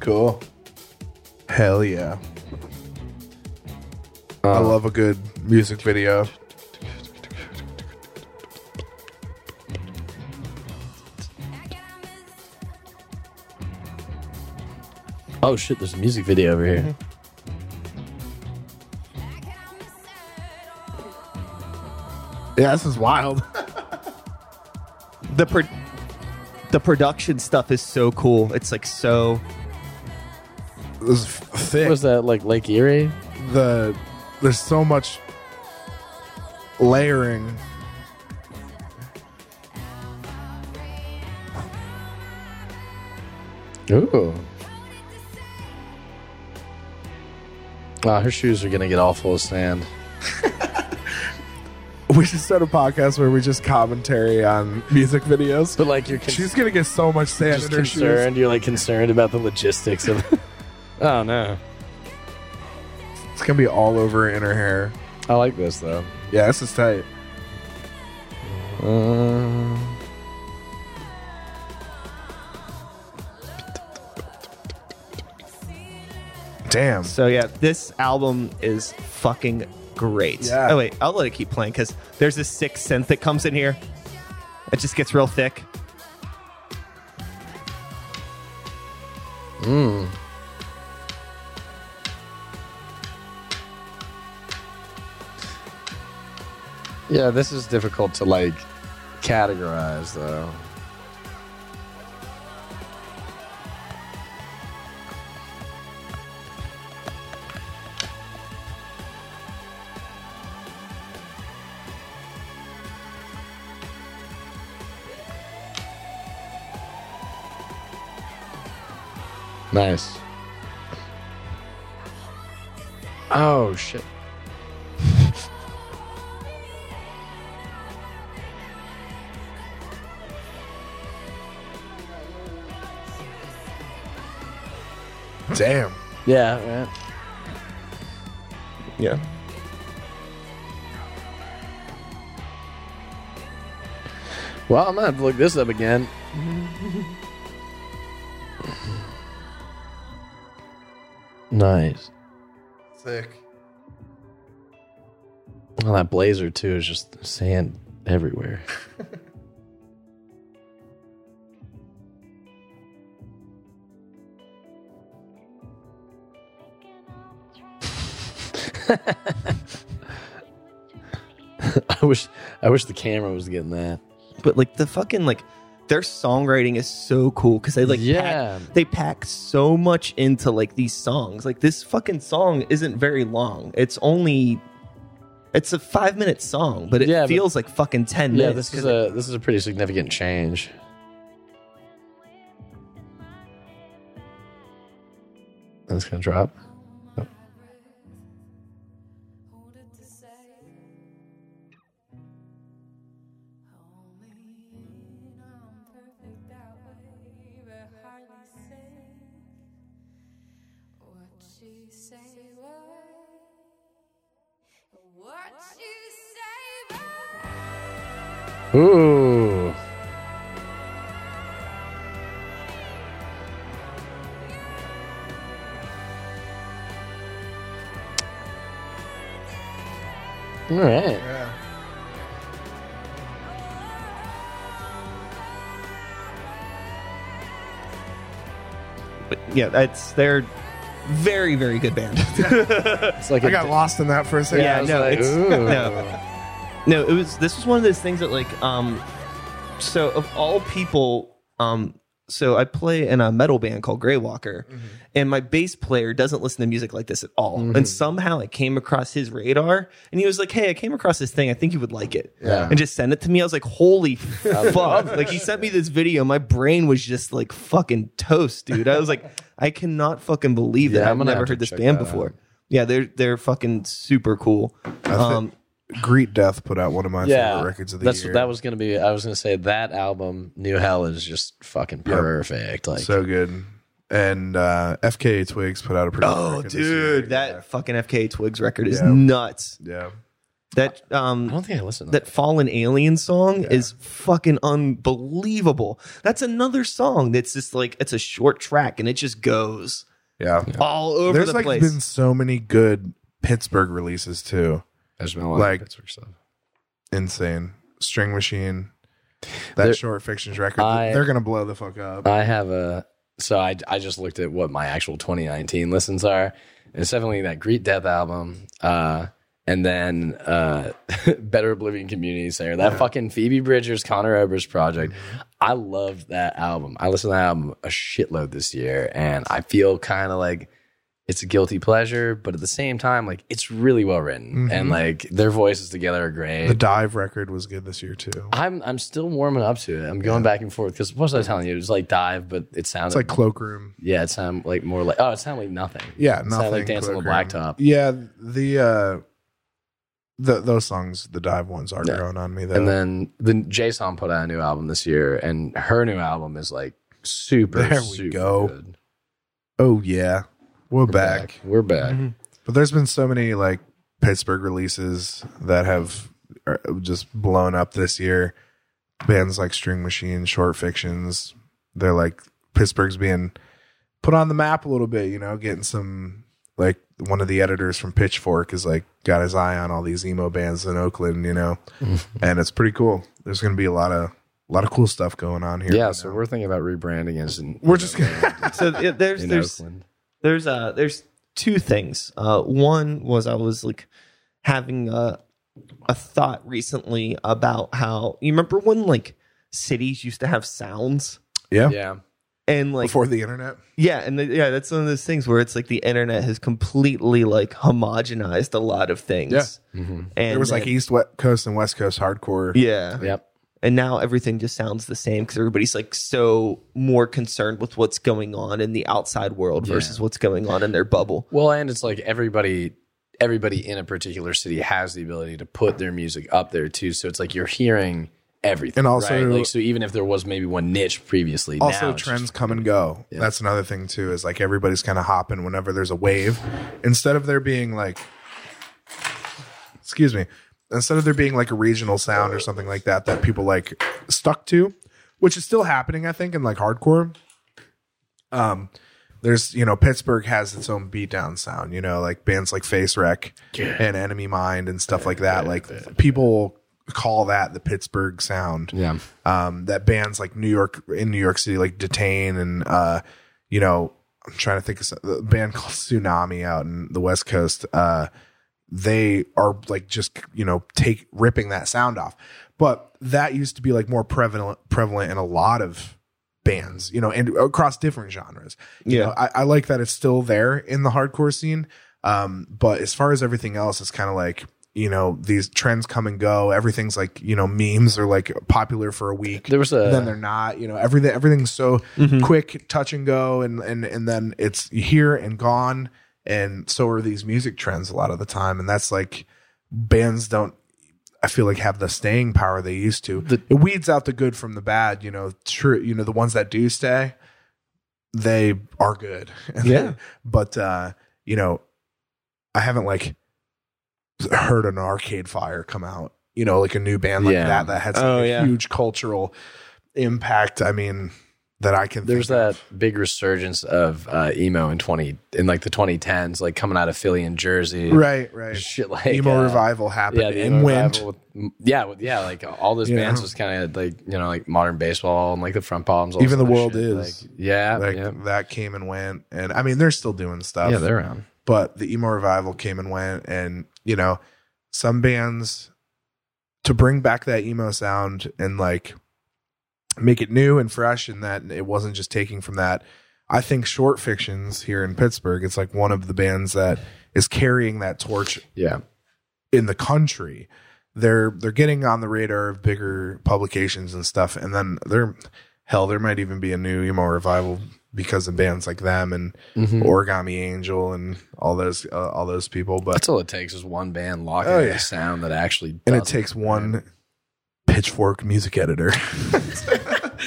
Speaker 1: Cool. Hell yeah. I love a good music video.
Speaker 3: Oh shit! There's a music video over here.
Speaker 1: Yeah, this is wild.
Speaker 2: The pro- the production stuff is so cool. It's like so
Speaker 1: this is f- thick.
Speaker 3: What was that like Lake Erie?
Speaker 1: the there's so much layering.
Speaker 3: Ooh. Wow, Ah, her shoes are gonna get all full of sand.
Speaker 1: We should start a podcast where we just commentary on music videos.
Speaker 3: But like you're con-
Speaker 1: She's gonna get so much sand
Speaker 3: just
Speaker 1: in her shoes.
Speaker 3: concerned. You're like concerned about the logistics of. oh no!
Speaker 1: It's gonna be all over in her hair.
Speaker 3: I like this though.
Speaker 1: Yeah, this is tight.
Speaker 3: Uh.
Speaker 1: Damn.
Speaker 2: so yeah. This album is fucking great.
Speaker 1: Yeah.
Speaker 2: Oh wait, I'll let it keep playing because there's this sixth synth that comes in here. It just gets real thick.
Speaker 3: Yeah, this is difficult to like categorize though. Nice. Oh shit.
Speaker 1: Damn.
Speaker 3: Yeah, right.
Speaker 2: Yeah.
Speaker 3: Well, I'm gonna have to look this up again. nice.
Speaker 1: Sick.
Speaker 3: Well, that blazer too is just sand everywhere. I wish, I wish the camera was getting that.
Speaker 2: But like the fucking like their songwriting is so cool because they like
Speaker 3: Yeah.
Speaker 2: pack, they pack so much into like these songs. Like this fucking song isn't very long. It's only it's a five minute song, but it
Speaker 3: Yeah, but-
Speaker 2: feels like fucking ten
Speaker 3: Yeah,
Speaker 2: minutes.
Speaker 3: this is
Speaker 2: 'cause
Speaker 3: a this is a pretty significant change. That's gonna drop.
Speaker 4: What she say was
Speaker 3: Ooh. All right.
Speaker 1: Yeah.
Speaker 2: But yeah, that's they're very very good band.
Speaker 3: It's like
Speaker 1: I
Speaker 3: a-
Speaker 1: got lost in that for a second.
Speaker 2: Yeah,
Speaker 3: I was
Speaker 2: no,
Speaker 3: like,
Speaker 2: it's-
Speaker 3: ooh.
Speaker 2: no. no, it was this was one of those things that like um so of all people um so I play in a metal band called Grey Walker,
Speaker 3: Mm-hmm.
Speaker 2: and my bass player doesn't listen to music like this at all. And somehow it came across his radar, and he was like, "Hey, I came across this thing. I think you would like it."
Speaker 3: Yeah.
Speaker 2: And just send it to me. I was like, "Holy fuck!" like he sent me this video. My brain was just like fucking toast, dude. I was like, "I cannot fucking believe that
Speaker 3: Yeah, I'm
Speaker 2: I've
Speaker 3: gonna
Speaker 2: never
Speaker 3: have to
Speaker 2: heard this
Speaker 3: check
Speaker 2: band
Speaker 3: that out.
Speaker 2: before." Yeah, they're they're fucking super cool. Um,
Speaker 1: Greet Death put out one of my
Speaker 3: Yeah.
Speaker 1: favorite records of the
Speaker 3: That's
Speaker 1: year.
Speaker 3: that was gonna be. I was gonna say that album, New Hell, is just fucking perfect. Like
Speaker 1: so good. And uh, FKA Twigs put out a pretty. good
Speaker 2: oh,
Speaker 1: record this year.
Speaker 2: dude, that fucking FK Twigs record is
Speaker 1: Yeah.
Speaker 2: nuts.
Speaker 1: Yeah.
Speaker 2: That
Speaker 3: I
Speaker 2: um
Speaker 3: don't think I listened. to
Speaker 2: that Fallen Alien song is fucking unbelievable. That's another song that's just like it's a short track and it just goes
Speaker 1: Yeah.
Speaker 2: all over
Speaker 1: There's
Speaker 2: the
Speaker 1: like
Speaker 2: place.
Speaker 1: been so many good Pittsburgh releases too.
Speaker 3: There's been a
Speaker 1: of like-
Speaker 3: Pittsburgh stuff.
Speaker 1: Insane. String Machine. That
Speaker 3: There-
Speaker 1: short fictions record.
Speaker 3: I-
Speaker 1: they're gonna blow the fuck up.
Speaker 3: I have a. So I I just looked at what my actual 2019 listens are. It's definitely that Greet Death album, uh, and then uh, Better Oblivion Community Singer. That fucking Phoebe Bridgers, Connor Oberst project. I loved that album. I listened to that album a shitload this year, and I feel kind of like it's a guilty pleasure, but at the same time, like it's really well written, and like their voices together are great.
Speaker 1: the Dive record was good this year too.
Speaker 3: I'm I'm still warming up to it. I'm going back and forth because what was I telling you? It was like dive, but it sounded
Speaker 1: It's like Cloakroom.
Speaker 3: yeah, it sounded like more like oh, it sounded like nothing.
Speaker 1: Yeah,
Speaker 3: It's not
Speaker 1: nothing.
Speaker 3: like Dance on the
Speaker 1: Cloakroom.
Speaker 3: Blacktop.
Speaker 1: Yeah, the uh the those songs, the dive ones are
Speaker 3: Yeah.
Speaker 1: growing on me though.
Speaker 3: And then then Jason put out a new album this year, and her new album is like super.
Speaker 1: There we
Speaker 3: super
Speaker 1: go.
Speaker 3: good.
Speaker 1: oh yeah. We're,
Speaker 3: We're
Speaker 1: back. Mm-hmm.
Speaker 3: We're back.
Speaker 1: But there's been so many like Pittsburgh releases that have uh, just blown up this year. Bands like String Machine, Short Fictions, they're like Pittsburgh's being put on the map a little bit, you know, getting some like one of the editors from Pitchfork is like got his eye on all these emo bands in Oakland, you know. and it's pretty cool. There's going to be a lot of a lot of cool stuff going on here.
Speaker 3: Yeah,
Speaker 1: right
Speaker 3: so
Speaker 1: now.
Speaker 3: we're thinking about rebranding as an
Speaker 1: we're just gonna,
Speaker 2: so yeah, there's
Speaker 3: in
Speaker 2: there's
Speaker 3: Oakland.
Speaker 2: there's uh there's two things. Uh one was I was like having a a thought recently about how you remember when like cities used to have sounds
Speaker 1: yeah.
Speaker 3: Yeah,
Speaker 2: and like
Speaker 1: Before the internet,
Speaker 2: yeah and the, yeah that's one of those things where it's like the internet has completely like homogenized a lot of things.
Speaker 1: Yeah.
Speaker 3: Mhm.
Speaker 2: And
Speaker 1: there was like e-
Speaker 2: then-
Speaker 1: East West Coast and West Coast hardcore.
Speaker 2: yeah.
Speaker 3: yep.
Speaker 2: and now everything just sounds the same because everybody's like so more concerned with what's going on in the outside world versus what's going on in their bubble.
Speaker 3: Well, and it's like everybody everybody in a particular city has the ability to put their music up there too. So it's like you're hearing everything.
Speaker 1: And also-
Speaker 3: right? like so even if there was maybe one niche previously, now
Speaker 1: also
Speaker 3: it's
Speaker 1: trends
Speaker 3: just-
Speaker 1: come and go that's another thing too is like everybody's kind of hopping whenever there's a wave instead of there being like excuse me instead of there being like a regional sound or something like that that people like stuck to which is still happening i think in like hardcore um there's you know pittsburgh has its own beatdown sound you know like bands like face wreck and enemy mind and stuff like that like people call that the pittsburgh sound
Speaker 3: yeah.
Speaker 1: um, that bands like New York in New York City, like Detain, and uh, you know, I'm trying to think of some, a band called Tsunami out in the West Coast. Uh, they are like just you know take ripping that sound off, but that used to be like more prevalent prevalent in a lot of bands, you know, and across different genres. You
Speaker 2: Yeah.
Speaker 1: know, I, I like that it's still there in the hardcore scene. Um, but as far as everything else, it's kind of like you know these trends come and go. Everything's like you know memes are like popular for a week,
Speaker 3: There was a
Speaker 1: then they're not. You know everything everything's so
Speaker 2: Mm. Mm-hmm.
Speaker 1: quick, touch and go, and and and then it's here and gone. And so are these music trends a lot of the time, and that's like bands don't. I feel like have the staying power they used to. it weeds out the good from the bad. You know, true. You know the ones that do stay, they are good.
Speaker 2: Yeah.
Speaker 1: but uh, you know, I haven't like heard an arcade fire come out you know, like a new band like
Speaker 3: Yeah.
Speaker 1: that that has
Speaker 2: Oh,
Speaker 1: a
Speaker 2: yeah.
Speaker 1: huge cultural impact. I mean, that I can.
Speaker 3: There's
Speaker 1: think of.
Speaker 3: that big resurgence of uh, emo in twenty in like the 2010s, like coming out of Philly and Jersey,
Speaker 1: right, right.
Speaker 3: Shit like
Speaker 1: emo
Speaker 3: uh,
Speaker 1: revival happened
Speaker 3: the
Speaker 1: and
Speaker 3: emo
Speaker 1: went.
Speaker 3: revival With, yeah, with, yeah, like all those
Speaker 1: You
Speaker 3: bands
Speaker 1: know?
Speaker 3: was kind of like you know like modern baseball and like the front palms. all
Speaker 1: Even
Speaker 3: that
Speaker 1: the world
Speaker 3: shit,
Speaker 1: is.
Speaker 3: like, yeah,
Speaker 1: Like uh,
Speaker 3: yeah,
Speaker 1: that came and went, and I mean they're still doing stuff.
Speaker 3: yeah, they're around.
Speaker 1: but the emo revival came and went and you know some bands to bring back that emo sound and like make it new and fresh and that it wasn't just taking from that i think short fictions here in pittsburgh it's like one of the bands that is carrying that torch
Speaker 3: Yeah,
Speaker 1: in the country they're they're getting on the radar of bigger publications and stuff and then they're hell there might even be a new emo revival because of bands like them and Origami Angel and all those uh, all those people. But
Speaker 3: that's all it takes is one band locking
Speaker 1: Oh,
Speaker 3: in
Speaker 1: yeah.
Speaker 3: a sound that actually.
Speaker 1: and it
Speaker 3: does
Speaker 1: takes one pitchfork music editor.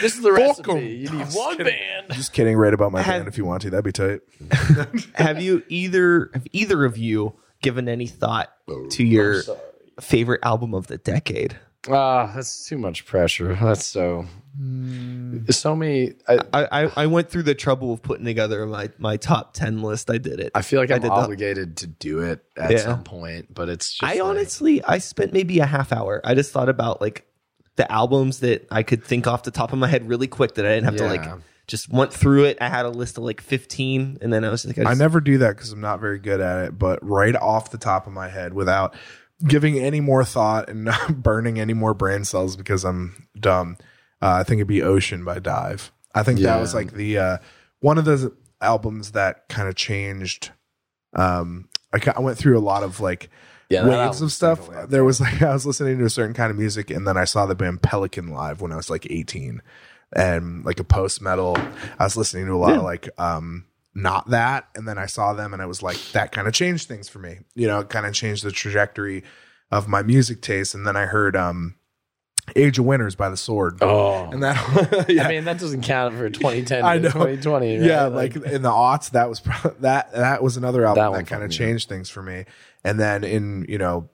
Speaker 3: This is the
Speaker 1: Welcome.
Speaker 3: recipe. You need one band.
Speaker 1: Just kidding, right about my
Speaker 2: Had-
Speaker 1: band if you want to. That'd be tight.
Speaker 2: have you either have either of you given any thought to your favorite album of the decade?
Speaker 3: Ah, that's too much pressure. That's so.
Speaker 1: Hmm.
Speaker 3: So many. I,
Speaker 2: I, I, I went through the trouble of putting together my, my top ten list. I did it.
Speaker 3: I feel like I'm
Speaker 2: did the-
Speaker 3: obligated to do it at
Speaker 2: Yeah.
Speaker 3: some point, but it's just.
Speaker 2: I
Speaker 3: like-
Speaker 2: honestly, I spent maybe a half hour. I just thought about like the albums that I could think off the top of my head really quick that I didn't have to
Speaker 3: Yeah.
Speaker 2: like just went through it. I had a list of like 15 and then I was like, I,
Speaker 1: I
Speaker 2: just-
Speaker 1: never do that because I'm not very good at it. But right off the top of my head, without giving any more thought and not burning any more brain cells because I'm dumb, uh, I think it'd be Ocean by Dive. I think that
Speaker 3: Yeah.
Speaker 1: was like the uh, one of those albums that kind of changed. Um, I, ca- I went through a lot of like
Speaker 3: Yeah, that
Speaker 1: waves
Speaker 3: album's
Speaker 1: of stuff.
Speaker 3: definitely up
Speaker 1: There was like I was listening to a certain kind of music, and then I saw the band Pelican live when I was like 18, and like a post metal. I was listening to a lot of like um not that, and then I saw them, and I was like that kind of changed things for me. You know, it kind of changed the trajectory of my music taste. And then I heard um Age of Winners by the Sword,
Speaker 3: Oh.
Speaker 1: and that yeah.
Speaker 3: I mean, that doesn't count for 2010
Speaker 1: I
Speaker 3: to
Speaker 1: know.
Speaker 3: 2020. right?
Speaker 1: Yeah, like, in the aughts, that was pro- that that was another
Speaker 3: That
Speaker 1: album that,
Speaker 3: one
Speaker 1: kind of
Speaker 3: fucked me
Speaker 1: changed things for me. And then in you know,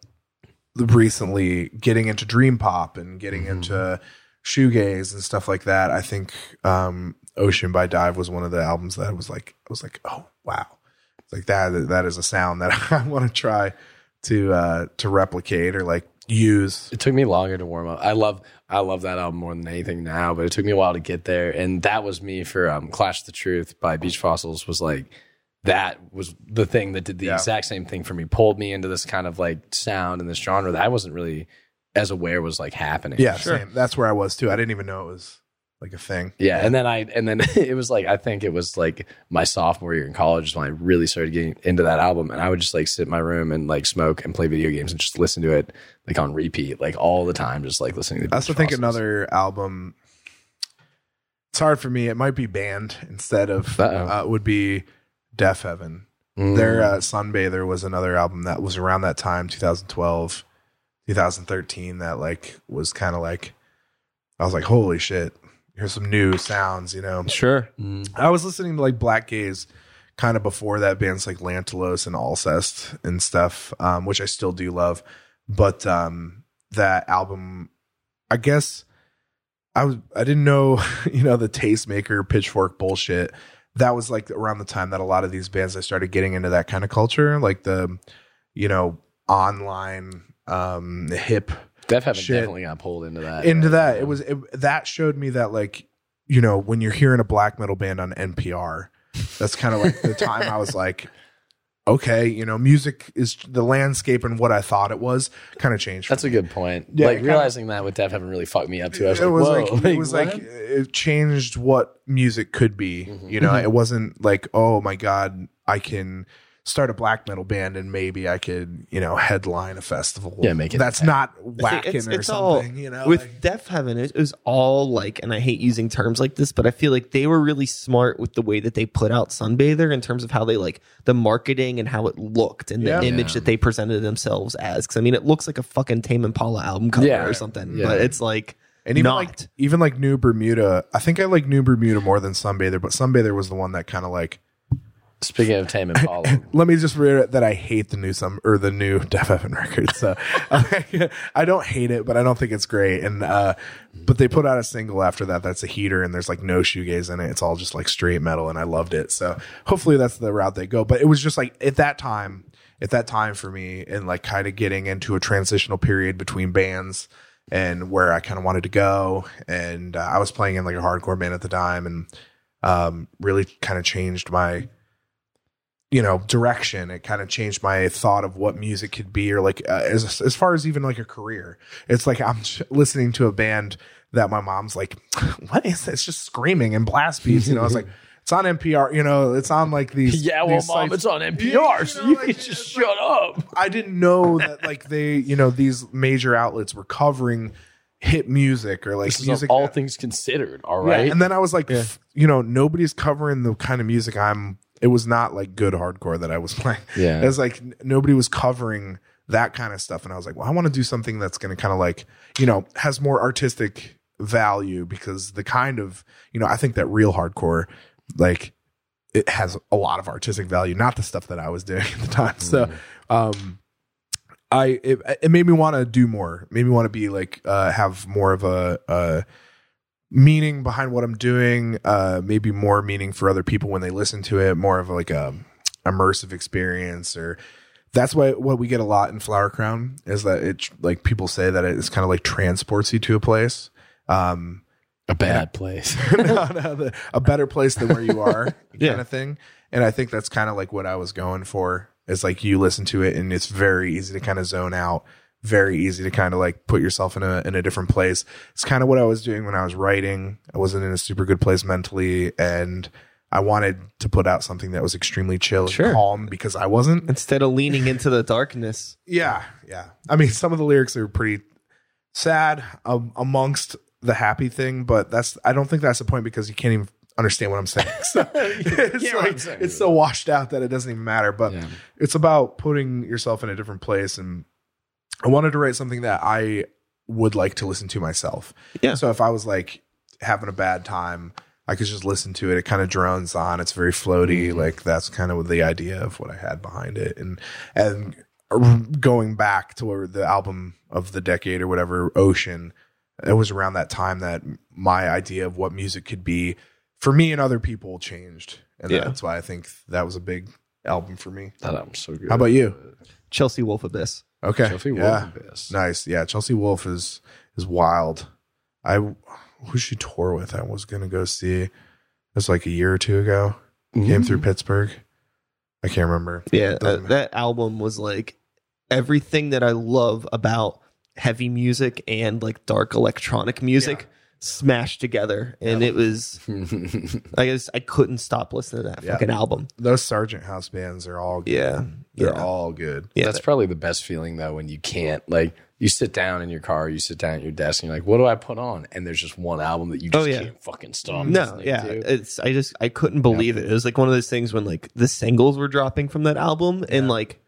Speaker 1: recently getting into dream pop and getting into shoegaze and stuff like that. I think um, Ocean by Dive was one of the albums that was like I was like, oh wow, It's like that that is a sound that I want to try to uh, to replicate or like use.
Speaker 3: it took me longer to warm up. I love I love that album more than anything now, but it took me a while to get there. And that was me for um, Clash the Truth by Beach Fossils was like that was the thing that did the
Speaker 1: Yeah.
Speaker 3: exact same thing for me, pulled me into this kind of like sound and this genre that I wasn't really as aware was like happening.
Speaker 1: Yeah, same. that's where I was too. I didn't even know it was like a thing.
Speaker 3: Yeah, and then I and then it was like I think it was like my sophomore year in college is when I really started getting into that album, and I would just like sit in my room and like smoke and play video games and just listen to it like on repeat, like all the time, just like listening to.
Speaker 1: I also
Speaker 3: Beach
Speaker 1: think
Speaker 3: Fossils.
Speaker 1: another album. It's hard for me. It might be banned instead of
Speaker 3: Uh-oh.
Speaker 1: uh, would be Deaf Heaven.
Speaker 3: Mm.
Speaker 1: Their uh, Sunbather was another album that was around that time, 2012, 2013. That like was kind of like I was like, holy shit, here's some new sounds, you know.
Speaker 2: sure.
Speaker 3: Mm.
Speaker 1: I was listening to like Black Gaze kind of before that bands like Lantelos and Alcest and stuff, um, which I still do love. But um, that album, I guess I was I didn't know, you know, the tastemaker pitchfork bullshit. That was like around the time that a lot of these bands I started getting into that kind of culture, like the, you know, online um hip
Speaker 3: Def Heaven
Speaker 1: Shit.
Speaker 3: definitely got pulled into that.
Speaker 1: into
Speaker 3: right?
Speaker 1: that. It was it, that showed me that like you know when you're hearing a black metal band on NPR, that's kind of like the time I was like, okay, you know, music is the landscape and what I thought it was kind of changed. for
Speaker 3: That's a good point.
Speaker 1: Yeah, it
Speaker 3: like
Speaker 1: kinda-
Speaker 3: realizing that with Def Heaven really fucked me up too. I was
Speaker 1: it
Speaker 3: like,
Speaker 1: was
Speaker 3: Whoa,
Speaker 1: like it was
Speaker 3: what? Mm-hmm.
Speaker 1: like it changed what music could be. You know, it wasn't like oh my god, I can start a black metal band and maybe I could you know headline a festival.
Speaker 3: Yeah, make it
Speaker 1: That's not whacking
Speaker 2: It's,
Speaker 1: or
Speaker 2: it's all
Speaker 1: something. you know,
Speaker 2: with
Speaker 1: like-
Speaker 2: Def Heaven. It, it was all like, and I hate using terms like this, but I feel like they were really smart with the way that they put out Sunbather in terms of how they like the marketing and how it looked and the
Speaker 1: Yeah.
Speaker 2: image
Speaker 3: Yeah.
Speaker 2: that they presented themselves as. Because I mean, it looks like a fucking Tame Impala album cover
Speaker 3: Yeah.
Speaker 2: or something,
Speaker 3: Yeah.
Speaker 2: but it's like
Speaker 1: And even
Speaker 2: not.
Speaker 1: like even like New Bermuda, I think I like New Bermuda more than Sunbather, but Sunbather was the one that kind of like
Speaker 3: Speaking of Tame Impala,
Speaker 1: Let me just reiterate that I hate the new some or the new Def Evan record. So I don't hate it, but I don't think it's great. And uh, but they put out a single after that that's a heater, and there's like no shoegaze in it. It's all just like straight metal, and I loved it. So hopefully that's the route they go. But it was just like at that time, at that time for me, and like kind of getting into a transitional period between bands and where I kind of wanted to go. And uh, I was playing in like a hardcore band at the time, and um, really kind of changed my you know direction it kind of changed my thought of what music could be or like uh, as as far as even like a career it's like i'm sh- listening to a band that my mom's like what is this it's just screaming and blast beats you know i was like it's on npr you know it's on like these
Speaker 3: yeah, well,
Speaker 1: these
Speaker 3: mom,
Speaker 1: sites.
Speaker 3: it's on NPR, so
Speaker 1: know,
Speaker 3: you
Speaker 1: like,
Speaker 3: can
Speaker 1: it's
Speaker 3: just shut up.
Speaker 1: I didn't know that like they, you know, these major outlets were covering hit music or like
Speaker 3: This is
Speaker 1: music.
Speaker 3: all
Speaker 1: that-
Speaker 3: things considered. All
Speaker 1: Yeah,
Speaker 3: right,
Speaker 1: And then I was like, f- you know, nobody's covering the kind of music I'm. It was not like good hardcore that I was playing.
Speaker 3: Yeah.
Speaker 1: It was like n- nobody was covering that kind of stuff, and I was like, well, I want to do something that's going to kind of like, you know, has more artistic value because the kind of, you know, I think that real hardcore, like it has a lot of artistic value, not the stuff that I was doing at the time. So, um, I it, it made me want to do more. Made me want to be like uh, have more of a uh, meaning behind what I'm doing. Uh, maybe more meaning for other people when they listen to it. More of like a immersive experience or. That's why what we get a lot in Flower Crown is that it like people say that it's kind of like transports you to a place. Um,
Speaker 3: a bad place.
Speaker 1: no, no, the, a better place than where you are
Speaker 3: Yeah.
Speaker 1: kind of thing. And I think that's kind of like what I was going for. Is like you listen to it and it's very easy to kind of zone out, very easy to kind of like put yourself in a in a different place. It's kind of what I was doing when I was writing. I wasn't in a super good place mentally and I wanted to put out something that was extremely chill and
Speaker 2: Sure.
Speaker 1: calm because I wasn't.
Speaker 2: Instead of leaning into the darkness.
Speaker 1: Yeah, yeah. I mean, some of the lyrics are pretty sad um, amongst the happy thing, but that's I don't think that's the point because you can't even understand what I'm saying. So it's,
Speaker 3: Yeah, what
Speaker 1: like-
Speaker 3: I'm saying.
Speaker 1: it's so washed out that it doesn't even matter. But
Speaker 3: Yeah.
Speaker 1: it's about putting yourself in a different place, and I wanted to write something that I would like to listen to myself.
Speaker 2: Yeah.
Speaker 1: So if I was like having a bad time. I could just listen to it. It kind of drones on. It's very floaty. Like that's kind of the idea of what I had behind it. And and going back to where the album of the decade or whatever, Ocean, it was around that time that my idea of what music could be for me and other people changed. And
Speaker 2: Yeah.
Speaker 1: that's why I think that was a big album for me.
Speaker 3: That album's so good.
Speaker 1: How about you?
Speaker 2: Chelsea Wolf Abyss.
Speaker 1: Okay.
Speaker 3: Chelsea
Speaker 1: yeah.
Speaker 3: Wolf Abyss.
Speaker 1: Nice. Yeah. Chelsea Wolf is is wild. I who she tour with I was gonna go see. It was like a year or two ago. Came through Pittsburgh. I can't remember.
Speaker 2: Mm-hmm. Yeah, uh,
Speaker 1: Doesn't matter.
Speaker 2: that album was like everything that I love about heavy music and like dark electronic music smashed together, and it was I guess I couldn't stop listening to that
Speaker 1: Yeah.
Speaker 2: fucking album.
Speaker 1: Those Sergeant House bands are all good.
Speaker 2: Yeah,
Speaker 1: They're
Speaker 2: yeah.
Speaker 1: all good.
Speaker 2: Yeah,
Speaker 3: That's probably the best feeling though when you can't like you sit down in your car, you sit down at your desk, and you're like, "What do I put on?" And there's just one album that you
Speaker 2: Oh,
Speaker 3: just
Speaker 2: yeah.
Speaker 3: can't fucking stop.
Speaker 2: no,
Speaker 3: listening
Speaker 2: yeah,
Speaker 3: to.
Speaker 2: it's I just I couldn't believe it. It was like one of those things when like the singles were dropping from that album, and like,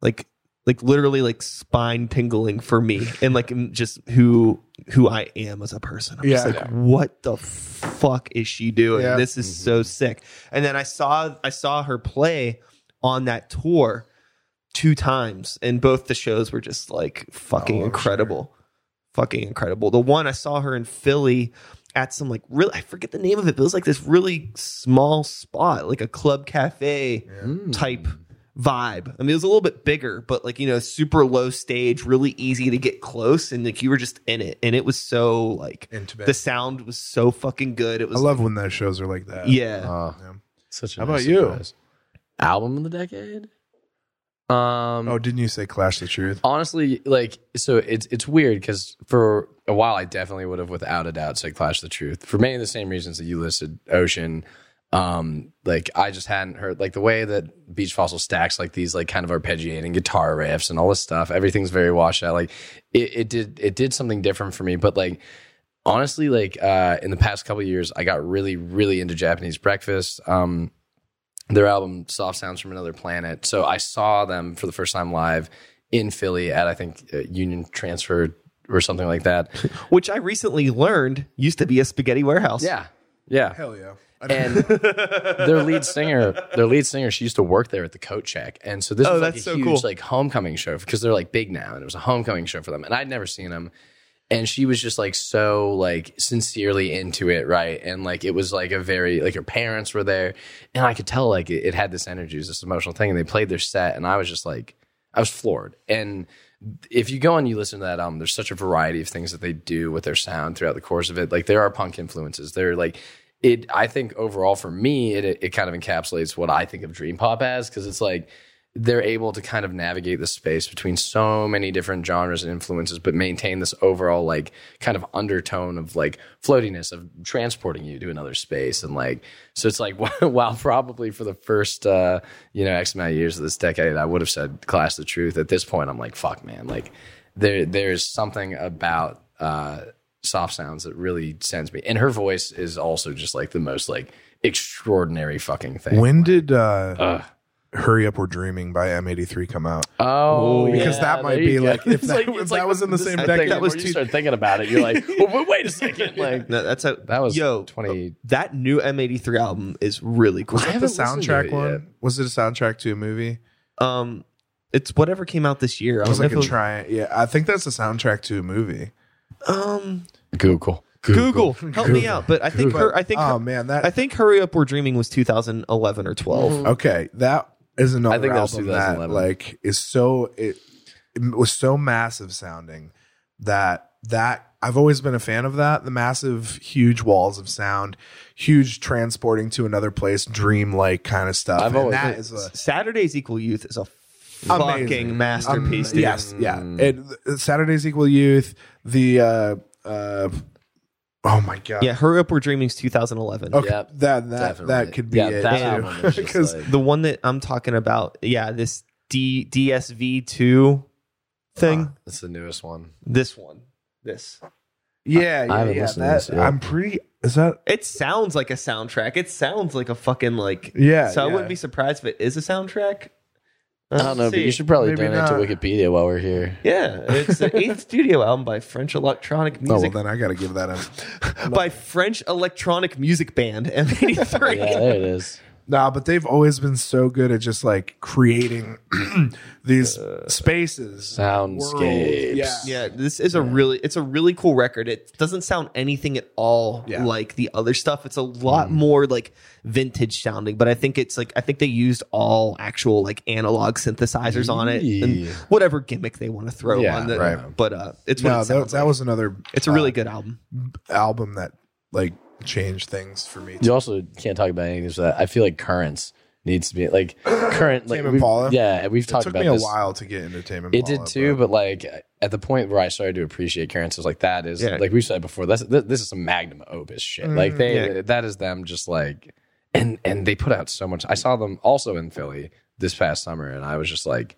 Speaker 2: like, like literally like spine tingling for me, and like m- just who who I am as a person. I'm just
Speaker 1: Yeah.
Speaker 2: like, what the fuck is she doing?
Speaker 1: Yeah. Mm-hmm.
Speaker 2: This is so sick. And then I saw I saw her play on that tour two times, and both the shows were just like fucking
Speaker 1: Oh, I'm
Speaker 2: incredible fucking incredible. The one I saw her in Philly at some like really I forget the name of it, but it was like this really small spot, like a club cafe type vibe. I mean, it was a little bit bigger, but like, you know, super low stage, really easy to get close and like you were just in it and it was so like
Speaker 1: Intimate.
Speaker 2: the sound was so fucking good. It
Speaker 1: I
Speaker 2: was
Speaker 1: love when those shows are like that.
Speaker 2: yeah.
Speaker 3: Uh,
Speaker 1: Yeah.
Speaker 3: such a
Speaker 1: How
Speaker 3: nice
Speaker 1: about you?
Speaker 3: surprise. Album of the decade. Um,
Speaker 1: Oh, didn't you say Clash the Truth?
Speaker 3: honestly, like, so it's it's weird because for a while I definitely would have, without a doubt, said Clash the Truth for many of the same reasons that you listed, Ocean. Um, like I just hadn't heard like the way that Beach Fossil stacks like these like kind of arpeggiating guitar riffs and all this stuff. Everything's very washed out. Like it, it did it did something different for me, but like honestly, like uh, in the past couple of years, I got really really into Japanese breakfast. Um, their album Soft Sounds from Another Planet. So I saw them for the first time live in Philly at I think uh, Union Transfer or something like that.
Speaker 2: Which I recently learned used to be a spaghetti warehouse.
Speaker 3: Yeah. Yeah.
Speaker 1: Hell yeah. I don't-
Speaker 3: and their lead singer, their lead singer, she used to work there at the coat check, and so this
Speaker 2: Oh,
Speaker 3: was like
Speaker 2: that's
Speaker 3: a
Speaker 2: so
Speaker 3: huge
Speaker 2: cool.
Speaker 3: like homecoming show because they're like big now, and it was a homecoming show for them, and I'd never seen them, and she was just like so like sincerely into it, right, and like it was like a very like her parents were there, and I could tell like it, it had this energy, it was this emotional thing, and they played their set, and I was just like I was floored, and if you go and you listen to that album, there's such a variety of things that they do with their sound throughout the course of it. Like there are punk influences. They're like it. I think overall for me, it it kind of encapsulates what I think of dream pop as because it's like they're able to kind of navigate the space between so many different genres and influences, but maintain this overall like kind of undertone of like floatiness of transporting you to another space and like so it's like while probably for the first uh, you know X amount of years of this decade, I would have said class the truth. At this point, I'm like fuck, man, like there there's something about uh, soft sounds that really sends me, and her voice is also just like the most like extraordinary fucking thing.
Speaker 1: when did uh, Hurry Up We're Dreaming by M83 come out?
Speaker 3: Oh,
Speaker 1: because
Speaker 3: yeah,
Speaker 1: that might
Speaker 3: there you
Speaker 1: be
Speaker 3: go.
Speaker 1: like- if
Speaker 3: It's
Speaker 1: that-
Speaker 3: like-
Speaker 1: if
Speaker 3: it's
Speaker 1: that
Speaker 3: like
Speaker 1: was in the same
Speaker 3: I
Speaker 1: decade,
Speaker 3: think
Speaker 1: that
Speaker 2: was
Speaker 3: when you
Speaker 2: two-
Speaker 3: start thinking about it, you're like, well, wait, wait a second, like
Speaker 2: No, that's a
Speaker 3: That was
Speaker 2: yo
Speaker 3: 20
Speaker 2: That new M83 album is really cool.
Speaker 1: The soundtrack one? Was it a soundtrack to a movie?
Speaker 2: Um, it's whatever came out this year. I
Speaker 1: It was
Speaker 2: don't
Speaker 1: like
Speaker 2: know
Speaker 1: a
Speaker 2: if it
Speaker 1: try. Yeah, I think that's a soundtrack to a movie.
Speaker 2: Um,
Speaker 3: Google.
Speaker 2: Google, help me out. But I think her. I think.
Speaker 1: oh
Speaker 2: her-
Speaker 1: man, that
Speaker 2: I think "Hurry Up, We're Dreaming" was 2011 or 12.
Speaker 1: Okay, that is another
Speaker 3: I think that was
Speaker 1: album that,
Speaker 3: 2011.
Speaker 1: like is so it, it was so massive sounding that that I've always been a fan of that the massive huge walls of sound, huge transporting to another place, dream like kind of stuff.
Speaker 3: I've
Speaker 1: and
Speaker 3: always-
Speaker 1: that is a
Speaker 2: Saturday's Equal Youth is a
Speaker 1: Amazing.
Speaker 2: fucking masterpiece.
Speaker 1: Um,
Speaker 2: dude.
Speaker 1: yes, yeah. And
Speaker 3: Mm.
Speaker 1: th- Saturdays Equal Youth, the uh uh oh my god.
Speaker 2: Yeah, Hurry Up, We're Dreaming's 2011.
Speaker 1: Okay.
Speaker 3: Yep.
Speaker 1: that that
Speaker 3: Definitely.
Speaker 1: that could be
Speaker 3: Yeah,
Speaker 1: it
Speaker 3: that
Speaker 1: too.
Speaker 3: album is just,
Speaker 1: 'Cause
Speaker 3: like- uh,
Speaker 2: The one that I'm talking about, yeah, this D DSV2 thing.
Speaker 3: That's the newest one.
Speaker 2: this one. This.
Speaker 1: yeah, yeah,
Speaker 3: haven't
Speaker 1: yeah,
Speaker 3: listened to
Speaker 1: that-
Speaker 3: this yet.
Speaker 1: I'm pretty is that
Speaker 2: It sounds like a soundtrack. It sounds like a fucking like.
Speaker 1: Yeah,
Speaker 2: So I
Speaker 1: yeah.
Speaker 2: wouldn't be surprised if it is a soundtrack.
Speaker 3: I don't know, but you should probably
Speaker 1: Maybe
Speaker 3: donate to Wikipedia while we're here.
Speaker 2: Yeah, it's the eighth studio album by French electronic
Speaker 1: Oh well,
Speaker 2: music
Speaker 1: then I got to give that a
Speaker 2: by French electronic music band M83.
Speaker 3: Yeah, there it is.
Speaker 1: Nah, but they've always been so good at just like creating these spaces,
Speaker 3: Uh, soundscapes.
Speaker 1: worlds. Yeah.
Speaker 2: Yeah, this is a really it's a really cool record. It doesn't sound anything at all
Speaker 1: Yeah. Mm-hmm.
Speaker 2: like the other stuff. It's a lot more like vintage sounding, but I think it's like I think they used all actual like analog synthesizers on it and
Speaker 3: Yeah.
Speaker 2: whatever gimmick they want to throw
Speaker 3: Yeah,
Speaker 2: on it.
Speaker 1: right.
Speaker 2: But uh it's what
Speaker 1: No,
Speaker 2: it
Speaker 1: that,
Speaker 2: sounds
Speaker 1: that
Speaker 2: like.
Speaker 1: was another.
Speaker 2: It's a really good album.
Speaker 1: uh, album that like changed things for me.
Speaker 3: You also can't talk about anything so that. I feel like currents needs to be like current. like
Speaker 1: Tame
Speaker 3: we've-
Speaker 1: Impala?
Speaker 3: Yeah, we've
Speaker 1: It
Speaker 3: talked
Speaker 1: took
Speaker 3: about
Speaker 1: me a
Speaker 3: this.
Speaker 1: while to get entertainment.
Speaker 3: It did too, but like at the point where I started to appreciate Currents, I was like, that is
Speaker 2: Yeah.
Speaker 3: like we've said before. That's th- this is some magnum opus shit.
Speaker 1: Mm,
Speaker 3: like they, that is them just like, and and they put out so much. I saw them also in Philly this past summer, and I was just like,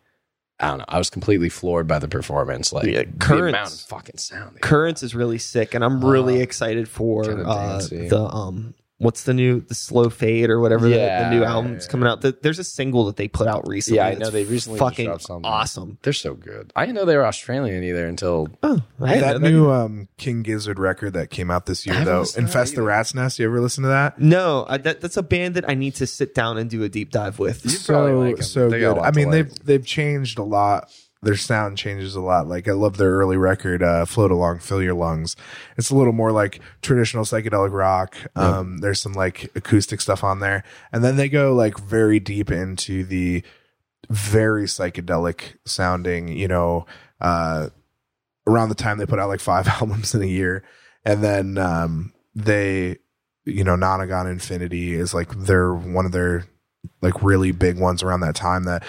Speaker 3: I don't know, I was completely floored by the performance. Like
Speaker 2: Yeah,
Speaker 3: the amount of
Speaker 2: Currents.
Speaker 3: fucking sound. they-
Speaker 2: Currents is really sick, and I'm really
Speaker 3: Uh,
Speaker 2: excited for
Speaker 3: kinda
Speaker 2: uh,
Speaker 3: dancey.
Speaker 2: the um. What's the new the slow fade or whatever the- the,
Speaker 3: Yeah.
Speaker 2: new album's coming out? The, there's a single that they put out recently.
Speaker 3: Yeah, I
Speaker 2: that's
Speaker 3: know they recently just
Speaker 2: fucking
Speaker 3: dropped something.
Speaker 2: awesome.
Speaker 3: They're so good. I didn't know they were Australian either until
Speaker 2: Oh, I
Speaker 1: that
Speaker 2: didn't know
Speaker 1: new um, King Gizzard record that came out this year,
Speaker 3: haven't
Speaker 1: though,
Speaker 3: listened to that
Speaker 1: Infest the Rat's Nest. You ever listen to that?
Speaker 2: No, I, that, that's a band that I need to sit down and do a deep dive with.
Speaker 3: You'd probably
Speaker 1: so
Speaker 3: like 'em.
Speaker 1: so
Speaker 3: They got a
Speaker 1: good.
Speaker 3: lot
Speaker 1: I
Speaker 3: to
Speaker 1: mean,
Speaker 3: like.
Speaker 1: they've they've changed a lot. Their sound changes a lot. Like I love their early record, uh, "Float Along, Fill Your Lungs." It's a little more like traditional psychedelic rock. Um, There's some like acoustic stuff on there, and then they go like very deep into the very psychedelic sounding. You know, uh, around the time they put out like five albums in a year, and then um, they, you know, Nonagon Infinity is like their one of their like really big ones around that time that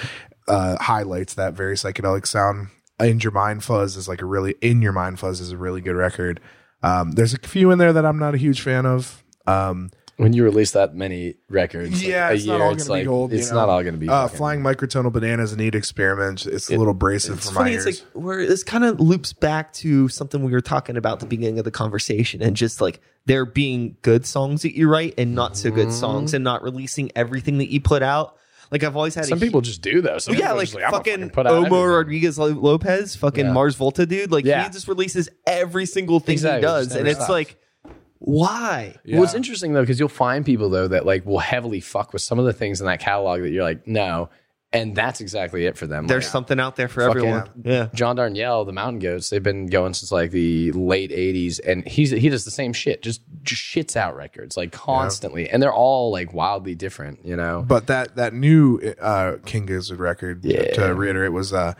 Speaker 1: uh, highlights that very psychedelic sound. In Your Mind Fuzz is like a really in Your Mind Fuzz is a really good record. Um, there's a few in there that I'm not a huge fan of. Um,
Speaker 3: when you release that many records, like,
Speaker 1: yeah,
Speaker 3: a
Speaker 1: it's
Speaker 3: year,
Speaker 1: not all
Speaker 3: it's
Speaker 1: gonna
Speaker 3: like
Speaker 1: be gold. you
Speaker 3: it's
Speaker 1: know?
Speaker 3: not all gonna be
Speaker 1: uh,
Speaker 3: fucking-
Speaker 1: flying microtonal bananas and neat experiment. It's a little abrasive
Speaker 2: It's
Speaker 1: for my
Speaker 2: funny.
Speaker 1: ears.
Speaker 2: It's like where this kind of loops back to something we were talking about at the beginning of the conversation, and just like there being good songs that you write and not so
Speaker 3: Mm-hmm.
Speaker 2: good songs, and not releasing everything that you put out. Like I've always had a
Speaker 3: Some people just do though. Some
Speaker 2: yeah,
Speaker 3: people are
Speaker 2: like,
Speaker 3: just I'm gonna
Speaker 2: fucking,
Speaker 3: put out
Speaker 2: Omo
Speaker 3: everything.
Speaker 2: Rodriguez Lo- Lopez, fucking
Speaker 3: Yeah.
Speaker 2: Mars Volta dude. Like
Speaker 3: Yeah.
Speaker 2: he just releases every single thing he
Speaker 3: Exactly,
Speaker 2: does,
Speaker 3: just never
Speaker 2: and it's
Speaker 3: stops.
Speaker 2: like, Why?
Speaker 3: Well, it's
Speaker 1: Yeah.
Speaker 3: interesting though because you'll find people though that like will heavily fuck with some of the things in that catalog that you're like, no, and that's exactly it for them.
Speaker 2: There's
Speaker 3: Like,
Speaker 2: something out there for
Speaker 3: Fuck
Speaker 2: everyone. Yeah.
Speaker 3: John Darnielle, the Mountain Goats, they've been going since like the late '80s, and he's he does the same shit, just, just shits out records like constantly, and they're all like wildly different, you know.
Speaker 1: But that that new uh, King Gizzard record,
Speaker 3: Yeah.
Speaker 1: to reiterate, was uh,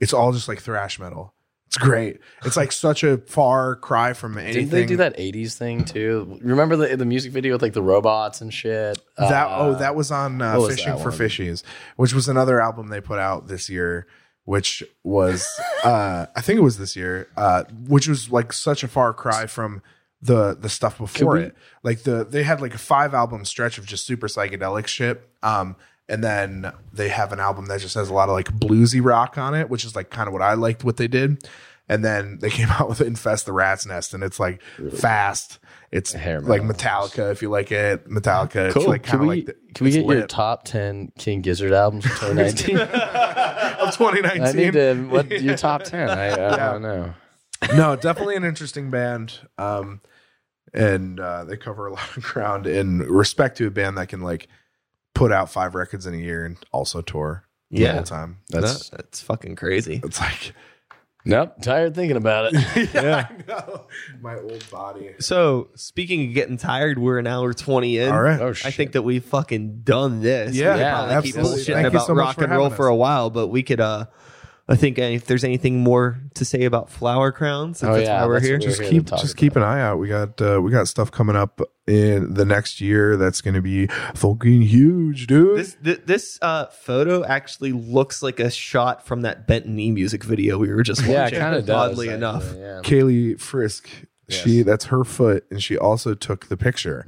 Speaker 1: it's all just like thrash metal. It's great. It's like such a far cry from anything.
Speaker 3: Did they do that '80s thing too? Remember the the music video with like the robots and shit?
Speaker 1: That
Speaker 3: Uh,
Speaker 1: oh, that was on uh,
Speaker 3: what was
Speaker 1: Fishing
Speaker 3: that
Speaker 1: for
Speaker 3: one?
Speaker 1: Fishies, which was another album they put out this year, which was uh, I think it was this year, uh, which was like such a far cry from the the stuff before
Speaker 3: we-
Speaker 1: it. Like the they had like a five album stretch of just super psychedelic shit. Um, and then they have an album that just has a lot of like bluesy rock on it, which is like kind of what I liked what they did. And then they came out with Infest the Rat's Nest, and it's like fast. It's
Speaker 3: Hair
Speaker 1: like
Speaker 3: metal.
Speaker 1: Metallica, if you like it. Metallica, it's
Speaker 3: Cool.
Speaker 1: like
Speaker 3: can
Speaker 1: kind of
Speaker 3: we,
Speaker 1: like the,
Speaker 3: can we
Speaker 1: it's
Speaker 3: get your
Speaker 1: lit.
Speaker 3: top ten King Gizzard albums of 2019?
Speaker 1: of
Speaker 3: I
Speaker 1: 2019?
Speaker 3: need to what your top ten. I, I don't know.
Speaker 1: no, definitely an interesting band. Um, and uh, they cover a lot of ground in respect to a band that can like put out five records in a year and also tour the
Speaker 2: Yeah.
Speaker 1: whole time.
Speaker 3: That's
Speaker 2: That- that's fucking crazy.
Speaker 1: It's like
Speaker 3: nope. Tired thinking about it.
Speaker 1: yeah, I know. my old body.
Speaker 2: So speaking of getting tired, we're an hour twenty in.
Speaker 1: All right,
Speaker 3: oh shit.
Speaker 2: I think that we've fucking done this.
Speaker 1: Yeah,
Speaker 2: we could
Speaker 3: yeah,
Speaker 2: probably
Speaker 1: absolutely.
Speaker 2: keep bullshitting
Speaker 1: Thank you
Speaker 2: about
Speaker 1: so much
Speaker 2: rock
Speaker 1: for
Speaker 2: and roll
Speaker 1: having
Speaker 2: for
Speaker 1: us.
Speaker 2: a while, but we could. uh I think uh, if there's anything more to say about flower crowns, since
Speaker 3: Oh,
Speaker 2: that's
Speaker 3: yeah,
Speaker 2: why we're
Speaker 3: that's
Speaker 2: here.
Speaker 3: what we-
Speaker 1: Just
Speaker 3: here to
Speaker 1: keep
Speaker 3: talk
Speaker 1: just keep an eye out. We got uh, we got stuff coming up in the next year that's going to be fucking huge, dude.
Speaker 2: This th- this uh, photo actually looks like a shot from that Bent Knee music video we were just watching.
Speaker 3: yeah, it kind of does.
Speaker 2: Oddly
Speaker 3: actually,
Speaker 2: enough,
Speaker 3: yeah.
Speaker 1: Kaylee Frisk.
Speaker 3: Yes. Mm-hmm.
Speaker 1: She that's her foot, and she also took the picture.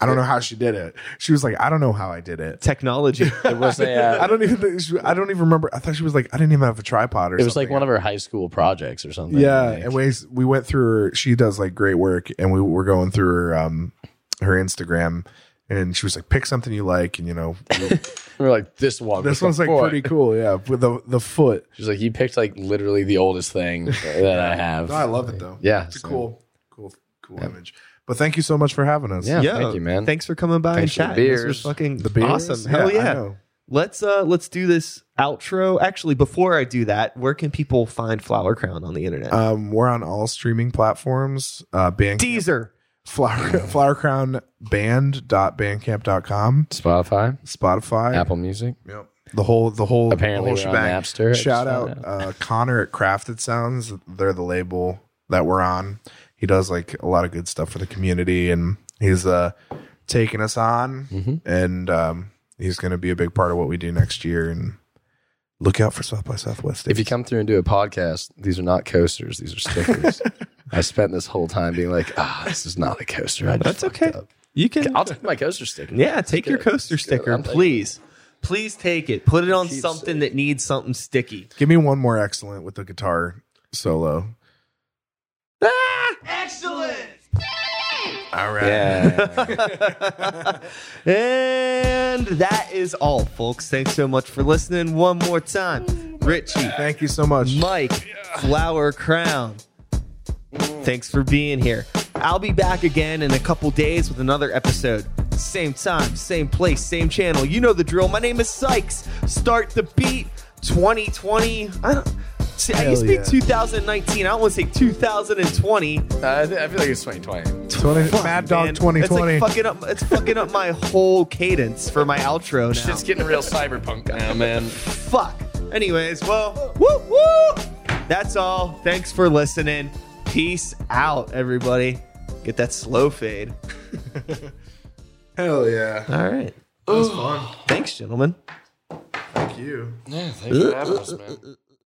Speaker 1: I don't know how she did it. She was like, I don't know how I did it.
Speaker 2: technology.
Speaker 3: It was a, uh,
Speaker 1: I don't even. Think she, I don't even remember. I thought she was like, I didn't even have a tripod. Or
Speaker 3: It was
Speaker 1: something.
Speaker 3: like one of her high school projects or something.
Speaker 1: Yeah,
Speaker 3: like.
Speaker 1: and we we went through. Her, she does like great work, and we were going through her um her Instagram, and she was like, pick something you like, and you know,
Speaker 3: we were like, this one.
Speaker 1: this one's like pretty cool. Yeah, with the the foot.
Speaker 3: She's like, you picked like literally the oldest thing that I have.
Speaker 1: No, I love it though.
Speaker 3: Yeah,
Speaker 1: it's a
Speaker 3: so-
Speaker 1: cool, cool, cool image. But thank you so much for having us.
Speaker 3: Yeah,
Speaker 2: Yeah.
Speaker 3: thank you, man.
Speaker 2: Thanks for coming by
Speaker 3: Thanks for the
Speaker 2: and chatting. This
Speaker 3: beers.
Speaker 2: was fucking
Speaker 1: the beers?
Speaker 2: awesome. Hell
Speaker 1: I
Speaker 2: yeah.
Speaker 1: know.
Speaker 2: Let's uh let's do this outro. Actually, before I do that, where can people find Flower Crown on the internet?
Speaker 1: Um, we're on all streaming platforms. Uh, band
Speaker 2: Deezer.
Speaker 1: flower flower crown band.bandcamp.com,
Speaker 3: Spotify,
Speaker 1: Spotify,
Speaker 3: Apple Music.
Speaker 1: Yep. The whole the whole
Speaker 3: Apparently
Speaker 1: the
Speaker 3: we're
Speaker 1: whole
Speaker 3: on
Speaker 1: shebang.
Speaker 3: Napster. I just
Speaker 1: Shout out,
Speaker 3: found
Speaker 1: Uh, Connor at Crafted Sounds. They're the label that we're on. He does like a lot of good stuff for the community, and he's uh taking us on,
Speaker 3: Mm-hmm.
Speaker 1: and um, he's going to be a big part of what we do next year. And look out for South by Southwest.
Speaker 3: If you come through and do a podcast, these are not coasters; these are stickers. I spent this whole time being like, ah, this is not a coaster. I just
Speaker 2: That's okay.
Speaker 3: fucked up.
Speaker 2: You can
Speaker 3: I'll take my coaster sticker.
Speaker 2: Yeah, take your
Speaker 3: good.
Speaker 2: coaster
Speaker 3: It's good.
Speaker 2: sticker,
Speaker 3: I'm taking
Speaker 2: please. Please take it. Put it on
Speaker 3: Keep
Speaker 2: something that needs something sticky.
Speaker 1: Give me one more excellent with the guitar solo. Excellent. All right.
Speaker 2: And that is all, folks. Thanks so much for listening one more time. Richie,
Speaker 1: Thank you so much.
Speaker 2: Mike, Flower Crown. Thanks for being here. I'll be back again in a couple days with another episode. Same time, same place, same channel. You know the drill. My name is Sykes. Start the beat 2020. I don't. See, I used to
Speaker 1: yeah.
Speaker 2: be 2019. I don't want to say 2020.
Speaker 3: I, th- I feel like it's 2020.
Speaker 1: 20, Mad Dog
Speaker 2: Man,
Speaker 1: 2020.
Speaker 2: It's like fucking up. It's fucking up my whole cadence for my outro now.
Speaker 3: It's getting real cyberpunk now, man.
Speaker 2: fuck. Anyways, well, woo woo. That's all. Thanks for listening. Peace out, everybody. Get that slow fade.
Speaker 1: Hell yeah.
Speaker 2: All right.
Speaker 1: That was fun.
Speaker 2: Thanks, gentlemen.
Speaker 1: Thank you.
Speaker 3: Yeah, thanks for having us, man.